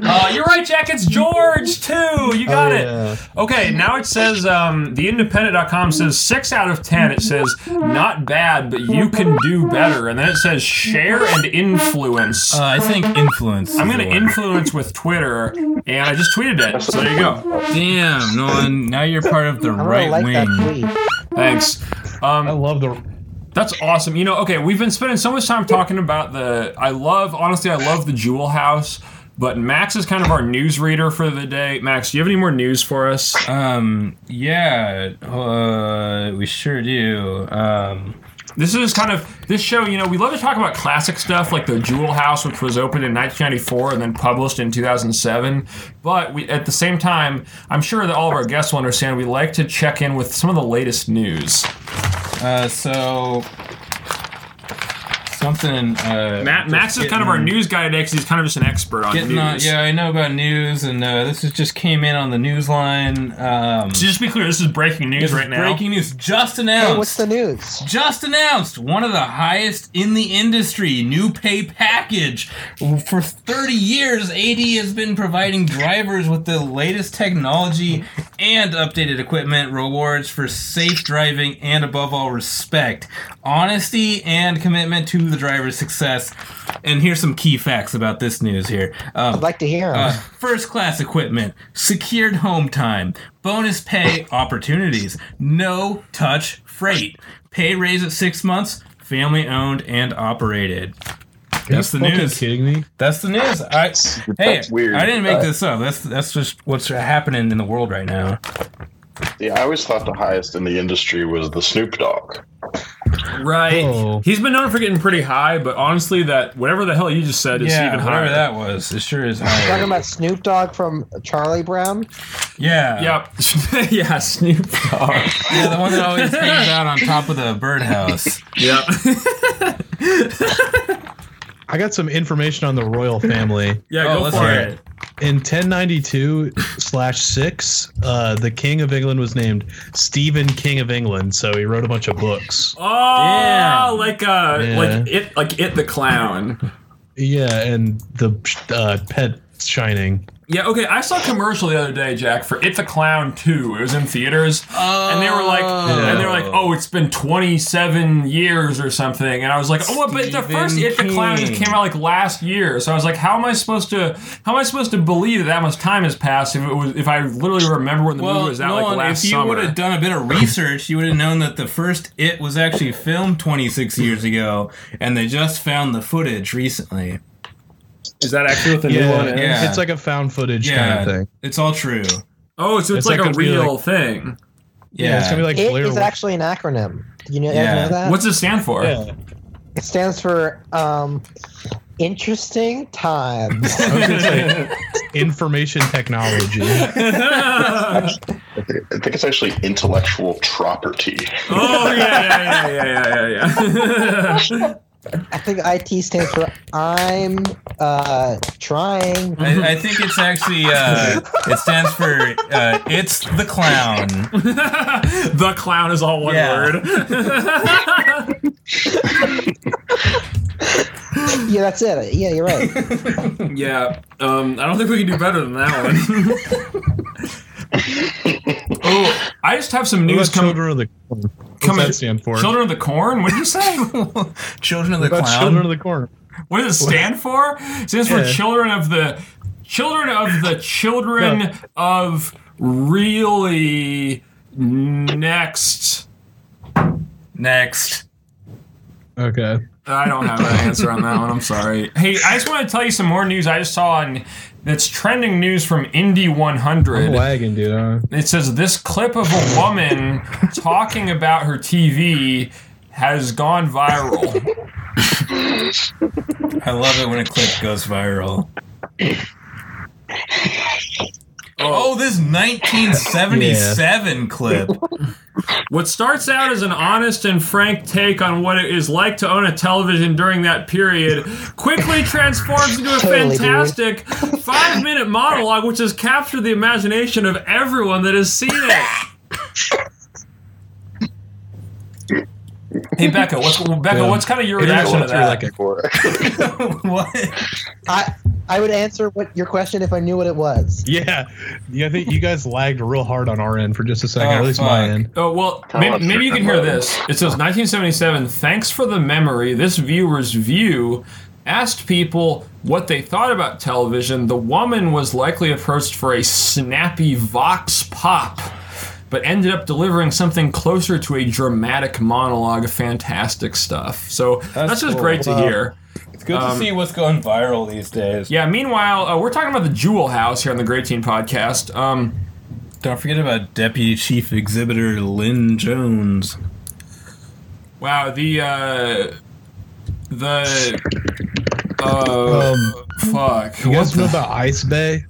[SPEAKER 2] Uh, you're right, Jack. It's George too. You got it. Okay, now it says um, the Independent.com says six out of ten. It says not bad, but you can do better. And then it says share and influence.
[SPEAKER 3] Uh, I think influence.
[SPEAKER 2] I'm gonna
[SPEAKER 3] is the word.
[SPEAKER 2] influence with Twitter, and I just tweeted it. So there you go.
[SPEAKER 3] Damn, Nolan. Now you're part of the
[SPEAKER 10] I
[SPEAKER 3] right
[SPEAKER 10] like
[SPEAKER 3] wing.
[SPEAKER 10] that tweet.
[SPEAKER 2] Thanks. Um,
[SPEAKER 4] I love the.
[SPEAKER 2] That's awesome. You know, okay, we've been spending so much time talking about the. I love, honestly, I love the Jewel House, but Max is kind of our news reader for the day. Max, do you have any more news for us?
[SPEAKER 3] Um, yeah, uh, we sure do. Um,
[SPEAKER 2] This is kind of this show. You know, we love to talk about classic stuff like the Jewel House, which was opened in 1994 and then published in 2007. But we, at the same time, I'm sure that all of our guests will understand. We like to check in with some of the latest news.
[SPEAKER 3] uh, so something. Uh,
[SPEAKER 2] Matt,
[SPEAKER 3] just
[SPEAKER 2] Max is kind of
[SPEAKER 3] getting-
[SPEAKER 2] our news guy today because he's kind of just an expert on
[SPEAKER 3] Getting
[SPEAKER 2] news.
[SPEAKER 3] on, yeah, I know about news, and uh, this is just came in on the news line. Um,
[SPEAKER 2] So just to be clear, this is breaking news
[SPEAKER 3] This is
[SPEAKER 2] right now.
[SPEAKER 3] Breaking news just announced.
[SPEAKER 10] Hey, what's the news?
[SPEAKER 3] just announced one of the highest in the industry new pay package. For 30 years, AD has been providing drivers with the latest technology and updated equipment, rewards for safe driving, and above all, respect, honesty, and commitment to the driver's success. And here's some key facts about this news here. Um,
[SPEAKER 10] I'd like to hear 'em.
[SPEAKER 3] uh, first class equipment, secured home time, bonus pay opportunities, no touch freight, pay raise at six months, family owned and operated.
[SPEAKER 4] Are
[SPEAKER 3] That's the
[SPEAKER 4] you fucking
[SPEAKER 3] news.
[SPEAKER 4] Kidding me?
[SPEAKER 3] That's the news. I hey,
[SPEAKER 6] That's weird.
[SPEAKER 3] I didn't make
[SPEAKER 6] Uh,
[SPEAKER 3] this up. That's that's just what's happening in the world right now.
[SPEAKER 6] Yeah, I always thought the highest in the industry was the Snoop Dogg.
[SPEAKER 2] Right. He's been known for getting pretty high, but honestly, that whatever the hell you just said is
[SPEAKER 3] Yeah,
[SPEAKER 2] even
[SPEAKER 3] whatever
[SPEAKER 2] higher.
[SPEAKER 3] that was, it sure is
[SPEAKER 10] Talking
[SPEAKER 3] higher.
[SPEAKER 10] about Snoop Dogg from Charlie Brown.
[SPEAKER 3] Yeah.
[SPEAKER 2] Yep. yeah, Snoop Dogg.
[SPEAKER 3] Yeah, the one that always hangs out on top of the birdhouse.
[SPEAKER 2] Yep.
[SPEAKER 4] I got some information on the royal family.
[SPEAKER 2] Yeah, Oh, go let's for hear it. it.
[SPEAKER 4] In 1092 slash six, uh, the King of England was named Stephen King of England, so he wrote a bunch of books.
[SPEAKER 2] Oh, like uh,
[SPEAKER 4] Yeah.
[SPEAKER 2] like it, like it, the clown.
[SPEAKER 4] Yeah, and the uh, pet Shining.
[SPEAKER 2] Yeah, okay. I saw a commercial the other day, Jack, for It the Clown 2. It was in theaters. and they were like and they were like, "Oh, it's been 27 years or something." And I was like, "Oh, what, but the first It the Clown just
[SPEAKER 3] King.
[SPEAKER 2] came out like last year." So I was like, "How am I supposed to how am I supposed to believe that that much time has passed if it was if I literally remember when the
[SPEAKER 3] Well,
[SPEAKER 2] movie was out like
[SPEAKER 3] Nolan,
[SPEAKER 2] last
[SPEAKER 3] if you
[SPEAKER 2] summer?"
[SPEAKER 3] would have done a bit of research, you would have known that the first It was actually filmed 26 years ago, and they just found the footage recently.
[SPEAKER 2] Is that actually what
[SPEAKER 4] yeah,
[SPEAKER 3] Yeah.
[SPEAKER 4] it's like a found footage
[SPEAKER 3] yeah,
[SPEAKER 4] kind of thing.
[SPEAKER 3] It's all true.
[SPEAKER 2] Oh, so it's,
[SPEAKER 4] It's
[SPEAKER 2] like,
[SPEAKER 4] like
[SPEAKER 2] a
[SPEAKER 4] gonna be
[SPEAKER 2] real
[SPEAKER 4] like-
[SPEAKER 2] thing.
[SPEAKER 4] Yeah, it's gonna be like
[SPEAKER 10] It
[SPEAKER 4] Blair
[SPEAKER 10] is
[SPEAKER 4] Witch.
[SPEAKER 10] actually an acronym. Did you know, guys know that?
[SPEAKER 2] What's it stand for?
[SPEAKER 4] Yeah.
[SPEAKER 10] It stands for um, interesting times.
[SPEAKER 4] I was gonna say information technology.
[SPEAKER 6] I think, I think it's actually intellectual property.
[SPEAKER 2] Oh yeah, yeah, yeah, yeah, yeah, yeah.
[SPEAKER 10] I think IT stands for I'm uh, trying.
[SPEAKER 3] I, I think it's actually uh, it stands for uh, it's the clown.
[SPEAKER 2] the clown is all one
[SPEAKER 3] Yeah.
[SPEAKER 2] word.
[SPEAKER 10] yeah, that's it. Yeah, you're right.
[SPEAKER 2] yeah, um, I don't think we can do better than that one. oh, I just have some news
[SPEAKER 4] What about
[SPEAKER 2] coming.
[SPEAKER 4] children of the corn. What's
[SPEAKER 2] coming
[SPEAKER 4] that stand for?
[SPEAKER 2] Children of the Corn? What did you say?
[SPEAKER 3] Children of
[SPEAKER 4] What
[SPEAKER 3] the
[SPEAKER 4] about
[SPEAKER 3] clown.
[SPEAKER 4] children of the corn.
[SPEAKER 2] What does it stand for? It stands for
[SPEAKER 4] Yeah.
[SPEAKER 2] Children of the Children of the Children of Really Next.
[SPEAKER 3] Next.
[SPEAKER 4] Okay.
[SPEAKER 2] I don't have an answer on that one. I'm sorry. Hey, I just want to tell you some more news I just saw on that's trending news from Indie 100.
[SPEAKER 4] I'm lagging, dude. huh?
[SPEAKER 2] It says this clip of a woman talking about her TV has gone viral.
[SPEAKER 3] I love it when a clip goes viral. Oh, this 1977 clip.
[SPEAKER 2] What starts out as an honest and frank take on what it is like to own a television during that period quickly transforms into a
[SPEAKER 10] Totally, dude.
[SPEAKER 2] fantastic five minute monologue which has captured the imagination of everyone that has seen it. Hey Becca, what's Becca?
[SPEAKER 4] Yeah.
[SPEAKER 2] What's kind of your
[SPEAKER 4] It is
[SPEAKER 2] reaction to
[SPEAKER 4] what you're
[SPEAKER 2] that?
[SPEAKER 4] looking for.
[SPEAKER 10] I I would answer what your question if I knew what it was.
[SPEAKER 4] Yeah, yeah. I think you guys lagged real hard on our end for just a second. at least my end.
[SPEAKER 2] Oh well,
[SPEAKER 4] Tell us
[SPEAKER 2] maybe, maybe you
[SPEAKER 4] your
[SPEAKER 2] can hear
[SPEAKER 4] number.
[SPEAKER 2] this. It says 1977. Thanks for the memory. This viewer's view asked people what they thought about television. The woman was likely approached for a snappy vox pop, but ended up delivering something closer to a dramatic monologue. Fantastic stuff. So that's, just
[SPEAKER 3] cool.
[SPEAKER 2] great to
[SPEAKER 3] Wow.
[SPEAKER 2] hear.
[SPEAKER 3] It's good
[SPEAKER 2] Um,
[SPEAKER 3] to see what's going viral these days.
[SPEAKER 2] Yeah. Meanwhile, uh, we're talking about the Jewel House here on the Great Teen Podcast. Um,
[SPEAKER 3] Don't forget about Deputy Chief Exhibitor Lynn Jones.
[SPEAKER 2] Wow, the uh the uh fuck.
[SPEAKER 4] Um, You guys know about Ice Bay?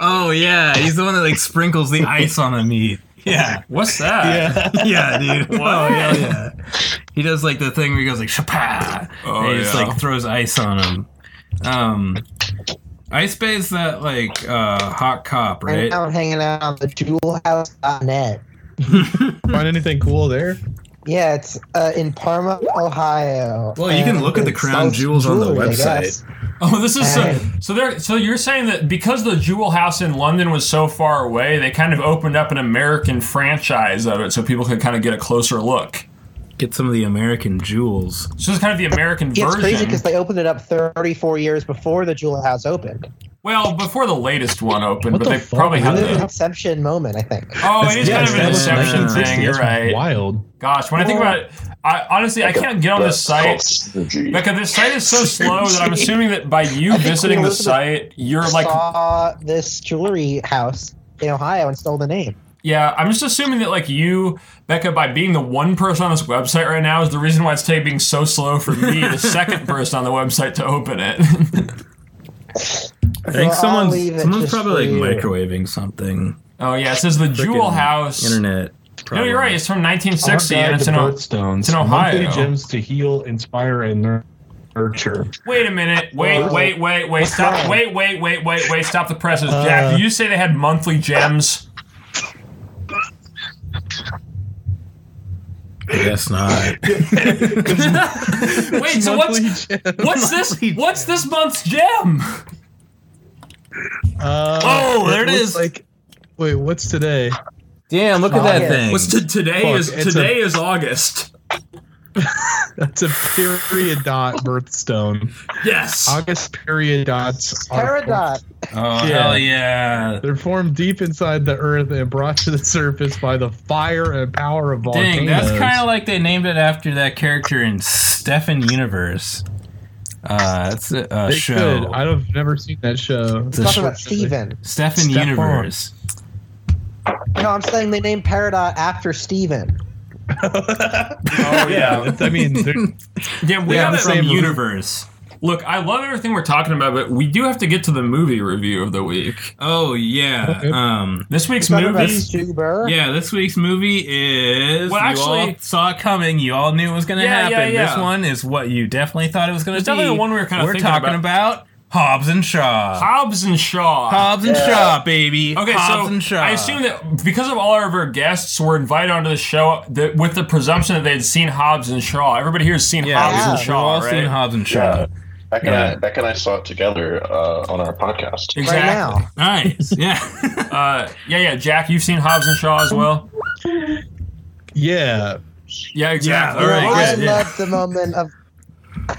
[SPEAKER 3] Oh yeah, he's the one that like sprinkles the ice on the meat. Yeah.
[SPEAKER 2] What's that?
[SPEAKER 3] Yeah, yeah, dude.
[SPEAKER 2] What?
[SPEAKER 3] Oh yeah, yeah. He does like the thing where he goes like shapa,
[SPEAKER 2] Oh,
[SPEAKER 3] and he just
[SPEAKER 2] yeah.
[SPEAKER 3] like throws ice on him. Um, Ice Bay is that like uh, hot cop,
[SPEAKER 10] Right
[SPEAKER 3] right?
[SPEAKER 10] now I'm hanging out on the jewelhouse.net.
[SPEAKER 4] Find anything cool there?
[SPEAKER 10] Yeah, it's uh, in Parma, Ohio.
[SPEAKER 3] Well, you can
[SPEAKER 10] And
[SPEAKER 3] look at the
[SPEAKER 10] it
[SPEAKER 3] crown
[SPEAKER 10] sells
[SPEAKER 3] jewels on the
[SPEAKER 10] jewelry, I
[SPEAKER 3] website.
[SPEAKER 10] guess.
[SPEAKER 2] Oh, this is so so there so you're saying that because the Jewel House in London was so far away, they kind of opened up an American franchise of it so people could kind of get a closer look.
[SPEAKER 3] Get some of the American jewels.
[SPEAKER 2] So it's kind of the American
[SPEAKER 10] Yeah, it's
[SPEAKER 2] version.
[SPEAKER 10] crazy because they opened it up 34 years before the Jewel House opened.
[SPEAKER 2] well, before the latest one opened, but they probably
[SPEAKER 10] It
[SPEAKER 2] had
[SPEAKER 10] was an
[SPEAKER 2] the
[SPEAKER 10] inception moment, I think.
[SPEAKER 2] Oh, it is kind of an inception thing. You're right.
[SPEAKER 4] Wild.
[SPEAKER 2] Gosh, when I think about it, I, honestly, I can't get on this site. Becca, this site is so slow that I'm assuming that by you visiting the
[SPEAKER 10] Elizabeth
[SPEAKER 2] site, you're like,
[SPEAKER 10] saw this jewelry house in Ohio and stole the name.
[SPEAKER 2] Yeah, I'm just assuming that like you, Becca, by being the one person on this website right now, is the reason why it's taking so slow for me, the second person on the website, to open it.
[SPEAKER 3] I think someone's someone's probably like microwaving something.
[SPEAKER 2] Oh yeah, it says the Jewel
[SPEAKER 3] Frickin'
[SPEAKER 2] House.
[SPEAKER 3] Internet.
[SPEAKER 2] No, you're right. It's from 1960, and it's in, O- it's in
[SPEAKER 4] Monthly
[SPEAKER 2] Ohio.
[SPEAKER 4] gems to heal, inspire, and nurture.
[SPEAKER 2] Wait a minute. Wait, wait, wait, wait. Stop. Wait, wait, wait, wait, wait. Stop the presses, Jack.
[SPEAKER 4] Uh,
[SPEAKER 2] Did you say they had monthly gems?
[SPEAKER 3] I guess not.
[SPEAKER 2] Wait, so what's what's this? What's this month's gem?
[SPEAKER 4] Uh,
[SPEAKER 2] Oh, there it
[SPEAKER 4] looks
[SPEAKER 2] is.
[SPEAKER 4] Like, wait, what's today?
[SPEAKER 3] Damn, look at that
[SPEAKER 4] August.
[SPEAKER 3] thing.
[SPEAKER 4] What's to-
[SPEAKER 2] today
[SPEAKER 4] Fuck, is- it's today
[SPEAKER 2] is August.
[SPEAKER 4] That's a period dot birthstone.
[SPEAKER 2] Yes.
[SPEAKER 4] August period dots. are-
[SPEAKER 10] Peridot.
[SPEAKER 3] Oh
[SPEAKER 4] Yeah.
[SPEAKER 3] hell yeah!
[SPEAKER 4] They're formed deep inside the earth and brought to the surface by the fire and power of volcanoes.
[SPEAKER 3] Dang, that's kind of like they named it after that character in Stefan Universe. Uh, that's a, a
[SPEAKER 4] They
[SPEAKER 3] show.
[SPEAKER 4] could. I've never seen that show.
[SPEAKER 3] It's a Talking about
[SPEAKER 10] Steven.
[SPEAKER 3] Stefan
[SPEAKER 4] Stefan.
[SPEAKER 3] Universe.
[SPEAKER 10] No, I'm saying they named Peridot after Steven.
[SPEAKER 2] Oh yeah.
[SPEAKER 4] I mean, they're-
[SPEAKER 2] Yeah, we
[SPEAKER 3] Yeah,
[SPEAKER 2] have
[SPEAKER 3] from
[SPEAKER 2] it.
[SPEAKER 3] Universe.
[SPEAKER 2] Look, I love everything we're talking about, but we do have to get to the movie review of the week. Uh,
[SPEAKER 3] Oh yeah. Um.
[SPEAKER 2] This week's
[SPEAKER 10] Talking about
[SPEAKER 2] movie.
[SPEAKER 10] Stu Burr.
[SPEAKER 3] Yeah, this week's movie is
[SPEAKER 2] Well,
[SPEAKER 3] you
[SPEAKER 2] actually-
[SPEAKER 3] all saw it coming. You all knew it was going to
[SPEAKER 2] Yeah, yeah,
[SPEAKER 3] happen. This
[SPEAKER 2] yeah.
[SPEAKER 3] one is what you definitely thought it was going to be.
[SPEAKER 2] It's definitely the one we were kinda
[SPEAKER 3] We're
[SPEAKER 2] thinking
[SPEAKER 3] talking about. Hobbs and Shaw.
[SPEAKER 2] Hobbs and Shaw.
[SPEAKER 3] Hobbs and Shaw, baby.
[SPEAKER 2] Okay,
[SPEAKER 3] Hobbs
[SPEAKER 2] so
[SPEAKER 3] and Shaw.
[SPEAKER 2] I assume that because of all of our guests were invited onto the show, that with the presumption that they had seen Hobbs and Shaw. Everybody here has seen
[SPEAKER 3] yeah,
[SPEAKER 2] Hobbs and
[SPEAKER 3] we've
[SPEAKER 2] Shaw,
[SPEAKER 3] all
[SPEAKER 2] right?
[SPEAKER 3] seen Hobbs and Shaw.
[SPEAKER 6] Becca, and
[SPEAKER 3] Yeah.
[SPEAKER 6] I, Becca and I saw it together uh, on our podcast.
[SPEAKER 2] exactly.
[SPEAKER 10] now.
[SPEAKER 3] Nice. Yeah.
[SPEAKER 2] Uh, yeah, yeah. Jack, you've seen Hobbs and Shaw as well.
[SPEAKER 4] yeah.
[SPEAKER 2] Yeah, exactly.
[SPEAKER 3] all right,
[SPEAKER 10] I
[SPEAKER 3] good, yeah.
[SPEAKER 10] love the moment of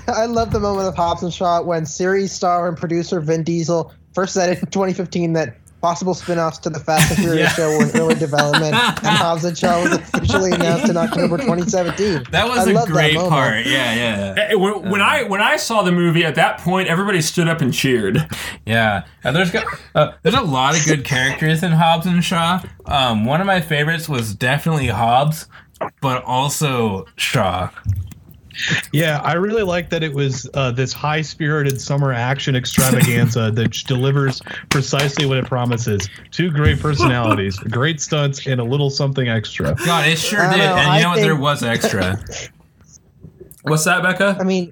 [SPEAKER 10] I love the moment of Hobbs and Shaw when series star and producer Vin Diesel first said in 2015 that possible spin-offs to the Fast and Furious show were in early development, and Hobbs and Shaw was officially announced in October 2017.
[SPEAKER 3] That was
[SPEAKER 10] I
[SPEAKER 3] a
[SPEAKER 10] love that
[SPEAKER 3] great
[SPEAKER 10] moment.
[SPEAKER 3] part. Yeah, yeah.
[SPEAKER 2] Eh, eh, When, when I when I saw the movie at that point, everybody stood up and cheered.
[SPEAKER 3] Yeah. Uh, there's got, uh, there's a lot of good characters in Hobbs and Shaw. Um, one of my favorites was definitely Hobbs, but also Shaw.
[SPEAKER 4] Yeah, I really like that it was uh, this high spirited summer action extravaganza that delivers precisely what it promises. Two great personalities, great stunts, and a little something extra.
[SPEAKER 3] God, it sure
[SPEAKER 10] I
[SPEAKER 3] did.
[SPEAKER 10] don't know,
[SPEAKER 3] and you
[SPEAKER 10] I
[SPEAKER 3] know what? There
[SPEAKER 10] think-
[SPEAKER 3] was extra.
[SPEAKER 2] What's that, Becca?
[SPEAKER 10] I mean,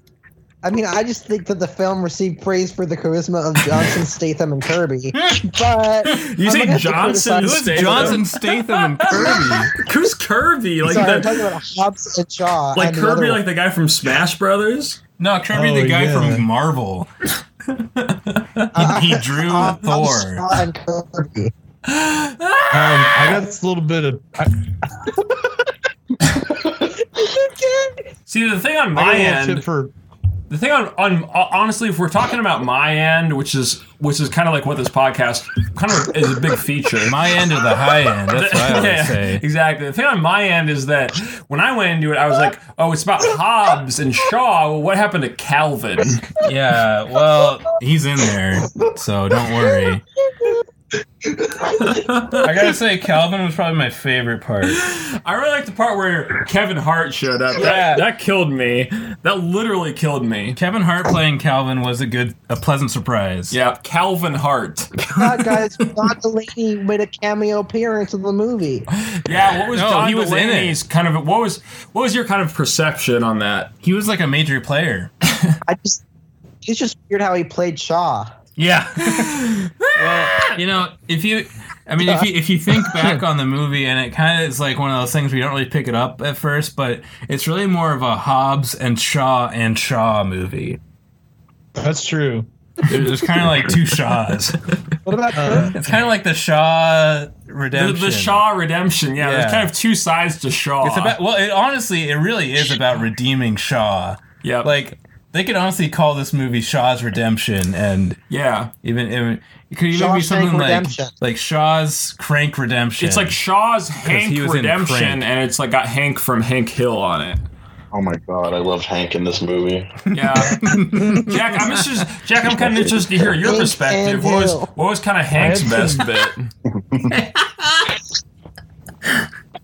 [SPEAKER 10] I mean, I just think that the film received praise for the charisma of Johnson, Statham, and Kirby. But
[SPEAKER 2] You
[SPEAKER 10] I'm
[SPEAKER 2] say
[SPEAKER 10] gonna have to
[SPEAKER 2] Johnson
[SPEAKER 10] criticize-
[SPEAKER 2] Statham?
[SPEAKER 3] Johnson, Statham, and Kirby.
[SPEAKER 2] Who's Kirby? Like
[SPEAKER 10] Sorry,
[SPEAKER 2] the,
[SPEAKER 10] I'm talking about Hobbs and Shaw.
[SPEAKER 2] like
[SPEAKER 10] and the other
[SPEAKER 2] Kirby,
[SPEAKER 10] one.
[SPEAKER 2] like the guy from Smash Brothers.
[SPEAKER 3] No, Kirby,
[SPEAKER 4] Oh,
[SPEAKER 3] the guy
[SPEAKER 4] yeah.
[SPEAKER 3] from Marvel. he, he drew
[SPEAKER 10] Uh, Hobbs,
[SPEAKER 3] Thor.
[SPEAKER 10] Shaw, and Kirby.
[SPEAKER 4] Um, I got this little bit of. I,
[SPEAKER 2] See, the thing on
[SPEAKER 4] I got
[SPEAKER 2] my
[SPEAKER 4] a little tip
[SPEAKER 2] end,
[SPEAKER 4] for
[SPEAKER 2] the thing on, on uh, honestly, if we're talking about my end, which is which is kind of like what this podcast kind of is a big feature.
[SPEAKER 3] My end or the high end. That's what I always
[SPEAKER 2] Yeah,
[SPEAKER 3] say.
[SPEAKER 2] Exactly. The thing on my end is that when I went into it, I was like, oh, it's about Hobbes and Shaw. Well, what happened to Calvin?
[SPEAKER 3] Yeah, well, he's in there, so don't worry. I gotta say, Calvin was probably my favorite part.
[SPEAKER 2] I really like the part where Kevin Hart showed up.
[SPEAKER 3] Yeah.
[SPEAKER 2] That, that killed me. That literally killed me.
[SPEAKER 3] Kevin Hart playing Calvin was a good, a pleasant surprise.
[SPEAKER 2] Yeah, Calvin Hart.
[SPEAKER 10] God, guys, John Delaney made a cameo appearance in the movie.
[SPEAKER 2] Yeah, what was
[SPEAKER 3] No,
[SPEAKER 2] John
[SPEAKER 3] he was in it.
[SPEAKER 2] Delaney's kind of what was what was your kind of perception on that?
[SPEAKER 3] He was like a major player.
[SPEAKER 10] I just, it's just weird how he played Shaw.
[SPEAKER 3] Yeah. well, you know, if you, I mean, if you if you think back on the movie, and it kind of is like one of those things where you don't really pick it up at first, but it's really more of a Hobbs and Shaw and Shaw movie.
[SPEAKER 4] that's true.
[SPEAKER 3] There- There's kind of like two Shaws.
[SPEAKER 10] What about
[SPEAKER 4] Uh,
[SPEAKER 10] Kirby?
[SPEAKER 3] It's kind of like the Shaw
[SPEAKER 2] The,
[SPEAKER 3] redemption.
[SPEAKER 2] the Shaw redemption. Yeah,
[SPEAKER 3] Yeah.
[SPEAKER 2] there's kind of two sides to Shaw.
[SPEAKER 3] It's about well, it honestly, it really is about redeeming Shaw.
[SPEAKER 2] yeah,
[SPEAKER 3] Like they could honestly call this movie Shaw's Redemption, and
[SPEAKER 2] yeah.
[SPEAKER 3] even, even it could even be
[SPEAKER 10] Shawshank
[SPEAKER 3] something
[SPEAKER 10] Redemption.
[SPEAKER 3] like like Shaw's Crank Redemption.
[SPEAKER 2] It's like Shaw's Hank
[SPEAKER 3] he was in
[SPEAKER 2] redemption,
[SPEAKER 3] Crank.
[SPEAKER 2] and it's like got Hank from Hank Hill on it.
[SPEAKER 6] Oh my god, I loved Hank in this movie.
[SPEAKER 2] Yeah, Jack, I'm just Jack. I'm kind of interested to hear your
[SPEAKER 10] Hank
[SPEAKER 2] perspective.
[SPEAKER 10] and
[SPEAKER 2] What was
[SPEAKER 10] Hill.
[SPEAKER 2] what was kind of Hank's best bit?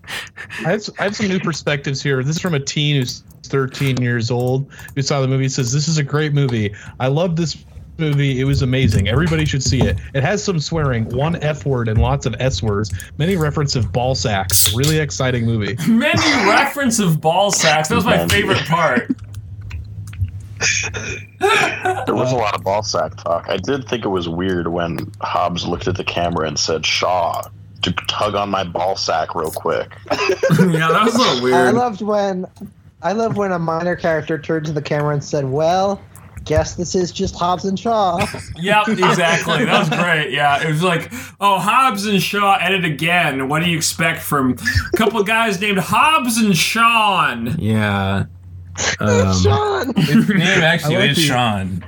[SPEAKER 4] I have, I have some new perspectives here. This is from a teen who's 13 years old who saw the movie. Says this is a great movie. I love this movie. It was amazing. Everybody should see it. It has some swearing, one f word, and lots of s words. Many reference of ball sacks. Really exciting movie.
[SPEAKER 2] Many reference of ball sacks. That was my favorite part.
[SPEAKER 6] There was a lot of ball sack talk. I did think it was weird when Hobbs looked at the camera and said, Shaw, to tug on my ball sack real quick.
[SPEAKER 2] yeah, that was a little
[SPEAKER 10] I loved when I loved when a minor character turned to the camera and said, "Well, guess this is just Hobbs and Shaw."
[SPEAKER 2] Yep, exactly. That was great. Yeah, it was like, oh, Hobbs and Shaw at it again. What do you expect from a couple of guys named Hobbs and Sean?
[SPEAKER 14] Yeah. Um,
[SPEAKER 10] Sean.
[SPEAKER 14] His name actually
[SPEAKER 4] I like
[SPEAKER 14] is
[SPEAKER 4] the-
[SPEAKER 14] Sean.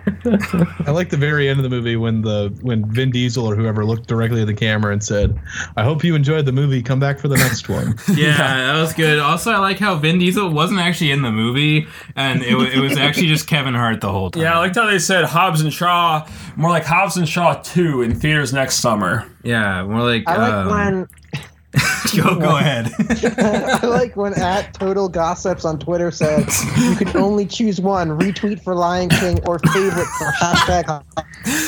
[SPEAKER 4] I like the very end of the movie when the when Vin Diesel or whoever looked directly at the camera and said, "I hope you enjoyed the movie. Come back for the next one."
[SPEAKER 3] Yeah, that was good. Also, I like how Vin Diesel wasn't actually in the movie, and it, wa- it was actually just Kevin Hart the whole time.
[SPEAKER 2] Yeah, I liked how they said Hobbs and Shaw, more like Hobbs and Shaw 2 in theaters next summer.
[SPEAKER 3] Yeah, more like. um,
[SPEAKER 10] I like when
[SPEAKER 3] go, go ahead.
[SPEAKER 10] I like when at Total Gossips on Twitter said you can only choose one retweet for Lion King or favorite for hashtag.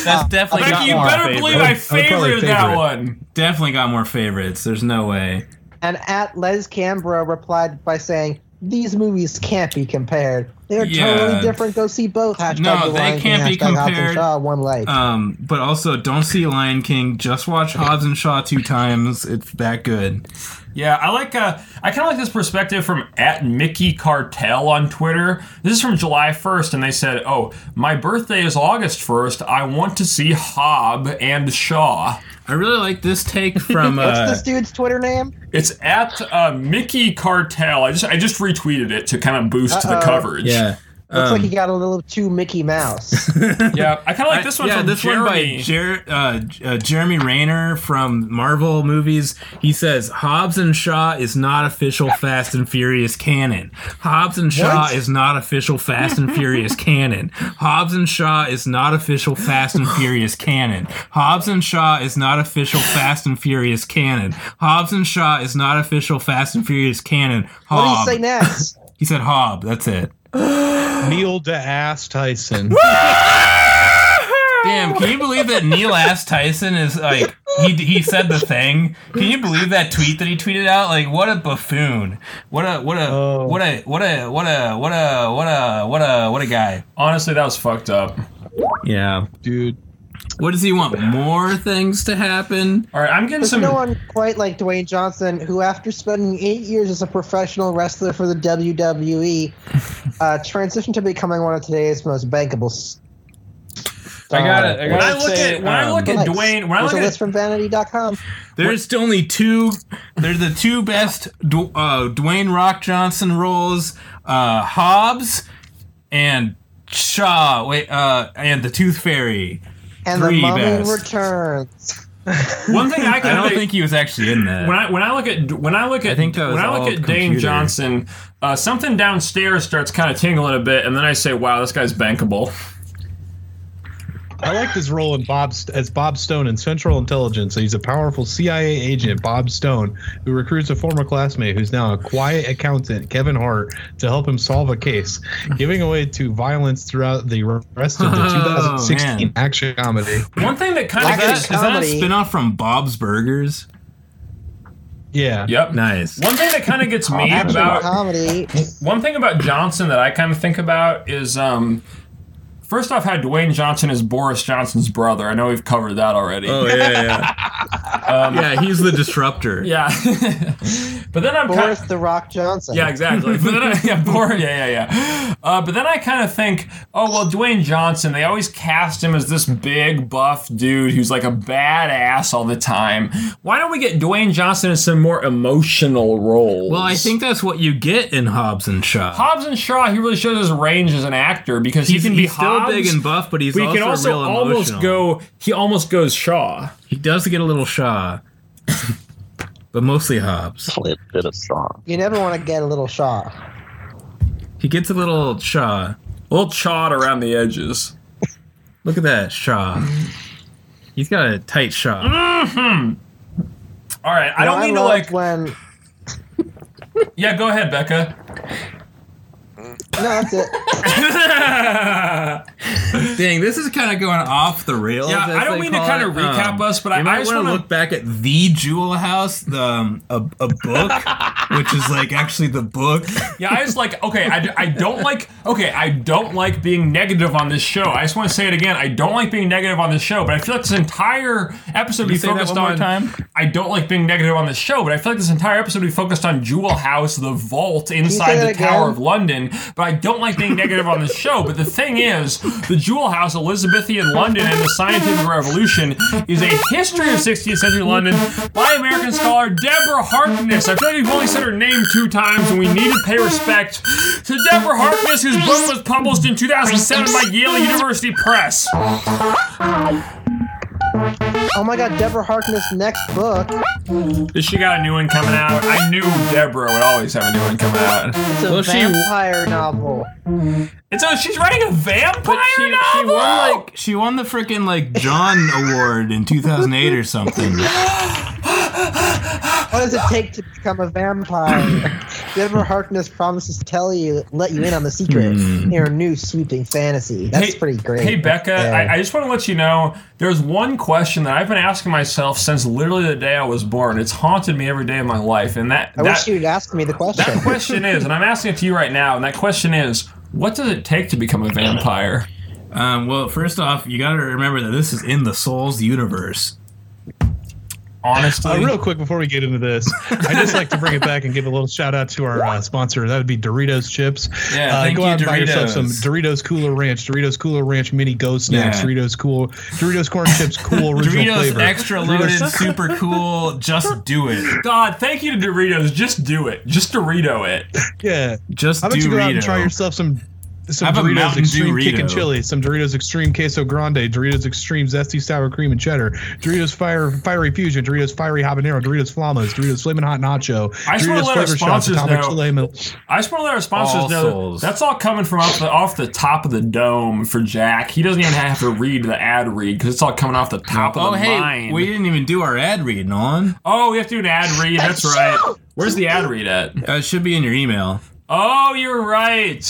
[SPEAKER 3] That's definitely
[SPEAKER 10] Becky,
[SPEAKER 3] got
[SPEAKER 10] you
[SPEAKER 3] more
[SPEAKER 10] better
[SPEAKER 3] favorites.
[SPEAKER 10] believe I That was probably favorited that favorite.
[SPEAKER 2] one.
[SPEAKER 3] Definitely got more favorites. There's no way.
[SPEAKER 10] And at Les Cambro replied by saying, "These movies can't be compared. They are
[SPEAKER 3] Yeah.
[SPEAKER 10] totally different. Go see both." Hashtag
[SPEAKER 3] No,
[SPEAKER 10] The
[SPEAKER 3] they
[SPEAKER 10] Lion King,
[SPEAKER 3] can't be
[SPEAKER 10] hashtag Hobbs and
[SPEAKER 3] compared.
[SPEAKER 10] Shaw, one like.
[SPEAKER 3] Um, but also, don't see Lion King. Just watch Hobbs and Shaw two times. It's that good.
[SPEAKER 2] Yeah, I like. Uh, I kind of like this perspective from at Mickey Cartel on Twitter. This is from July 1st, and they said, "Oh, my birthday is August 1st. I want to see Hob and Shaw."
[SPEAKER 3] I really like this take from. uh,
[SPEAKER 10] What's this dude's Twitter name?
[SPEAKER 2] It's at uh, Mickey Cartel. I just I just retweeted it to kind of boost the
[SPEAKER 10] Uh-oh.
[SPEAKER 2] coverage.
[SPEAKER 3] Yeah.
[SPEAKER 10] Looks like he got a little too Mickey Mouse.
[SPEAKER 2] yeah, I kind of like this one
[SPEAKER 3] yeah,
[SPEAKER 2] from
[SPEAKER 3] this
[SPEAKER 2] Jeremy.
[SPEAKER 3] one by Jer- uh, J- uh, Jeremy Rayner from Marvel movies. He says Hobbs and Shaw is not official Fast and Furious canon. Hobbs and Shaw
[SPEAKER 14] What?
[SPEAKER 3] is not official Fast and Furious canon. Hobbs and Shaw is not official Fast and Furious canon. Hobbs and Shaw is not official Fast and Furious canon. Hobbs and Shaw is not official Fast and Furious canon.
[SPEAKER 10] What
[SPEAKER 3] Hob.
[SPEAKER 10] did he say next?
[SPEAKER 3] He said Hob. That's it.
[SPEAKER 4] Neil to ass Tyson.
[SPEAKER 3] Damn, can you believe that Neil ass Tyson is like he he said the thing? Can you believe that tweet that he tweeted out? Like what a buffoon. What a what a
[SPEAKER 2] Oh.
[SPEAKER 3] what a what a what a what a what a what a what a guy.
[SPEAKER 2] Honestly, that was fucked up.
[SPEAKER 3] Yeah.
[SPEAKER 4] Dude.
[SPEAKER 3] What does he want? More things to happen?
[SPEAKER 2] All right, I'm getting
[SPEAKER 10] There's
[SPEAKER 2] some.
[SPEAKER 10] no one quite like Dwayne Johnson, who, after spending eight years as a professional wrestler for the WWE, uh, transitioned to becoming one of today's most bankable. s-
[SPEAKER 2] I got it, um, I got When it. I
[SPEAKER 10] I'd
[SPEAKER 2] look
[SPEAKER 10] say,
[SPEAKER 2] at- when I look at Dwayne- when I
[SPEAKER 10] There's
[SPEAKER 2] look
[SPEAKER 10] a
[SPEAKER 2] at-
[SPEAKER 10] list from Vanity.com.
[SPEAKER 3] There's only two. They're the two best Dw- uh, Dwayne Rock Johnson roles: uh, Hobbs and Shaw. Wait, uh, and the Tooth Fairy.
[SPEAKER 10] And the
[SPEAKER 3] Three
[SPEAKER 10] Mummy
[SPEAKER 3] best.
[SPEAKER 10] returns.
[SPEAKER 2] One thing I can
[SPEAKER 3] I don't
[SPEAKER 2] think-
[SPEAKER 3] think he was actually in that.
[SPEAKER 2] when I when I look at when I look at
[SPEAKER 3] think that was
[SPEAKER 2] when I
[SPEAKER 3] all
[SPEAKER 2] look at Dane
[SPEAKER 3] computer.
[SPEAKER 2] Johnson, uh, something downstairs starts kind of tingling a bit, and then I say, "Wow, this guy's bankable."
[SPEAKER 4] I like his role in Bob as Bob Stone in Central Intelligence. He's a powerful CIA agent, Bob Stone, who recruits a former classmate who's now a quiet accountant, Kevin Hart, to help him solve a case, giving way to violence throughout the rest of the
[SPEAKER 3] Oh,
[SPEAKER 4] 2016
[SPEAKER 3] man.
[SPEAKER 4] action comedy.
[SPEAKER 2] One thing that kind
[SPEAKER 3] Is
[SPEAKER 2] of
[SPEAKER 3] that, is
[SPEAKER 2] gets,
[SPEAKER 3] that a spinoff from Bob's Burgers?
[SPEAKER 4] Yeah.
[SPEAKER 2] Yep.
[SPEAKER 3] Nice.
[SPEAKER 2] one thing that kind of gets me
[SPEAKER 10] Action
[SPEAKER 2] about
[SPEAKER 10] comedy.
[SPEAKER 2] one thing about Johnson that I kind of think about is um, first off how Dwayne Johnson is Boris Johnson's brother. I know we've covered that already.
[SPEAKER 3] Oh yeah, yeah.
[SPEAKER 2] Um,
[SPEAKER 3] yeah, he's the disruptor.
[SPEAKER 2] yeah. but then I'm kind
[SPEAKER 10] Boris the Rock Johnson.
[SPEAKER 2] Yeah, exactly. But then I, yeah, boring. Yeah, yeah, yeah. Uh, but then I kind of think, oh well, Dwayne Johnson. They always cast him as this big buff dude who's like a badass all the time. Why don't we get Dwayne Johnson in some more emotional roles?
[SPEAKER 3] Well, I think that's what you get in Hobbs and Shaw.
[SPEAKER 2] Hobbs and Shaw, he really shows his range as an actor because
[SPEAKER 3] He
[SPEAKER 2] he's-
[SPEAKER 3] can be still
[SPEAKER 2] Hobbs,
[SPEAKER 3] big and buff, but he's
[SPEAKER 2] but he
[SPEAKER 3] also
[SPEAKER 2] can also
[SPEAKER 3] real
[SPEAKER 2] almost
[SPEAKER 3] emotional.
[SPEAKER 2] go. He almost goes Shaw.
[SPEAKER 3] He does get a little Shaw, but mostly Hobbs.
[SPEAKER 6] Only a bit of Shaw.
[SPEAKER 10] You never want to get a little Shaw.
[SPEAKER 3] He gets a little Shaw.
[SPEAKER 2] A little chawed around the edges.
[SPEAKER 3] Look at that Shaw. He's got a tight Shaw.
[SPEAKER 2] All right, I
[SPEAKER 10] You know,
[SPEAKER 2] don't mean to
[SPEAKER 10] loved
[SPEAKER 2] like.
[SPEAKER 10] when
[SPEAKER 2] yeah, go ahead, Becca.
[SPEAKER 10] No, that's it.
[SPEAKER 3] Dang, this is kind of going off the rails.
[SPEAKER 2] Yeah,
[SPEAKER 3] as
[SPEAKER 2] I don't
[SPEAKER 3] they
[SPEAKER 2] mean to
[SPEAKER 3] call
[SPEAKER 2] kinda
[SPEAKER 3] it. Um,
[SPEAKER 2] recap us, but I-
[SPEAKER 3] you might
[SPEAKER 2] I just
[SPEAKER 3] wanna
[SPEAKER 2] wanna-
[SPEAKER 3] look back at the Jewel House, the um, a, a book, which is like actually the book.
[SPEAKER 2] Yeah, I just like okay. I, I don't like okay. I don't like being negative on this show. I just want to say it again. I don't like being negative on this show, but I feel like this entire episode we
[SPEAKER 3] say that
[SPEAKER 2] focused
[SPEAKER 3] one more
[SPEAKER 2] on.
[SPEAKER 3] time?
[SPEAKER 2] I don't like being negative on this show, but I feel like this entire episode we focused on Jewel House, the vault inside
[SPEAKER 10] that
[SPEAKER 2] the
[SPEAKER 10] again?
[SPEAKER 2] Tower of London. But I don't like being negative on this show. But the thing is, the Jewel House, Elizabethan London, and the Scientific Revolution is a history of 16th century London by American scholar Deborah Harkness. I feel like we've only said her name two times, and we need to pay respect to Deborah Harkness, whose book was published in 2007 by Yale University Press.
[SPEAKER 10] Oh my god, Deborah Harkness' next book.
[SPEAKER 2] She got a new one coming out. I knew Deborah would always have a new one coming out.
[SPEAKER 10] It's a vampire novel.
[SPEAKER 2] And so she's writing a vampire
[SPEAKER 3] she, she won like she won the freaking like John Award in 2008 or something.
[SPEAKER 10] What does it take to become a vampire? Deborah Harkness promises to tell you, let you in on the secret in her new sweeping fantasy. That's
[SPEAKER 2] Hmm. Hey-
[SPEAKER 10] pretty great.
[SPEAKER 2] Hey, Becca, I, I just want to let you know there's one question that I've been asking myself since literally the day I was born. It's haunted me every day of my life. And that,
[SPEAKER 10] I
[SPEAKER 2] that
[SPEAKER 10] wish you'd asked me the question.
[SPEAKER 2] that question is, and I'm asking it to you right now, and that question is what does it take to become a vampire?
[SPEAKER 3] Um, well, first off, you got to remember that this is in the Souls universe.
[SPEAKER 2] Honestly,
[SPEAKER 4] Uh, real quick before we get into this, I just like to bring it back and give a little shout out to our uh, sponsor. That would be Doritos chips.
[SPEAKER 3] Yeah,
[SPEAKER 4] uh,
[SPEAKER 3] thank
[SPEAKER 4] go
[SPEAKER 3] you,
[SPEAKER 4] out and buy
[SPEAKER 3] Doritos.
[SPEAKER 4] yourself some Doritos Cooler Ranch, Doritos Cooler Ranch Mini Ghost Snacks,
[SPEAKER 3] Yeah.
[SPEAKER 4] Doritos Cool, Doritos Corn Chips Cool Original
[SPEAKER 3] Doritos
[SPEAKER 4] Flavor,
[SPEAKER 3] extra
[SPEAKER 4] Doritos-
[SPEAKER 3] loaded, super cool. Just do it.
[SPEAKER 2] God, thank you to Doritos. Just do it. Just Dorito it.
[SPEAKER 4] Yeah,
[SPEAKER 3] Just
[SPEAKER 4] How about you go out and
[SPEAKER 3] Dorito.
[SPEAKER 4] try yourself some some
[SPEAKER 3] Have a
[SPEAKER 4] Doritos
[SPEAKER 3] Mountain
[SPEAKER 4] Extreme
[SPEAKER 3] Dorito.
[SPEAKER 4] Kick and Chili, some Doritos Extreme Queso Grande, Doritos Extreme Zesty Sour Cream and Cheddar, Doritos Fire Fiery Fusion, Doritos Fiery Habanero, Doritos Flamas, Doritos Flamin' Hot Nacho,
[SPEAKER 2] I just wanna
[SPEAKER 4] Doritos
[SPEAKER 2] let our
[SPEAKER 4] Flavor Shots,
[SPEAKER 2] sponsors
[SPEAKER 4] Atomic
[SPEAKER 2] know-
[SPEAKER 4] Filet Mignon-
[SPEAKER 2] I just want to let our sponsors
[SPEAKER 3] All
[SPEAKER 2] know
[SPEAKER 3] souls.
[SPEAKER 2] that's all coming from off the, off the top of the dome for Jack. He doesn't even have to read the ad read because it's all coming off the top
[SPEAKER 3] Oh
[SPEAKER 2] of the
[SPEAKER 3] hey,
[SPEAKER 2] mind.
[SPEAKER 3] we didn't even do our ad read, Nolan.
[SPEAKER 2] Oh, we have to do an ad read. That's right. Where's the ad read at?
[SPEAKER 3] Uh, it should be in your email.
[SPEAKER 2] Oh, you're right.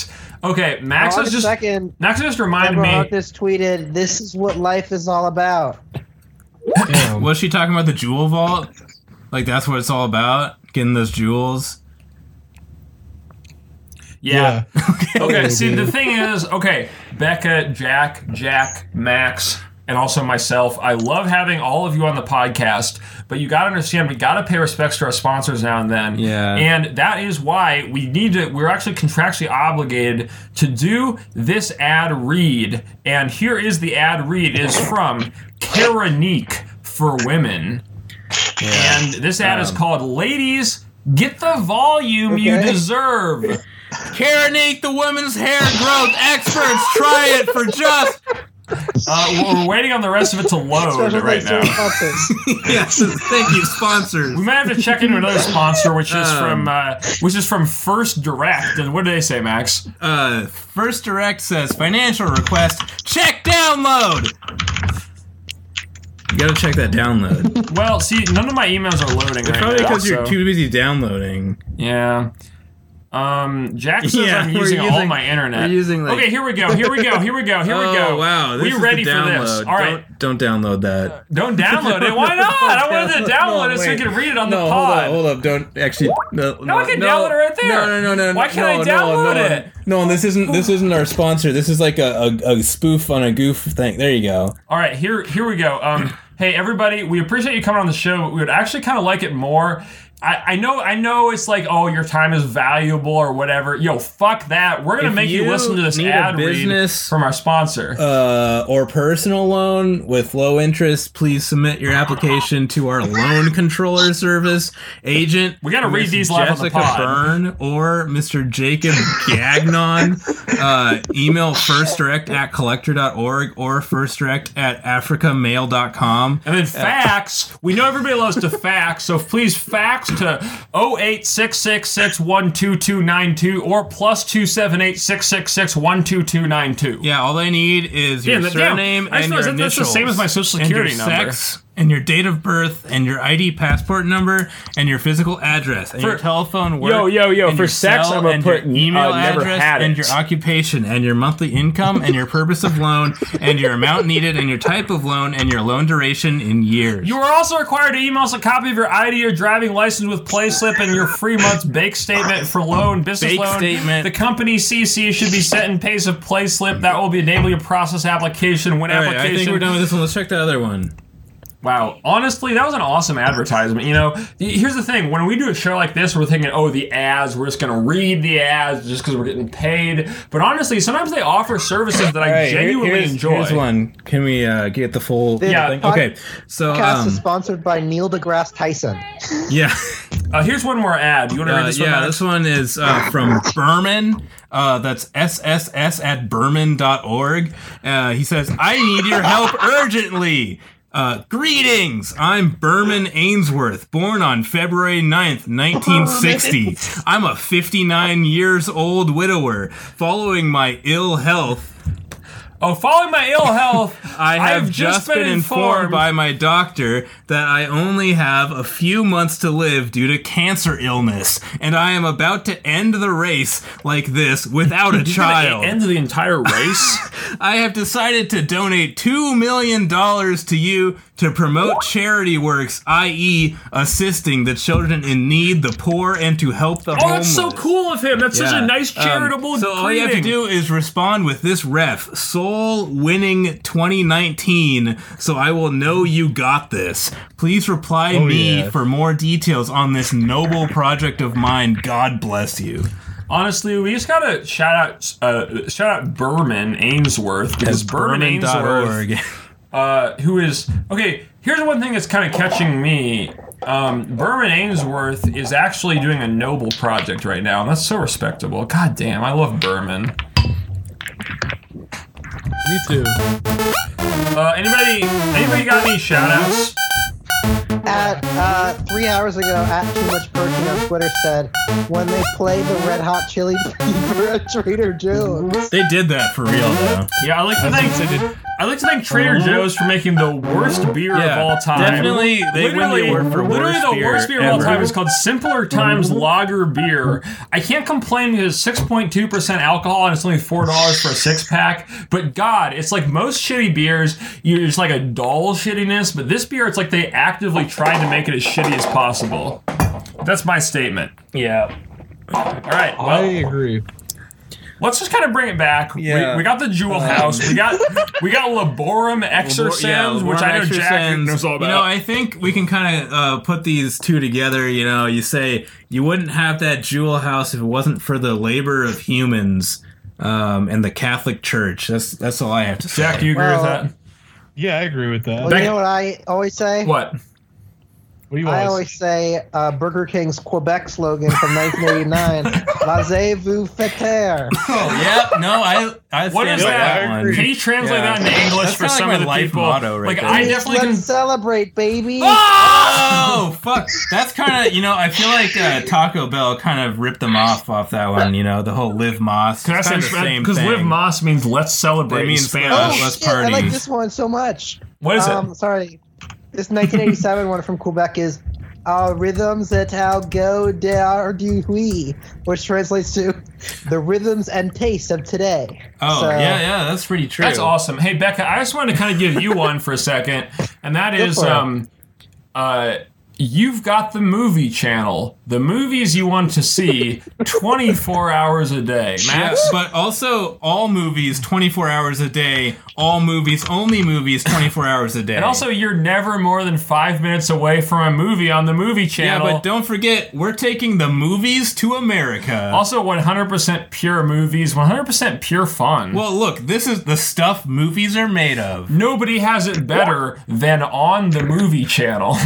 [SPEAKER 2] Okay, Max
[SPEAKER 10] August
[SPEAKER 2] has just
[SPEAKER 10] second,
[SPEAKER 2] Max just reminded
[SPEAKER 10] Deborah
[SPEAKER 2] me.
[SPEAKER 10] Harkness tweeted, "This is what life is all about."
[SPEAKER 3] Was she talking about the jewel vault? Like that's what it's all about, getting those jewels.
[SPEAKER 2] Yeah. Okay. See, the thing is, okay, Becca, Jack, Jack, Max, and also myself. I love having all of you on the podcast, but you gotta understand we gotta pay respects to our sponsors now and then.
[SPEAKER 3] Yeah.
[SPEAKER 2] And that is why we need to. We're actually contractually obligated to do this ad read. And here is the ad read. It is from Karanique for women. And this ad is called "Ladies, Get the Volume You
[SPEAKER 3] Okay.
[SPEAKER 2] Deserve."
[SPEAKER 3] Karenique, the women's hair growth experts, try it for just.
[SPEAKER 2] Uh, we're- we're waiting on the rest of it to load
[SPEAKER 10] Special
[SPEAKER 2] right
[SPEAKER 10] thanks to our
[SPEAKER 2] now.
[SPEAKER 10] sponsors.
[SPEAKER 3] yes, thank you, sponsors.
[SPEAKER 2] We might have to check into another sponsor, which is
[SPEAKER 3] Um.
[SPEAKER 2] from uh, which is from First Direct. And what do they say, Max?
[SPEAKER 3] Uh, first direct says financial request. Check download. You gotta check that download.
[SPEAKER 2] Well, see, none of my emails are loading right
[SPEAKER 3] Probably
[SPEAKER 2] now,
[SPEAKER 3] because you're
[SPEAKER 2] so-
[SPEAKER 3] too busy downloading.
[SPEAKER 2] Yeah. Um, Jack says
[SPEAKER 3] Yeah,
[SPEAKER 2] I'm
[SPEAKER 3] we're
[SPEAKER 2] using, all
[SPEAKER 3] using-
[SPEAKER 2] my internet.
[SPEAKER 3] we're using, like-
[SPEAKER 2] okay, here we go. Here we go. Here we go. Here
[SPEAKER 3] oh,
[SPEAKER 2] we go.
[SPEAKER 3] Wow, this
[SPEAKER 2] we
[SPEAKER 3] is
[SPEAKER 2] ready
[SPEAKER 3] the
[SPEAKER 2] for
[SPEAKER 3] download.
[SPEAKER 2] this? All right,
[SPEAKER 3] don't, don't download that.
[SPEAKER 2] don't download it. Why not? I wanted to download it so we
[SPEAKER 3] Oh, wait.
[SPEAKER 2] can read it on
[SPEAKER 3] no,
[SPEAKER 2] the
[SPEAKER 3] hold
[SPEAKER 2] pod.
[SPEAKER 3] up, hold up, don't actually. No, no,
[SPEAKER 2] I can download it right there.
[SPEAKER 3] No, no, no, no.
[SPEAKER 2] Why can't
[SPEAKER 3] no,
[SPEAKER 2] I download
[SPEAKER 3] no, no,
[SPEAKER 2] it?
[SPEAKER 3] No, this isn't. This isn't our sponsor. This is like a, a, a spoof on a goof thing. There you go.
[SPEAKER 2] All right, here here we go. Um, hey everybody, we appreciate you coming on the show. but We would actually kind of like it more. I, I know I know it's like oh your time is valuable or whatever. Yo, fuck that. We're gonna
[SPEAKER 3] If
[SPEAKER 2] make you,
[SPEAKER 3] you
[SPEAKER 2] listen to this
[SPEAKER 3] need a
[SPEAKER 2] ad
[SPEAKER 3] business-
[SPEAKER 2] read from our sponsor.
[SPEAKER 3] Uh, or personal loan with low interest. Please submit your application to our loan controller service agent.
[SPEAKER 2] We gotta read
[SPEAKER 3] Miss
[SPEAKER 2] these live on the
[SPEAKER 3] Jessica
[SPEAKER 2] pod.
[SPEAKER 3] Byrne or Mr. Jacob Gagnon. Uh, email firstdirect at collector.org or firstdirect at africamail.com.
[SPEAKER 2] and then fax. we know everybody loves to fax, so please fax to 08666122292 or plus 27866612292.
[SPEAKER 3] Yeah, all they need is your
[SPEAKER 2] that-
[SPEAKER 3] surname
[SPEAKER 2] I
[SPEAKER 3] and your
[SPEAKER 2] just realized that-
[SPEAKER 3] initials.
[SPEAKER 2] that's the same as my social
[SPEAKER 3] and your
[SPEAKER 2] security number.
[SPEAKER 3] sex and your date of birth and your ID passport number and your physical address and your
[SPEAKER 2] For-
[SPEAKER 3] telephone work.
[SPEAKER 2] Yo, yo, yo,
[SPEAKER 3] and
[SPEAKER 2] for
[SPEAKER 3] your
[SPEAKER 2] sex,
[SPEAKER 3] cell
[SPEAKER 2] I'ma
[SPEAKER 3] and your
[SPEAKER 2] put,
[SPEAKER 3] email
[SPEAKER 2] uh, never
[SPEAKER 3] address
[SPEAKER 2] had
[SPEAKER 3] and
[SPEAKER 2] it.
[SPEAKER 3] your occupation and your monthly income and your purpose of loan and your amount needed and your type of loan and your loan duration in years.
[SPEAKER 2] You are also required to email us a copy of your ID or driving license with play slip and your free month's bank statement for loan, business
[SPEAKER 3] Bank
[SPEAKER 2] loan.
[SPEAKER 3] statement.
[SPEAKER 2] The company CC should be set in pace of play slip. That will be enable you to process application when
[SPEAKER 3] All right,
[SPEAKER 2] application.
[SPEAKER 3] I think we're done with this one. Let's check that other one.
[SPEAKER 2] Wow, honestly, that was an awesome advertisement. You know, y- here's the thing: when we do a show like this, we're thinking, "Oh, the ads. We're just gonna read the ads just because we're getting paid." But honestly, sometimes they offer services that I
[SPEAKER 3] All right, here-
[SPEAKER 2] genuinely
[SPEAKER 3] here's,
[SPEAKER 2] enjoy.
[SPEAKER 3] Here's one. Can we uh, get the full?
[SPEAKER 10] The
[SPEAKER 3] thing? Okay. So
[SPEAKER 10] podcast
[SPEAKER 3] um,
[SPEAKER 10] is sponsored by Neil deGrasse Tyson.
[SPEAKER 3] yeah.
[SPEAKER 2] Uh, here's one more ad. You want to
[SPEAKER 3] Uh,
[SPEAKER 2] read this one?
[SPEAKER 3] yeah,
[SPEAKER 2] Max?
[SPEAKER 3] this one is uh, from Berman. Uh, that's sss at berman.org. Uh, he says, I need your help urgently. Uh, greetings! I'm Berman Ainsworth, born on February
[SPEAKER 2] Oh,
[SPEAKER 3] 9th, 1960. I'm a 59 years old widower. Following my ill health,
[SPEAKER 2] Oh, following my ill health,
[SPEAKER 3] I have
[SPEAKER 2] I've
[SPEAKER 3] just, been, informed, by my doctor that I only have a few months to live due to cancer illness, and I am about to end the race like this without a
[SPEAKER 2] You're gonna
[SPEAKER 3] child.
[SPEAKER 2] e-, End the entire race.
[SPEAKER 3] I have decided to donate $2 million to you to promote charity works, i.e., assisting the children in need, the poor, and to help the
[SPEAKER 2] oh,
[SPEAKER 3] homeless.
[SPEAKER 2] that's so cool of him. That's such
[SPEAKER 3] Yeah.
[SPEAKER 2] a nice
[SPEAKER 3] Um,
[SPEAKER 2] charitable.
[SPEAKER 3] so all you have to
[SPEAKER 2] greeting.
[SPEAKER 3] do is respond with this ref soul winning 2019 so i will know you got this please reply
[SPEAKER 2] Oh,
[SPEAKER 3] me
[SPEAKER 2] yeah.
[SPEAKER 3] for more details on this noble project of mine god bless you
[SPEAKER 2] Honestly, we just gotta shout out uh, shout out Berman Ainsworth because Berman Ainsworth, uh, who is okay. Here's one thing that's kind of catching me. Um, Berman Ainsworth is actually doing a noble project right now, and that's so respectable. God damn, I love Berman.
[SPEAKER 3] me too
[SPEAKER 2] Uh, anybody, anybody got any shout outs?
[SPEAKER 10] At uh, three hours ago, at Too Much Perkin on Twitter said, when they play the Red Hot Chili Peppers at Trader Joe's.
[SPEAKER 3] they did that for real though
[SPEAKER 2] Yeah, I like to thank I like to thank Trader Joe's for making the worst beer
[SPEAKER 3] Yeah,
[SPEAKER 2] of all time.
[SPEAKER 3] Uh-huh. definitely they win the award for
[SPEAKER 2] literally
[SPEAKER 3] worst
[SPEAKER 2] the
[SPEAKER 3] beer
[SPEAKER 2] worst beer of all
[SPEAKER 3] ever.
[SPEAKER 2] time is called Simpler Times Lager Beer. I can't complain because it's 6.2% alcohol and it's only four dollars for a six pack. But God, it's like most shitty beers, you're just like a dull shittiness. But this beer, it's like they actively tried to make it as shitty as possible. That's my statement. Yeah. All right. Well,
[SPEAKER 4] I agree.
[SPEAKER 2] Let's just kind of bring it back.
[SPEAKER 4] Yeah.
[SPEAKER 2] We, we got the Jewel
[SPEAKER 3] Uh,
[SPEAKER 2] House. We got we got Laborum Exorcisms, which I know Jack knows all about.
[SPEAKER 3] You know, I think we can kind of uh, put these two together. You know, you say you wouldn't have that jewel house if it wasn't for the labor of humans um, and the Catholic Church. That's that's all I have to say.
[SPEAKER 2] Jack, do you agree with
[SPEAKER 10] Well-
[SPEAKER 2] that?
[SPEAKER 4] Yeah, I agree with that.
[SPEAKER 10] Well, you know what I always say?
[SPEAKER 2] What?
[SPEAKER 4] What do you
[SPEAKER 10] I
[SPEAKER 4] always
[SPEAKER 10] always say uh, Burger King's Quebec slogan from 1989, Lazez-vous fêter.
[SPEAKER 3] Oh, yeah. No, I I
[SPEAKER 2] What
[SPEAKER 3] stand
[SPEAKER 2] is
[SPEAKER 3] by
[SPEAKER 2] that?
[SPEAKER 3] one.
[SPEAKER 2] Can you translate
[SPEAKER 3] Yeah.
[SPEAKER 2] that into English
[SPEAKER 3] That's kinda like
[SPEAKER 2] for some
[SPEAKER 3] my
[SPEAKER 2] of the
[SPEAKER 3] life
[SPEAKER 2] people?
[SPEAKER 3] motto right
[SPEAKER 2] like Ah!
[SPEAKER 3] there.
[SPEAKER 2] I definitely
[SPEAKER 10] Let's
[SPEAKER 2] can.
[SPEAKER 10] celebrate, baby.
[SPEAKER 3] Oh fuck! That's kind of you know. I feel like uh, Taco Bell kind of ripped them off off that one. You know, the whole live moss.
[SPEAKER 2] Can I
[SPEAKER 3] It's
[SPEAKER 2] say
[SPEAKER 3] kinda the same
[SPEAKER 2] Because
[SPEAKER 3] thing.
[SPEAKER 2] live Moss means let's celebrate
[SPEAKER 3] It
[SPEAKER 2] in
[SPEAKER 3] means
[SPEAKER 2] Spanish.
[SPEAKER 3] let's-
[SPEAKER 10] Oh,
[SPEAKER 3] let's
[SPEAKER 10] shit, I
[SPEAKER 3] party.
[SPEAKER 10] like this one so much.
[SPEAKER 2] What is it?
[SPEAKER 10] um, Sorry. This 1987 one from Quebec is uh, Rhythms et al go d'ar du hui, which translates to the rhythms and taste of today.
[SPEAKER 2] Uh,
[SPEAKER 3] Oh
[SPEAKER 10] So-
[SPEAKER 3] yeah, yeah, that's pretty true.
[SPEAKER 2] That's awesome. Hey Becca, I just wanted to kind of give you one for a second, and that
[SPEAKER 10] Go
[SPEAKER 2] is
[SPEAKER 10] for it.
[SPEAKER 2] um uh You've got the movie channel, the movies you want to see 24 hours a day. Max,
[SPEAKER 3] Yeah, but also all movies 24 hours a day, all movies, only movies 24 hours a day.
[SPEAKER 2] And also, you're never more than five minutes away from a movie on the movie
[SPEAKER 3] yeah,
[SPEAKER 2] channel.
[SPEAKER 3] but don't forget, we're taking the movies to America.
[SPEAKER 2] also, 100% pure movies, 100% pure fun.
[SPEAKER 3] well, look, this is the stuff movies are made of.
[SPEAKER 2] nobody has it better than on the movie channel.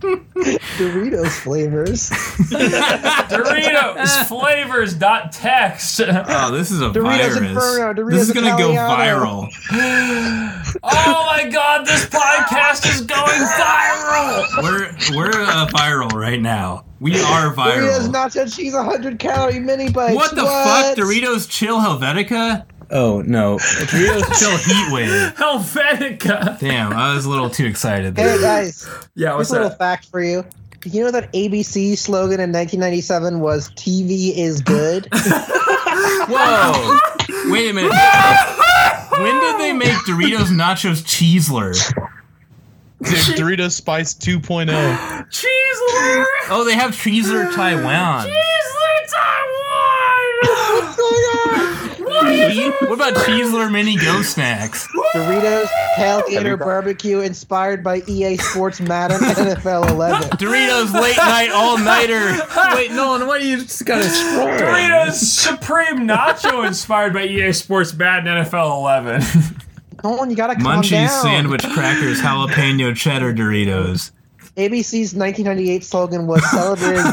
[SPEAKER 10] Doritos flavors.
[SPEAKER 2] Doritos flavors dot text.
[SPEAKER 3] Oh, this is a
[SPEAKER 10] Doritos
[SPEAKER 3] virus.
[SPEAKER 10] Inferno, Doritos
[SPEAKER 3] this is gonna go
[SPEAKER 10] Italiano.
[SPEAKER 3] viral.
[SPEAKER 2] Oh my god, this podcast is going viral.
[SPEAKER 3] We're we're uh, viral right now. We are
[SPEAKER 10] Doritos
[SPEAKER 3] viral.
[SPEAKER 10] nacho cheese, 100 calorie mini bites.
[SPEAKER 3] What the fuck, Doritos Chill Helvetica?
[SPEAKER 15] Oh no, Trio's still heat wave.
[SPEAKER 2] Helvetica.
[SPEAKER 3] Damn, I was a little too excited.
[SPEAKER 10] Hey
[SPEAKER 3] There.
[SPEAKER 10] guys,
[SPEAKER 2] Yeah,
[SPEAKER 10] here's
[SPEAKER 2] what's
[SPEAKER 10] a little
[SPEAKER 2] that?
[SPEAKER 10] fact for you. Did you know that ABC slogan in 1997 was "TV is good"?
[SPEAKER 3] Whoa! Wait a minute. when did they make Doritos Nachos Cheeseler?
[SPEAKER 4] Doritos Spice 2.0.
[SPEAKER 2] Cheesler!
[SPEAKER 3] Oh, they have Cheeseler Taiwan.
[SPEAKER 2] Cheesler Taiwan!
[SPEAKER 3] what about Cheeseler Mini Ghost Snacks?
[SPEAKER 10] Doritos Hell Eater Barbecue, inspired by EA Sports Madden NFL 11.
[SPEAKER 3] Doritos Late Night All Nighter. Wait, Nolan, why do you just gotta scroll?
[SPEAKER 2] Doritos Supreme Nacho inspired by EA Sports Madden NFL 11.
[SPEAKER 10] Nolan, you gotta calm
[SPEAKER 3] Munchies
[SPEAKER 10] down.
[SPEAKER 3] Sandwich Crackers Jalapeno Cheddar Doritos.
[SPEAKER 10] ABC's 1998 slogan was "Celebrating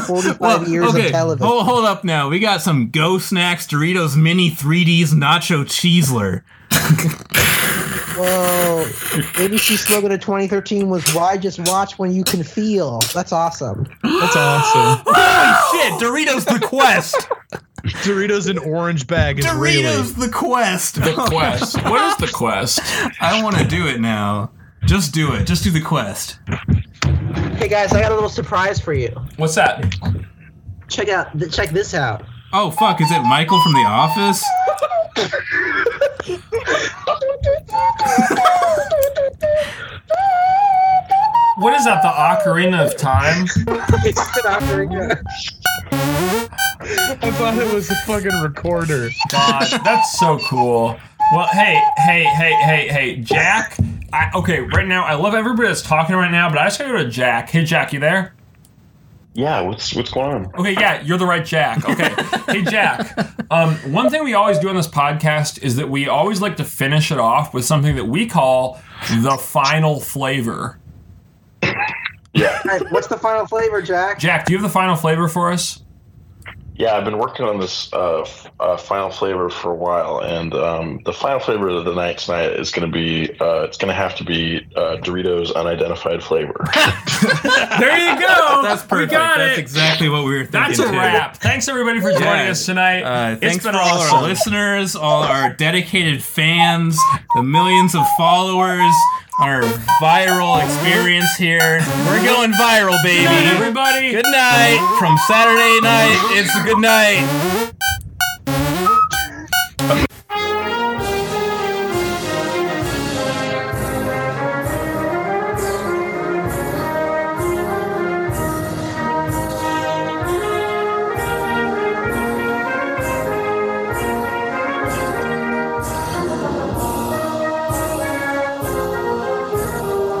[SPEAKER 10] 45 years
[SPEAKER 3] okay,
[SPEAKER 10] of television."
[SPEAKER 3] hold, hold up now. We got some Go Snacks Doritos Mini 3Ds Nacho Cheeseler.
[SPEAKER 10] Whoa! ABC slogan of 2013 was "Why just watch when you can feel." That's awesome.
[SPEAKER 4] That's awesome.
[SPEAKER 3] Holy shit! Doritos The Quest.
[SPEAKER 4] Doritos in orange bag is really.
[SPEAKER 3] Doritos The Quest.
[SPEAKER 2] The Quest. What is The Quest?
[SPEAKER 3] I want to do it now. Just do it. Just do the quest.
[SPEAKER 10] Hey guys, I got a little surprise for you.
[SPEAKER 2] What's that?
[SPEAKER 10] Check out, th- check this out.
[SPEAKER 3] Oh fuck! Is it Michael from The Office?
[SPEAKER 2] What is that? The Ocarina of Time?
[SPEAKER 10] It's an ocarina.
[SPEAKER 4] I thought it was a fucking recorder.
[SPEAKER 2] God, that's so cool. Well, hey, hey, hey, hey, hey, Jack. I, okay, right now, I love everybody that's talking right now, but I just gotta go to Jack. Hey, Jack, you there?
[SPEAKER 6] Yeah, what's what's going on?
[SPEAKER 2] Okay, yeah, you're the right Jack. Okay. hey, Jack. Um, one thing we always do on this podcast is that we always like to finish it off with something that we call the final flavor.
[SPEAKER 10] All right, what's the final flavor, Jack?
[SPEAKER 2] Jack, do you have the final flavor for us?
[SPEAKER 6] Yeah, I've been working on this uh, f- uh, final flavor for a while, and um, the final flavor of the night's night is going to be uh, it's going to have to be uh, Doritos unidentified flavor.
[SPEAKER 2] There you go.
[SPEAKER 3] That's perfect.
[SPEAKER 2] We got
[SPEAKER 3] That's
[SPEAKER 2] it.
[SPEAKER 3] exactly what we were thinking.
[SPEAKER 2] That's a
[SPEAKER 3] too.
[SPEAKER 2] wrap. Thanks everybody for joining
[SPEAKER 3] Yeah.
[SPEAKER 2] us tonight.
[SPEAKER 3] Uh,
[SPEAKER 2] it's
[SPEAKER 3] thanks
[SPEAKER 2] been
[SPEAKER 3] for all
[SPEAKER 2] awesome.
[SPEAKER 3] our listeners, all our dedicated fans, the millions of followers, our viral experience here. We're going viral, baby.
[SPEAKER 2] Good night, everybody.
[SPEAKER 3] Good night from Saturday night. It's a good night.
[SPEAKER 16] Thank you.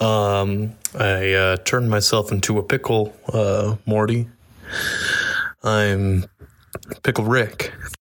[SPEAKER 12] Um, I uh, turned myself into a pickle, uh, Morty. I'm Pickle Rick.